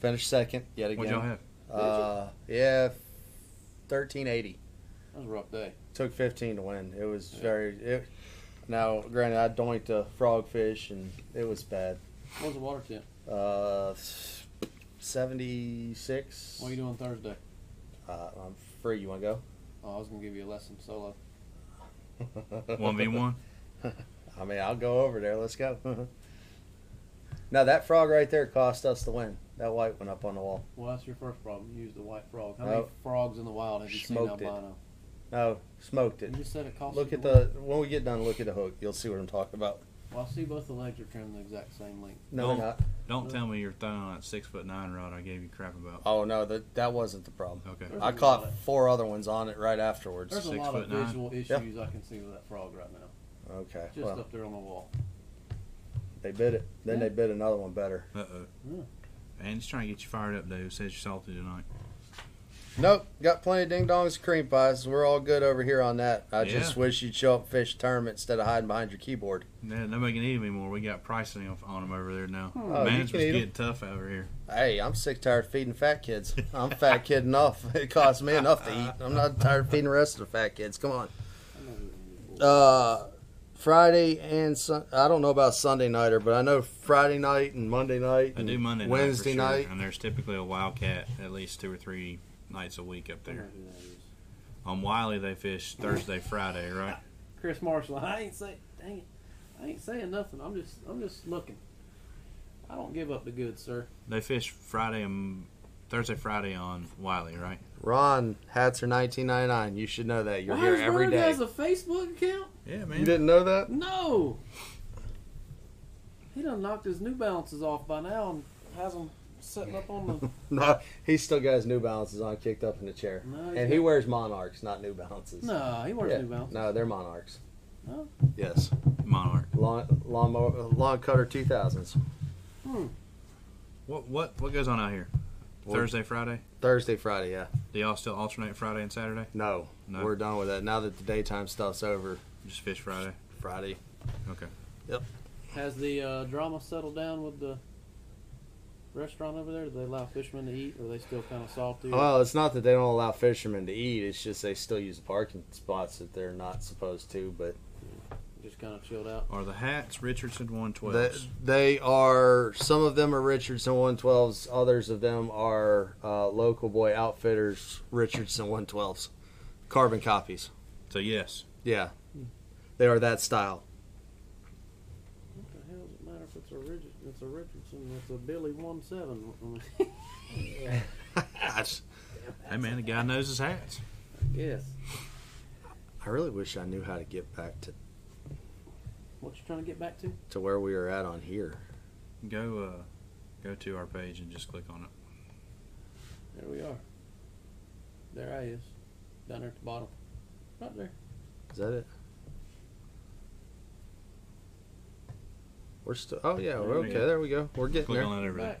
Speaker 1: Finished second yet again.
Speaker 2: What y'all have?
Speaker 1: Uh, yeah, thirteen eighty.
Speaker 3: that was a rough day.
Speaker 1: took 15 to win. It was
Speaker 3: Yeah.
Speaker 1: very. It, now, granted, I doinked a frogfish and it was bad.
Speaker 3: What was the water temp?
Speaker 1: Uh, 76.
Speaker 3: What are you doing Thursday?
Speaker 1: Uh, I'm free. You want to
Speaker 3: Oh, I was gonna give you a lesson solo.
Speaker 1: go?
Speaker 2: One v one.
Speaker 1: I mean, I'll go over there. Let's go. now, that frog right there cost us the win. That white one up on the wall.
Speaker 3: Well, that's your first problem. You used the white frog. How many
Speaker 1: Nope.
Speaker 3: frogs in the wild have you
Speaker 1: Oh. Smoked it.
Speaker 3: seen albino?
Speaker 1: No, Oh, smoked
Speaker 3: You
Speaker 1: it.
Speaker 3: just said it cost.
Speaker 1: Look
Speaker 3: you
Speaker 1: at
Speaker 3: one.
Speaker 1: the. When we get done, look at the hook. You'll see what I'm talking about.
Speaker 3: Well, I see both the legs are trimmed the exact same length.
Speaker 1: No,
Speaker 2: No.
Speaker 1: they're not.
Speaker 2: Don't tell me you're throwing on that six foot nine rod I gave you crap about.
Speaker 1: Oh, no, that, that wasn't the problem.
Speaker 2: Okay.
Speaker 3: There's
Speaker 1: I
Speaker 3: a lot
Speaker 1: caught
Speaker 3: of-
Speaker 1: four other ones on it right afterwards.
Speaker 3: There's a
Speaker 2: six
Speaker 3: lot
Speaker 2: foot
Speaker 3: of
Speaker 2: nine.
Speaker 3: visual issues I can see with that frog right now.
Speaker 1: Okay.
Speaker 3: Just
Speaker 1: well.
Speaker 3: up there on the wall.
Speaker 1: They bit it. Then
Speaker 3: Yeah.
Speaker 1: they bit another one better.
Speaker 2: Uh oh. And he's trying to get you fired up, Dave. Says you're salty tonight.
Speaker 1: Nope. Got plenty of ding dongs and cream pies. We're all good over here on that. I just
Speaker 2: Yeah.
Speaker 1: wish you'd show up and fish the tournament instead of hiding behind your keyboard.
Speaker 2: Yeah, nobody can eat him anymore. We got pricing off- on him over there now.
Speaker 1: you
Speaker 2: Management's
Speaker 1: Oh, can eat 'em.
Speaker 2: getting tough over here.
Speaker 1: Hey, I'm sick tired of feeding fat kids. I'm fat kid enough. It costs me enough to eat. I'm not tired of feeding the rest of the fat kids. Come on.
Speaker 3: I know who it is.
Speaker 1: Uh Friday and Sun- I don't know about Sunday nighter, but I know Friday night and Monday night.
Speaker 2: I
Speaker 1: and
Speaker 2: do Monday night for
Speaker 1: Wednesday
Speaker 2: sure,
Speaker 1: night.
Speaker 2: and there's typically a wildcat at least two or three nights a week up
Speaker 3: I don't know
Speaker 2: there.
Speaker 3: who that is.
Speaker 2: On Wiley, they fish Thursday, Friday, right?
Speaker 3: Chris Marshall. I ain't say dang it. I ain't saying nothing. I'm just I'm just looking. I don't give up the good, sir.
Speaker 2: They fish Friday and Thursday, Friday on Wiley, right?
Speaker 1: Ron hats are 19.99. You should know that. You're here
Speaker 3: does
Speaker 1: every
Speaker 3: Vern
Speaker 1: day.
Speaker 3: has a Facebook account?
Speaker 2: Yeah,
Speaker 1: You didn't know that?
Speaker 3: No. He done knocked his New Balances off by now and has them sitting up on the.
Speaker 1: No, he's still got his New Balances on, kicked up in the chair,
Speaker 3: No, he's
Speaker 1: and he
Speaker 3: not.
Speaker 1: wears Monarchs, not New Balances.
Speaker 3: Nah, he wears
Speaker 1: Yeah.
Speaker 3: New Balances.
Speaker 1: No, they're Monarchs.
Speaker 3: No?
Speaker 1: Yes,
Speaker 2: Monarch.
Speaker 1: lawn lawn, mower- lawn cutter 2000s.
Speaker 2: What what what goes on out here?
Speaker 1: What?
Speaker 2: Thursday, Friday.
Speaker 1: Thursday, Friday. Yeah.
Speaker 2: Do y'all still alternate Friday and Saturday?
Speaker 1: No,
Speaker 2: No.
Speaker 1: we're done with that. Now that the daytime stuff's over,
Speaker 2: Just fish Friday.
Speaker 1: Friday.
Speaker 2: Okay.
Speaker 3: Has the uh, drama settled down with the restaurant over there? Do they allow fishermen to eat? Or are they still kind of salty?
Speaker 1: Well, it's not that they don't allow fishermen to eat. It's just they still use the parking spots that they're not supposed to. But
Speaker 3: just kind of chilled out.
Speaker 2: Are the hats Richardson one
Speaker 1: they,
Speaker 2: twelves?
Speaker 1: they are. Some of them are Richardson 112s. Others of them are uh, local boy outfitters Richardson 112s, carbon copies.
Speaker 2: So yes.
Speaker 1: Yeah, they are that style.
Speaker 3: What the hell does it matter if it's a Richard, it's a Richardson, it's a Billy one seven.
Speaker 1: I, just-
Speaker 2: Hey man, the guy knows his hats.
Speaker 3: Yes.
Speaker 1: I really wish I knew how to get back to,
Speaker 3: What you trying to get back to?
Speaker 1: to where we are at on here.
Speaker 2: Go uh go to our page and just click on it.
Speaker 3: There we are. There I is. Down there at the bottom. Right there.
Speaker 1: Is that it? We're still. Oh yeah. We're okay. There we go. We're getting
Speaker 2: Click
Speaker 1: there.
Speaker 2: on that over there.
Speaker 3: Back.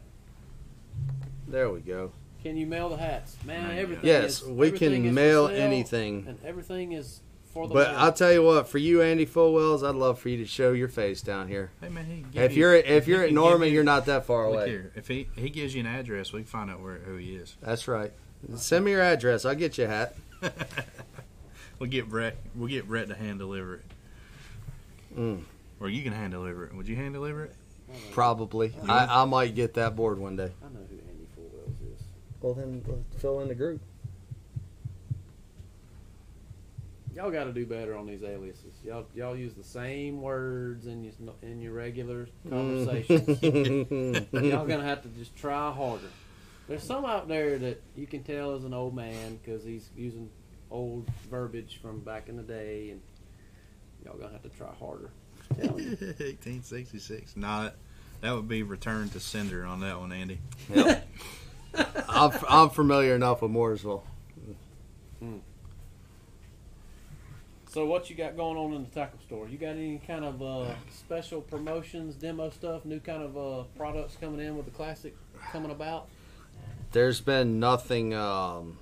Speaker 1: There we go.
Speaker 3: Can you mail the hats? Man,
Speaker 2: There you
Speaker 3: everything
Speaker 2: go.
Speaker 1: Yes,
Speaker 3: is-
Speaker 1: we
Speaker 3: everything is
Speaker 1: can
Speaker 3: for
Speaker 1: mail
Speaker 3: sale,
Speaker 1: anything.
Speaker 3: And everything is for the
Speaker 1: But
Speaker 3: mail.
Speaker 1: I'll tell you what, for you, Andy Fullwells, I'd love for you to show your face down here.
Speaker 2: Hey man, he can give
Speaker 1: If
Speaker 2: you-
Speaker 1: you're if
Speaker 2: he
Speaker 1: you're at
Speaker 2: can give
Speaker 1: Norman,
Speaker 2: you-
Speaker 1: you're not that far
Speaker 2: Look
Speaker 1: away.
Speaker 2: here. If he he gives you an address, we can find out where who he is.
Speaker 1: That's right. Send me your address. I'll get you a hat.
Speaker 2: We'll get Brett. We'll get Brett to hand deliver it.
Speaker 1: Mm.
Speaker 2: Or you can hand deliver it. Would you hand deliver it?
Speaker 3: I know-
Speaker 1: Probably. I, I might get that board one day.
Speaker 3: I know who Andy Full Wells is.
Speaker 1: Well, then uh, fill in the group.
Speaker 3: Y'all got to do better on these aliases. Y'all y'all use the same words in your in your regular
Speaker 1: Mm.
Speaker 3: conversations. y'all gonna have to just try harder. There's some out there that you can tell is an old man because he's using old verbiage from back in the day, and y'all gonna have to try harder. I'm telling you.
Speaker 2: 1866. Nah, that, that would be return to sender on that one, Andy.
Speaker 1: I'm, I'm familiar enough with Mooresville.
Speaker 3: So what you got going on in the tackle store? You got any kind of uh, special promotions, demo stuff, new kind of uh, products coming in with the classic coming about?
Speaker 1: There's been nothing. Um,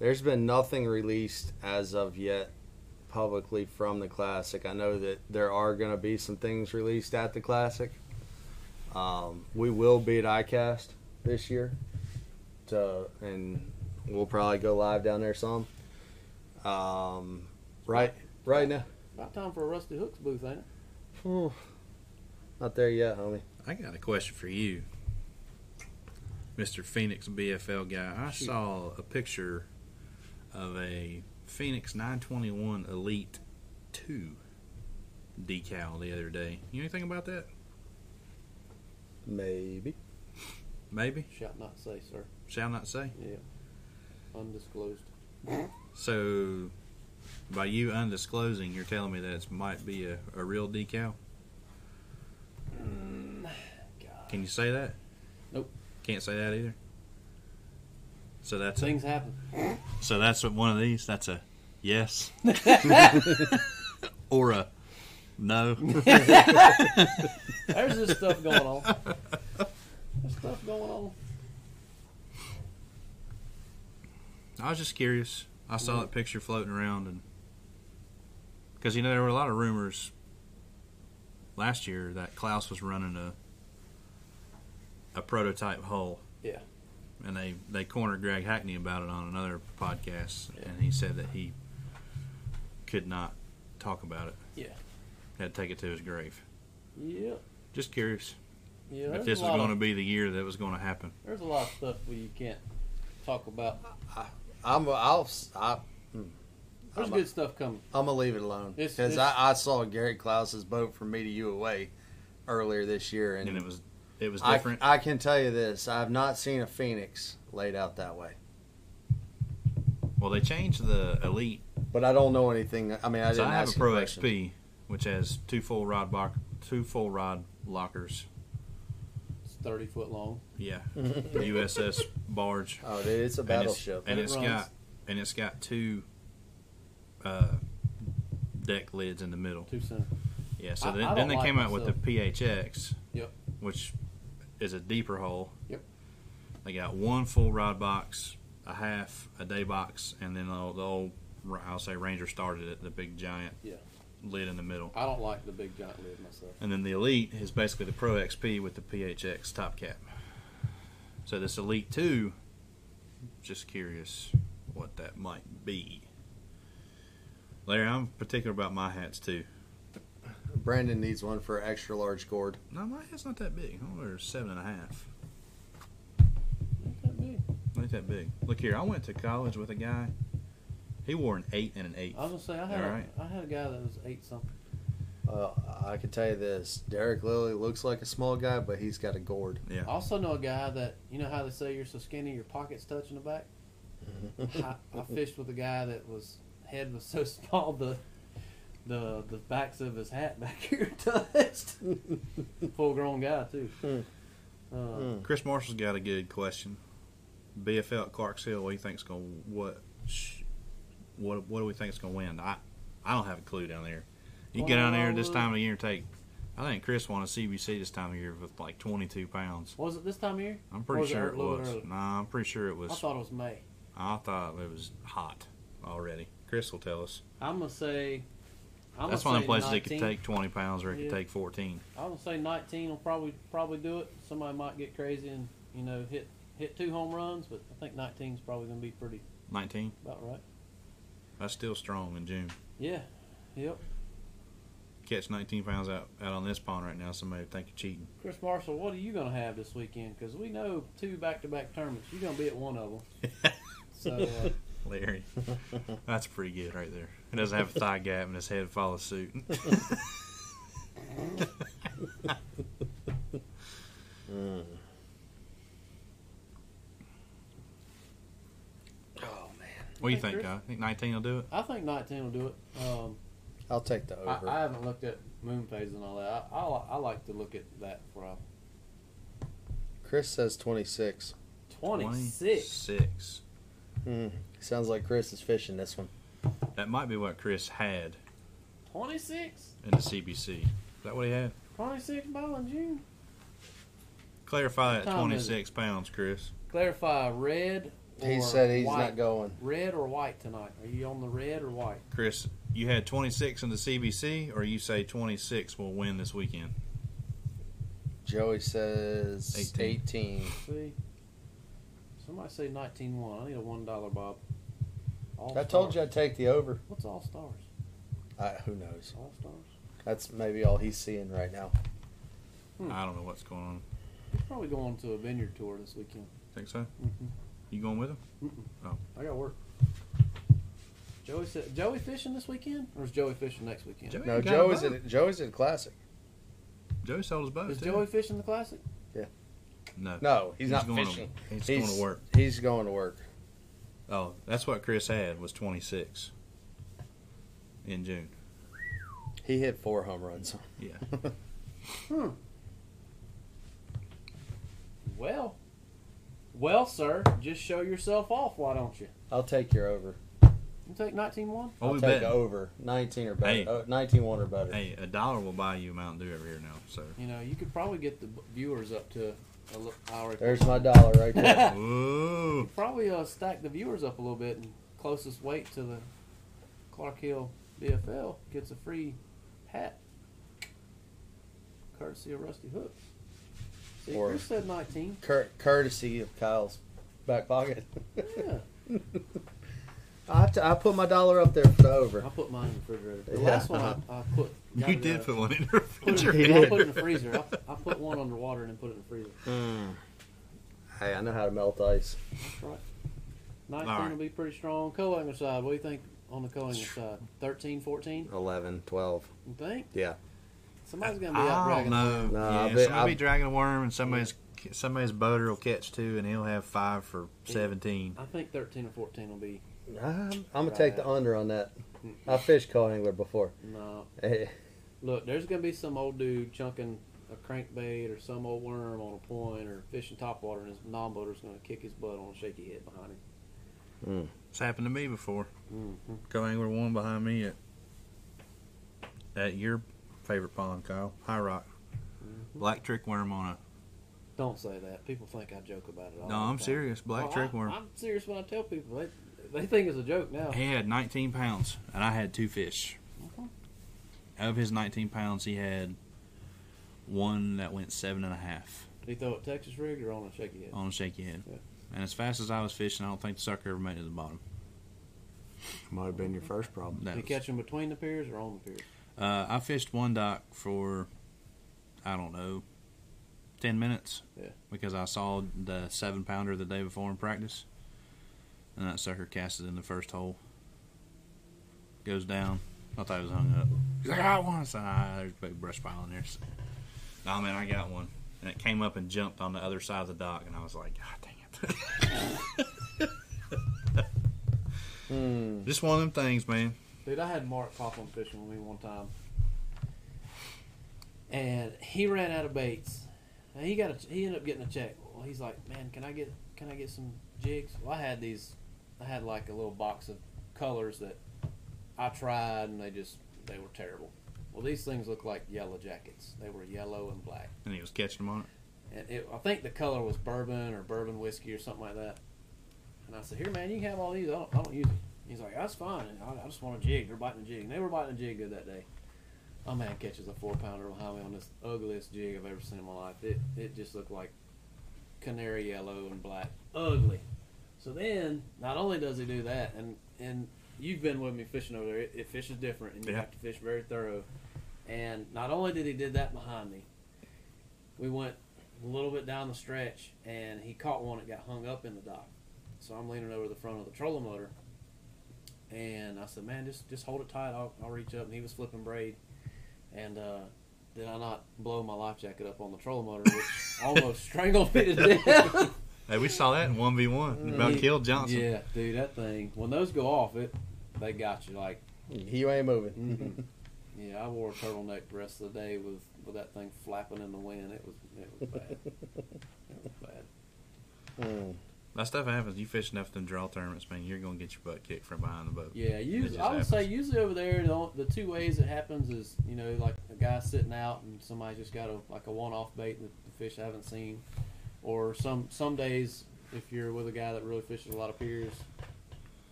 Speaker 1: there's been nothing released as of yet publicly from the classic. I know that there are going to be some things released at the classic. Um, we will be at ICAST this year, to, and we'll probably go live down there some. Um, right, right now.
Speaker 3: About time for a Rusty Hooks booth, ain't it?
Speaker 1: Ooh, not there yet, homie.
Speaker 2: I got a question for you, Mr. Phoenix BFL guy. I saw a picture of a Phoenix 921 Elite 2 decal the other day. You know anything about that?
Speaker 1: Maybe.
Speaker 2: Maybe.
Speaker 3: Shall not say, sir.
Speaker 2: Shall not say.
Speaker 3: Yeah. Undisclosed.
Speaker 2: So, by you undisclosing, you're telling me that it might be a, a real decal?
Speaker 3: God.
Speaker 2: Can you say that?
Speaker 3: Nope.
Speaker 2: Can't say that either. So that's a,
Speaker 3: Things happen.
Speaker 2: so that's what one of these. That's a yes or a no.
Speaker 3: There's this stuff going on. There's stuff going on.
Speaker 2: I was just curious. I saw that picture floating around, and because you know there were a lot of rumors last year that Klaus was running a a prototype hull.
Speaker 3: Yeah.
Speaker 2: And they they cornered Greg Hackney about it on another podcast, and he said that he could not talk about it.
Speaker 3: Yeah.
Speaker 2: Had to take it to his grave.
Speaker 3: Yep.
Speaker 2: Just curious
Speaker 3: Yeah.
Speaker 2: if
Speaker 3: there's
Speaker 2: this
Speaker 3: a
Speaker 2: was
Speaker 3: lot
Speaker 2: going to
Speaker 3: of-
Speaker 2: be the year that was going to happen.
Speaker 3: There's a lot of stuff we can't talk about.
Speaker 1: I'm I'll I, hmm.
Speaker 3: There's
Speaker 1: I'm a-
Speaker 3: good stuff coming.
Speaker 1: I'm gonna leave it alone
Speaker 3: It's-
Speaker 1: because
Speaker 3: it's-
Speaker 1: I, I saw Gary Klaus's boat from me to you away earlier this year, and,
Speaker 2: And it was it was
Speaker 1: I,
Speaker 2: different.
Speaker 1: I can tell you this: I've not seen a phoenix laid out that way.
Speaker 2: well, they changed the elite.
Speaker 1: But I don't know anything. I mean, I
Speaker 2: so
Speaker 1: didn't
Speaker 2: I have a
Speaker 1: ask
Speaker 2: Pro
Speaker 1: question.
Speaker 2: XP, which has two full rod lock, two full rod lockers.
Speaker 3: It's 30 foot long.
Speaker 2: Yeah, USS barge.
Speaker 1: Oh, dude, it's a
Speaker 2: And it's-
Speaker 1: battleship.
Speaker 2: and
Speaker 3: It
Speaker 2: it's
Speaker 3: runs.
Speaker 2: got and it's got two uh, deck lids in the middle.
Speaker 3: Too soon.
Speaker 2: Yeah, so
Speaker 3: I-
Speaker 2: then,
Speaker 3: I
Speaker 2: then
Speaker 3: don't
Speaker 2: they
Speaker 3: like
Speaker 2: came out with the
Speaker 3: myself.
Speaker 2: PHX,
Speaker 3: Yep.
Speaker 2: which is a deeper hole.
Speaker 3: Yep.
Speaker 2: They got one full rod box, a half, a day box, and then the old, the old Ra- I'll say Ranger started it, the big giant
Speaker 3: Yeah.
Speaker 2: lid in the middle.
Speaker 3: I don't like the big giant lid myself.
Speaker 2: And then the Elite is basically the Pro XP with the PHX top cap. So this Elite 2, just curious what that might be. Larry, I'm particular about my hats too.
Speaker 1: Brandon needs one for extra large gourd.
Speaker 2: No, my hat's not that big. I'm over seven and a half.
Speaker 3: Ain't that big.
Speaker 2: Not that big. Look here, I went to college with a guy. He wore an eight and an eight.
Speaker 3: I was gonna say I had
Speaker 2: All
Speaker 3: a I
Speaker 2: right.
Speaker 3: had a guy that was eight something.
Speaker 1: Uh, I can tell you this: Derek Lilly looks like a small guy, but he's got a gourd.
Speaker 2: Yeah.
Speaker 3: I also know a guy that you know how they say you're so skinny your pockets touching the back. I, I fished with a guy that was head was so small the the the backs of his hat back here touched. Full grown guy too. Uh,
Speaker 1: Hmm. Mm-hmm.
Speaker 2: Chris Marshall's got a good question. BFL at Clarks Hill, what do you think's going to what? sh- What what do we think's going to win? I I don't have a clue down there. You get down there this
Speaker 3: Well,
Speaker 2: time of year and take. I think Chris won a CBC this time of year with like 22 pounds.
Speaker 3: Was it this time of year?
Speaker 2: I'm
Speaker 3: Or
Speaker 2: pretty
Speaker 3: was it
Speaker 2: sure
Speaker 3: a
Speaker 2: it
Speaker 3: little
Speaker 2: was.
Speaker 3: early?
Speaker 2: Nah, I'm pretty sure it was.
Speaker 3: I thought it was May.
Speaker 2: I thought it was hot already. Chris will tell us.
Speaker 3: I'm gonna say. I'm
Speaker 2: That's one
Speaker 3: gonna
Speaker 2: of the places
Speaker 3: say
Speaker 2: it could
Speaker 3: 19.
Speaker 2: take 20 pounds or it
Speaker 3: Yeah.
Speaker 2: could take 14.
Speaker 3: I would say 19 will probably probably do it. Somebody might get crazy and you know hit hit two home runs, but I think 19 is probably going to be pretty
Speaker 2: 19.
Speaker 3: about right.
Speaker 2: That's still strong in June.
Speaker 3: Yeah, yep.
Speaker 2: Catch 19 pounds out, out on this pond right now, somebody would think you're cheating.
Speaker 3: Chris Marshall, what are you going to have this weekend? Because we know two back-to-back tournaments. You're going to be at one of them. So uh,
Speaker 2: Larry. That's pretty good right there. He doesn't have a thigh gap and his head follows suit.
Speaker 3: uh,
Speaker 1: Oh man,
Speaker 2: What do you
Speaker 3: Hey,
Speaker 2: think,
Speaker 3: Chris.
Speaker 2: guy? Think 19 will do it?
Speaker 3: I think 19 will do it. Um,
Speaker 1: I'll take the
Speaker 3: I,
Speaker 1: over.
Speaker 3: I haven't looked at moon phases and all that. I, I, li- I like to look at that for a
Speaker 1: Chris says 26.
Speaker 3: 26.
Speaker 2: 26.
Speaker 1: Hmm. Sounds like Chris is fishing this one.
Speaker 2: That might be what Chris had
Speaker 3: 26?
Speaker 2: in the CBC. Is that what he had?
Speaker 3: 26 ball in June.
Speaker 2: Clarify
Speaker 3: What
Speaker 2: that
Speaker 3: time is
Speaker 2: 26 pounds, Chris.
Speaker 3: Clarify red. Or
Speaker 1: He said he's
Speaker 3: white.
Speaker 1: not going.
Speaker 3: Red or white tonight? Are you on the red or white?
Speaker 2: Chris, you had 26 in the CBC, or you say 26 will win this weekend?
Speaker 1: Joey says
Speaker 2: 18.
Speaker 1: 18.
Speaker 3: See, somebody say 19-1. I need a one dollar, Bob. All
Speaker 1: I told you I'd
Speaker 3: stars.
Speaker 1: take the over.
Speaker 3: What's all stars?
Speaker 1: Uh, who knows?
Speaker 3: All stars?
Speaker 1: That's maybe all he's seeing right now.
Speaker 3: Hmm.
Speaker 2: I don't know what's going on.
Speaker 3: He's probably going to a vineyard tour this weekend.
Speaker 2: Think so?
Speaker 3: Mhm.
Speaker 2: You going with him?
Speaker 3: I got work. Joey said, Joey fishing this weekend, or is Joey fishing next weekend?
Speaker 2: Joey
Speaker 1: No,
Speaker 2: got a
Speaker 1: Joey's
Speaker 2: boat.
Speaker 1: at Joey's at Classic.
Speaker 2: Joey sold his boat.
Speaker 3: is
Speaker 2: too.
Speaker 3: Joey fishing the classic?
Speaker 2: No.
Speaker 1: No, he's, not
Speaker 2: going
Speaker 1: fishing.
Speaker 2: To, he's,
Speaker 1: He's
Speaker 2: going to work.
Speaker 1: He's going to work.
Speaker 2: Oh, that's what Chris had was 26 in June.
Speaker 1: He hit four home runs.
Speaker 2: Yeah.
Speaker 3: Well, well, sir, just show yourself off. Why don't you?
Speaker 1: I'll take your over.
Speaker 3: You take 19-1?
Speaker 2: Oh,
Speaker 1: I'll
Speaker 2: we
Speaker 1: take
Speaker 2: bet.
Speaker 1: the over. 19 or better.
Speaker 2: Hey.
Speaker 1: Oh, 19 one or better.
Speaker 2: Hey, a dollar will buy you a Mountain Dew over here now. So.
Speaker 3: You know, you could probably get the b- viewers up to a little hour.
Speaker 1: There's my dollar right there.
Speaker 2: Ooh.
Speaker 3: Probably uh, stack the viewers up a little bit and closest weight to the Clark Hill BFL gets a free hat, courtesy of Rusty Hook. See,
Speaker 1: Or-
Speaker 3: Chris said 19.
Speaker 1: Cur- courtesy of Kyle's back pocket.
Speaker 3: Yeah.
Speaker 1: I, t- I put my dollar up there for the
Speaker 3: I
Speaker 1: over.
Speaker 3: put mine in the refrigerator. The
Speaker 1: Yeah.
Speaker 3: last one I, I put. got
Speaker 2: You
Speaker 3: it,
Speaker 2: did
Speaker 3: uh,
Speaker 2: put one in the
Speaker 3: put it,
Speaker 2: refrigerator.
Speaker 3: I put it in the freezer. I, I put one underwater and then put it in the freezer.
Speaker 1: Hmm. Hey, I know how to melt ice.
Speaker 3: That's right. 19
Speaker 2: All right.
Speaker 3: will be pretty strong. Co-angler side, what do you think on the co-angler side? 13, 14?
Speaker 1: 11, 12.
Speaker 3: You think?
Speaker 1: Yeah.
Speaker 3: Somebody's going to be out
Speaker 2: I
Speaker 3: bragging.
Speaker 2: don't know.
Speaker 1: No,
Speaker 2: yeah,
Speaker 1: I bet-
Speaker 2: somebody
Speaker 1: I-
Speaker 2: be dragging a worm, and somebody's somebody's boater will catch two, and he'll have five for seventeen.
Speaker 3: I think 13 or 14 will be,
Speaker 1: I'm, I'm going to take the under on that. I fished call angler before.
Speaker 3: no.
Speaker 1: Eh,
Speaker 3: Look, there's going to be some old dude chunking a crankbait or some old worm on a point or fishing topwater, and his non-boater's going to kick his butt on a shaky head behind him.
Speaker 2: It's happened to me before.
Speaker 3: Mm-hmm.
Speaker 2: Go angler one behind me at at your favorite pond, Kyle High Rock.
Speaker 3: Mm-hmm.
Speaker 2: Black trick worm on a.
Speaker 3: Don't say that. People think I joke about it all
Speaker 2: No,
Speaker 3: the time.
Speaker 2: I'm serious. Black
Speaker 3: Oh,
Speaker 2: trick
Speaker 3: I,
Speaker 2: worm.
Speaker 3: I'm serious when I tell people. They, they think it's a joke now.
Speaker 2: He had 19 pounds, and I had two fish. Out of his 19 pounds, he had one that went seven and a half
Speaker 3: They throw it Texas rigged or on a shaky head.
Speaker 2: on a shaky head.
Speaker 3: Yeah.
Speaker 2: And as fast as I was fishing, I don't think the sucker ever made it to the bottom.
Speaker 1: Might have been your first problem.
Speaker 2: That
Speaker 3: you
Speaker 2: was-
Speaker 3: catch them between the piers or on the piers?
Speaker 2: Uh, I fished one dock for, I don't know, 10 minutes.
Speaker 3: Yeah.
Speaker 2: Because I saw the seven pounder the day before in practice. And that sucker casted in the first hole. Goes down. I thought it was hung up. He's like, I got one. I said, ah, there's a big brush pile in there. So, no, man, I got one. And it came up and jumped on the other side of the dock. And I was like, God dang it. Just one of them things, man.
Speaker 3: Dude, I had Mark pop on fishing with me one time, and he ran out of baits. And he got a, he ended up getting a check. Well, he's like, man, can I get can I get some jigs? Well, I had these, I had like a little box of colors that I tried, and they just they were terrible. Well, these things look like yellow jackets. They were yellow and black.
Speaker 2: And he was catching them on it.
Speaker 3: and it, I think the color was bourbon or bourbon whiskey or something like that. And I said, "Here, man, you can have all these. I don't, I don't use them." He's like, "That's fine. I, I just want a jig. They're biting a jig. And they were biting a jig good that day." My man catches a four pounder behind me on this ugliest jig I've ever seen in my life. It it just looked like canary yellow and black, ugly. So then, not only does he do that, and and you've been with me fishing over there. It, it fishes different, and you
Speaker 2: Yeah.
Speaker 3: have to fish very thorough. And not only did he did that behind me, we went a little bit down the stretch, and he caught one that got hung up in the dock. So I'm leaning over the front of the trolling motor, and I said, "Man, just just hold it tight. I'll, I'll reach up." And he was flipping braid, and uh, did I not blow my life jacket up on the trolling motor, which almost strangled me to death.
Speaker 2: Hey, we saw that in one v one. About
Speaker 3: Mm. Yeah.
Speaker 2: killed Johnson.
Speaker 3: Yeah, dude, that thing. When those go off, it they got you. Like,
Speaker 1: You ain't moving.
Speaker 3: yeah, I wore a turtleneck the rest of the day with with that thing flapping in the wind. It was it was bad. it was bad.
Speaker 1: Mm-hmm. Mm.
Speaker 2: That stuff happens. You fish enough of them draw tournaments, man. You're gonna get your butt kicked from behind the boat.
Speaker 3: Yeah,
Speaker 2: just
Speaker 3: usually I would
Speaker 2: happens.
Speaker 3: say usually over there, the, on- the two ways it happens is you know like a guy sitting out and somebody's just got a like a one-off bait that the fish haven't seen, or some some days if you're with a guy that really fishes a lot of piers,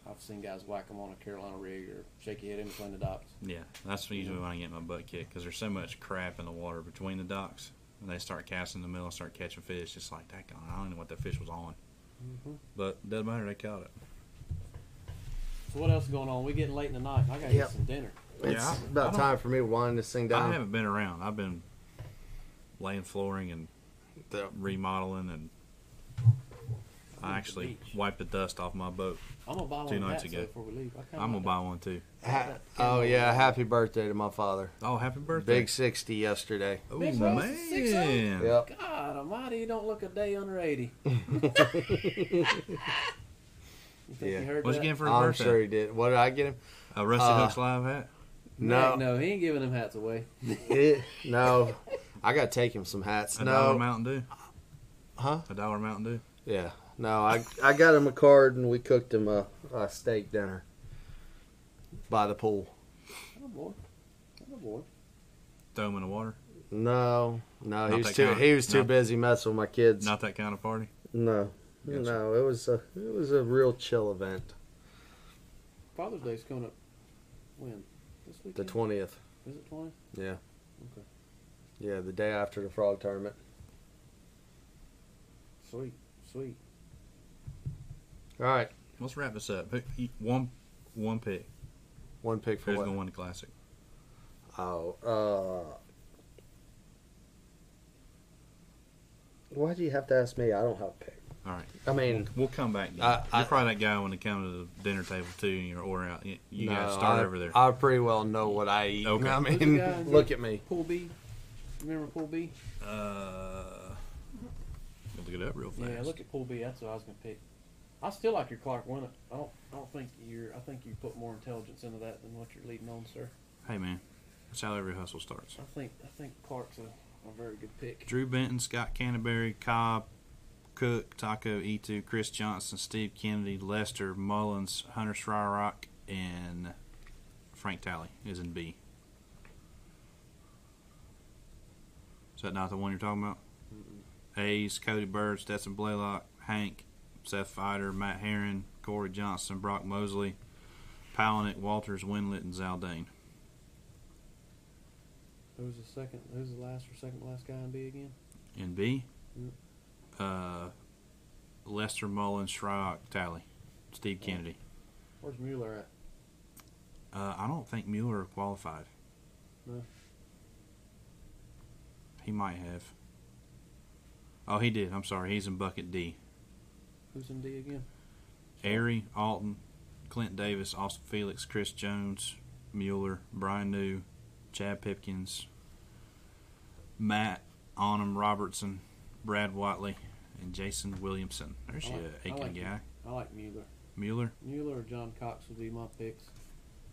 Speaker 3: I've seen guys whack them on a Carolina rig or shaky head in between the docks.
Speaker 2: Yeah, that's usually when I get my butt kicked because there's so much crap in the water between the docks. And they start casting in the middle and start catching fish just like that. I don't even know what that fish was on,
Speaker 3: Mm-hmm.
Speaker 2: but doesn't matter. They caught it.
Speaker 3: So what else is going on? We getting late in the night. I gotta
Speaker 1: Yep.
Speaker 3: get some dinner.
Speaker 1: It's
Speaker 2: Yeah, I- I
Speaker 1: about
Speaker 2: don't-
Speaker 1: time for me to wind this thing
Speaker 2: I
Speaker 1: down.
Speaker 2: haven't been around. I've been laying flooring and
Speaker 1: The-
Speaker 2: remodeling, and I actually
Speaker 3: beach.
Speaker 2: wiped the dust off my boat.
Speaker 3: I'm gonna buy one
Speaker 2: Two
Speaker 3: of
Speaker 2: nights
Speaker 3: hats,
Speaker 2: ago.
Speaker 3: though, before we leave. I kinda
Speaker 2: I'm gonna
Speaker 3: like
Speaker 2: buy one too.
Speaker 1: Ha- oh, yeah. Happy birthday to my father.
Speaker 2: Oh, happy birthday!
Speaker 1: Big 60 yesterday.
Speaker 2: oh
Speaker 3: Big Rose
Speaker 2: man,
Speaker 3: is six oh?
Speaker 1: Yep.
Speaker 3: that. God Almighty, you don't look a day under eighty. you think
Speaker 1: Yeah.
Speaker 3: you heard
Speaker 2: What'd
Speaker 3: that?
Speaker 2: you get for his
Speaker 1: I'm
Speaker 2: birthday?
Speaker 1: sure he did. What did I get him?
Speaker 2: A rusty
Speaker 1: Uh,
Speaker 2: hooks live hat.
Speaker 3: No,
Speaker 1: No,
Speaker 3: no, he ain't giving them hats away.
Speaker 1: it- no. I gotta take him some hats.
Speaker 2: A dollar
Speaker 1: no,
Speaker 2: Mountain Dew.
Speaker 1: Huh?
Speaker 2: A dollar Mountain Dew.
Speaker 1: yeah, no. I I got him a card and we cooked him a, a steak dinner by the pool.
Speaker 3: Oh boy, oh boy.
Speaker 2: Throw them in the water.
Speaker 1: No, no.
Speaker 2: Not
Speaker 1: he was
Speaker 2: that
Speaker 1: too
Speaker 2: kind.
Speaker 1: he was too
Speaker 2: Not-
Speaker 1: busy messing with my kids.
Speaker 2: Not that kind of party.
Speaker 1: No,
Speaker 2: Gotcha.
Speaker 1: no. It was a it was a real chill event.
Speaker 3: Father's Day's coming up. When? This weekend?
Speaker 1: The twentieth.
Speaker 3: Is it twenty?
Speaker 1: Yeah.
Speaker 3: Okay.
Speaker 1: Yeah, the day after the frog tournament.
Speaker 3: Sweet, sweet.
Speaker 1: All right.
Speaker 2: Let's wrap this up. Who- you- One one pick.
Speaker 1: One pick for
Speaker 2: Who's
Speaker 1: what?
Speaker 2: gonna win the classic?
Speaker 1: Oh, uh, why do you have to ask me? I don't have a pick.
Speaker 2: All right,
Speaker 1: I mean,
Speaker 2: we'll come back. Then.
Speaker 1: I- I-
Speaker 2: You're probably that guy when they come to the dinner table too, and you're order out. You, you
Speaker 1: no,
Speaker 2: gotta start
Speaker 1: I,
Speaker 2: over there.
Speaker 1: I pretty well know what I eat.
Speaker 2: Okay.
Speaker 1: I
Speaker 3: Who's the
Speaker 1: mean,
Speaker 3: guy in
Speaker 1: look
Speaker 3: the-
Speaker 1: at me.
Speaker 3: Pool B. Remember Pool B?
Speaker 2: uh, I'll look it up real fast.
Speaker 3: Yeah, look at Pool B. That's what I was gonna pick. I still like your Clark Winnet. I don't. I don't think you're. I think you put more intelligence into that than what you're leading on, sir.
Speaker 2: hey man, that's how every hustle starts.
Speaker 3: I think. I think Clark's a, a very good pick.
Speaker 2: Drew Benton, Scott Canterbury, Cobb, Cook, Taco Itu, Chris Johnson, Steve Kennedy, Lester Mullins, Hunter Schreirock, and Frank Talley is in B. Is that not the one you're talking about? Hayes, Cody Bird, Stetson Blaylock, Hank, Seth Fighter, Matt Herron, Corey Johnson, Brock Mosley, Palinick, Walters, Winlet, and Zaldane.
Speaker 3: Who's the second? Who's the last or second last guy in B again?
Speaker 2: And B,
Speaker 3: Yep.
Speaker 2: uh, Lester Mullins, Shrock, Tally, Steve Kennedy.
Speaker 3: Where's Mueller at?
Speaker 2: Uh, I don't think Mueller qualified.
Speaker 3: No.
Speaker 2: He might have. Oh, he did. I'm sorry. He's in bucket D.
Speaker 3: Who's in D again?
Speaker 2: Airy, Alton, Clint Davis, Austin Felix, Chris Jones, Mueller, Brian New, Chad Pipkins, Matt Onum Robertson, Brad Watley, and Jason Williamson. There's
Speaker 3: I
Speaker 2: your
Speaker 3: like- I
Speaker 2: aching
Speaker 3: like him.
Speaker 2: guy.
Speaker 3: I like Mueller.
Speaker 2: Mueller.
Speaker 3: Mueller or John Cox would be my picks.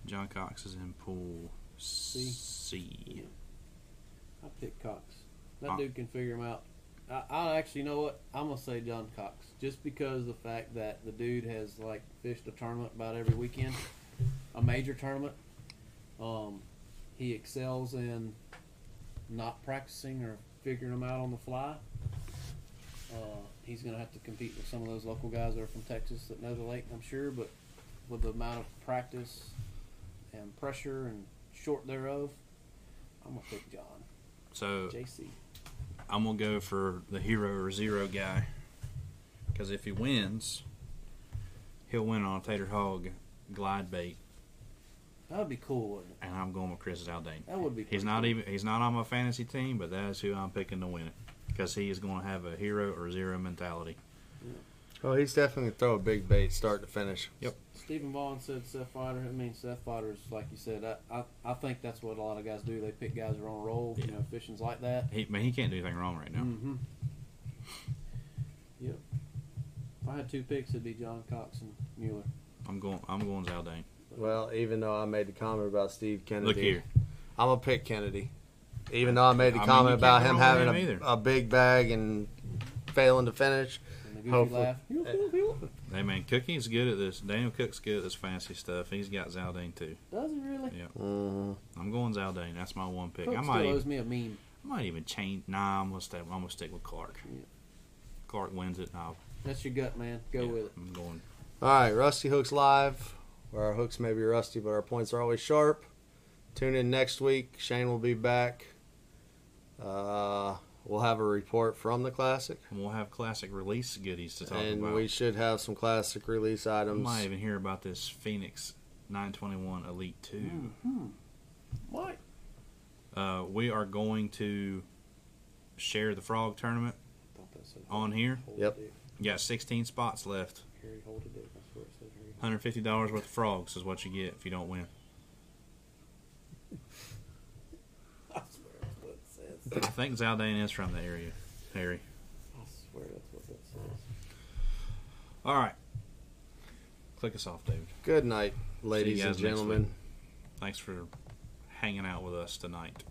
Speaker 2: John Cox is in pool C. C.
Speaker 3: I pick Cox. That
Speaker 2: Ah.
Speaker 3: dude can figure him out. I, I actually you know what I'm gonna say John Cox just because of the fact that the dude has like fished a tournament about every weekend, a major tournament. Um, he excels in not practicing or figuring them out on the fly. Uh, he's gonna have to compete with some of those local guys that are from Texas that know the lake, I'm sure, but with the amount of practice and pressure and short thereof, I'm gonna pick John.
Speaker 2: So
Speaker 3: JC.
Speaker 2: I'm gonna go for the hero or zero guy, because if he wins, he'll win on a tater hog glide bait,
Speaker 3: That would be cool, wouldn't
Speaker 2: and I'm going with Chris Zaldane.
Speaker 3: That would be
Speaker 2: He's
Speaker 3: pretty
Speaker 2: not
Speaker 3: cool.
Speaker 2: even. He's not on my fantasy team, but that is who I'm picking to win it, because he is going to have a hero or zero mentality.
Speaker 1: Oh, he's definitely gonna throw a big bait, start to finish.
Speaker 2: Yep.
Speaker 3: it? Stephen Vaughn said Seth Fighter. I mean, Seth Fighter's, like you said, I, I, I think that's what a lot of guys do. They pick guys that are on a roll. You
Speaker 2: Yeah.
Speaker 3: know, fishing's like that.
Speaker 2: He man, he can't do anything wrong right now.
Speaker 3: Mm-hmm. Yep. If I had two picks, it'd be John Cox and Mueller.
Speaker 2: I'm going. I'm going Zaldane.
Speaker 1: Well, even though I made the comment about Steve Kennedy,
Speaker 2: Look here.
Speaker 1: I'm gonna pick Kennedy. Even though I made
Speaker 2: I
Speaker 1: the
Speaker 2: mean,
Speaker 1: comment
Speaker 2: you
Speaker 1: about him
Speaker 2: can't go wrong with
Speaker 1: having
Speaker 2: him
Speaker 1: a, a big bag and failing to finish,
Speaker 3: And the goofy
Speaker 1: Hopefully.
Speaker 3: laugh.
Speaker 2: Uh, Hey man, Cookie's good at this. Daniel Cook's good at this fancy stuff. He's got Zaldane too.
Speaker 3: Does he really?
Speaker 2: Yeah.
Speaker 1: mm,
Speaker 2: I'm going Zaldane. That's my one pick.
Speaker 3: Cook
Speaker 2: I
Speaker 3: still
Speaker 2: might, even,
Speaker 3: owes me a meme.
Speaker 2: I might even change. Nah, I'm gonna stay. I'm gonna stick with Clark.
Speaker 3: Yeah.
Speaker 2: Clark wins it. and I'll
Speaker 3: That's your gut, man. Go
Speaker 2: yeah,
Speaker 3: with it.
Speaker 2: I'm going.
Speaker 1: All right, Rusty Hooks Live, where our hooks may be rusty, but our points are always sharp. Tune in next week. Shane will be back. Uh, we'll have a report from the Classic,
Speaker 2: And we'll have classic release goodies to talk
Speaker 1: and
Speaker 2: about.
Speaker 1: we should have some Classic release
Speaker 2: I
Speaker 1: items.
Speaker 2: might even hear about this Phoenix 921 Elite 2.
Speaker 3: Hmm. What?
Speaker 2: Uh, we are going to share the Frog Tournament
Speaker 3: Thought that's a-
Speaker 2: on here.
Speaker 3: hold
Speaker 1: Yep.
Speaker 3: it there.
Speaker 2: You got 16 spots left.
Speaker 3: Harry, hold it there. That's where it says Harry.
Speaker 2: $150 worth of frogs is what you get if you don't win.
Speaker 3: I swear that's what it says.
Speaker 2: I think Zaldane is from the area, Harry.
Speaker 3: I swear that's what that says.
Speaker 2: All right. Click us off, David.
Speaker 1: Good night, ladies and
Speaker 2: guys next week.
Speaker 1: gentlemen.
Speaker 2: Thanks for hanging out with us tonight.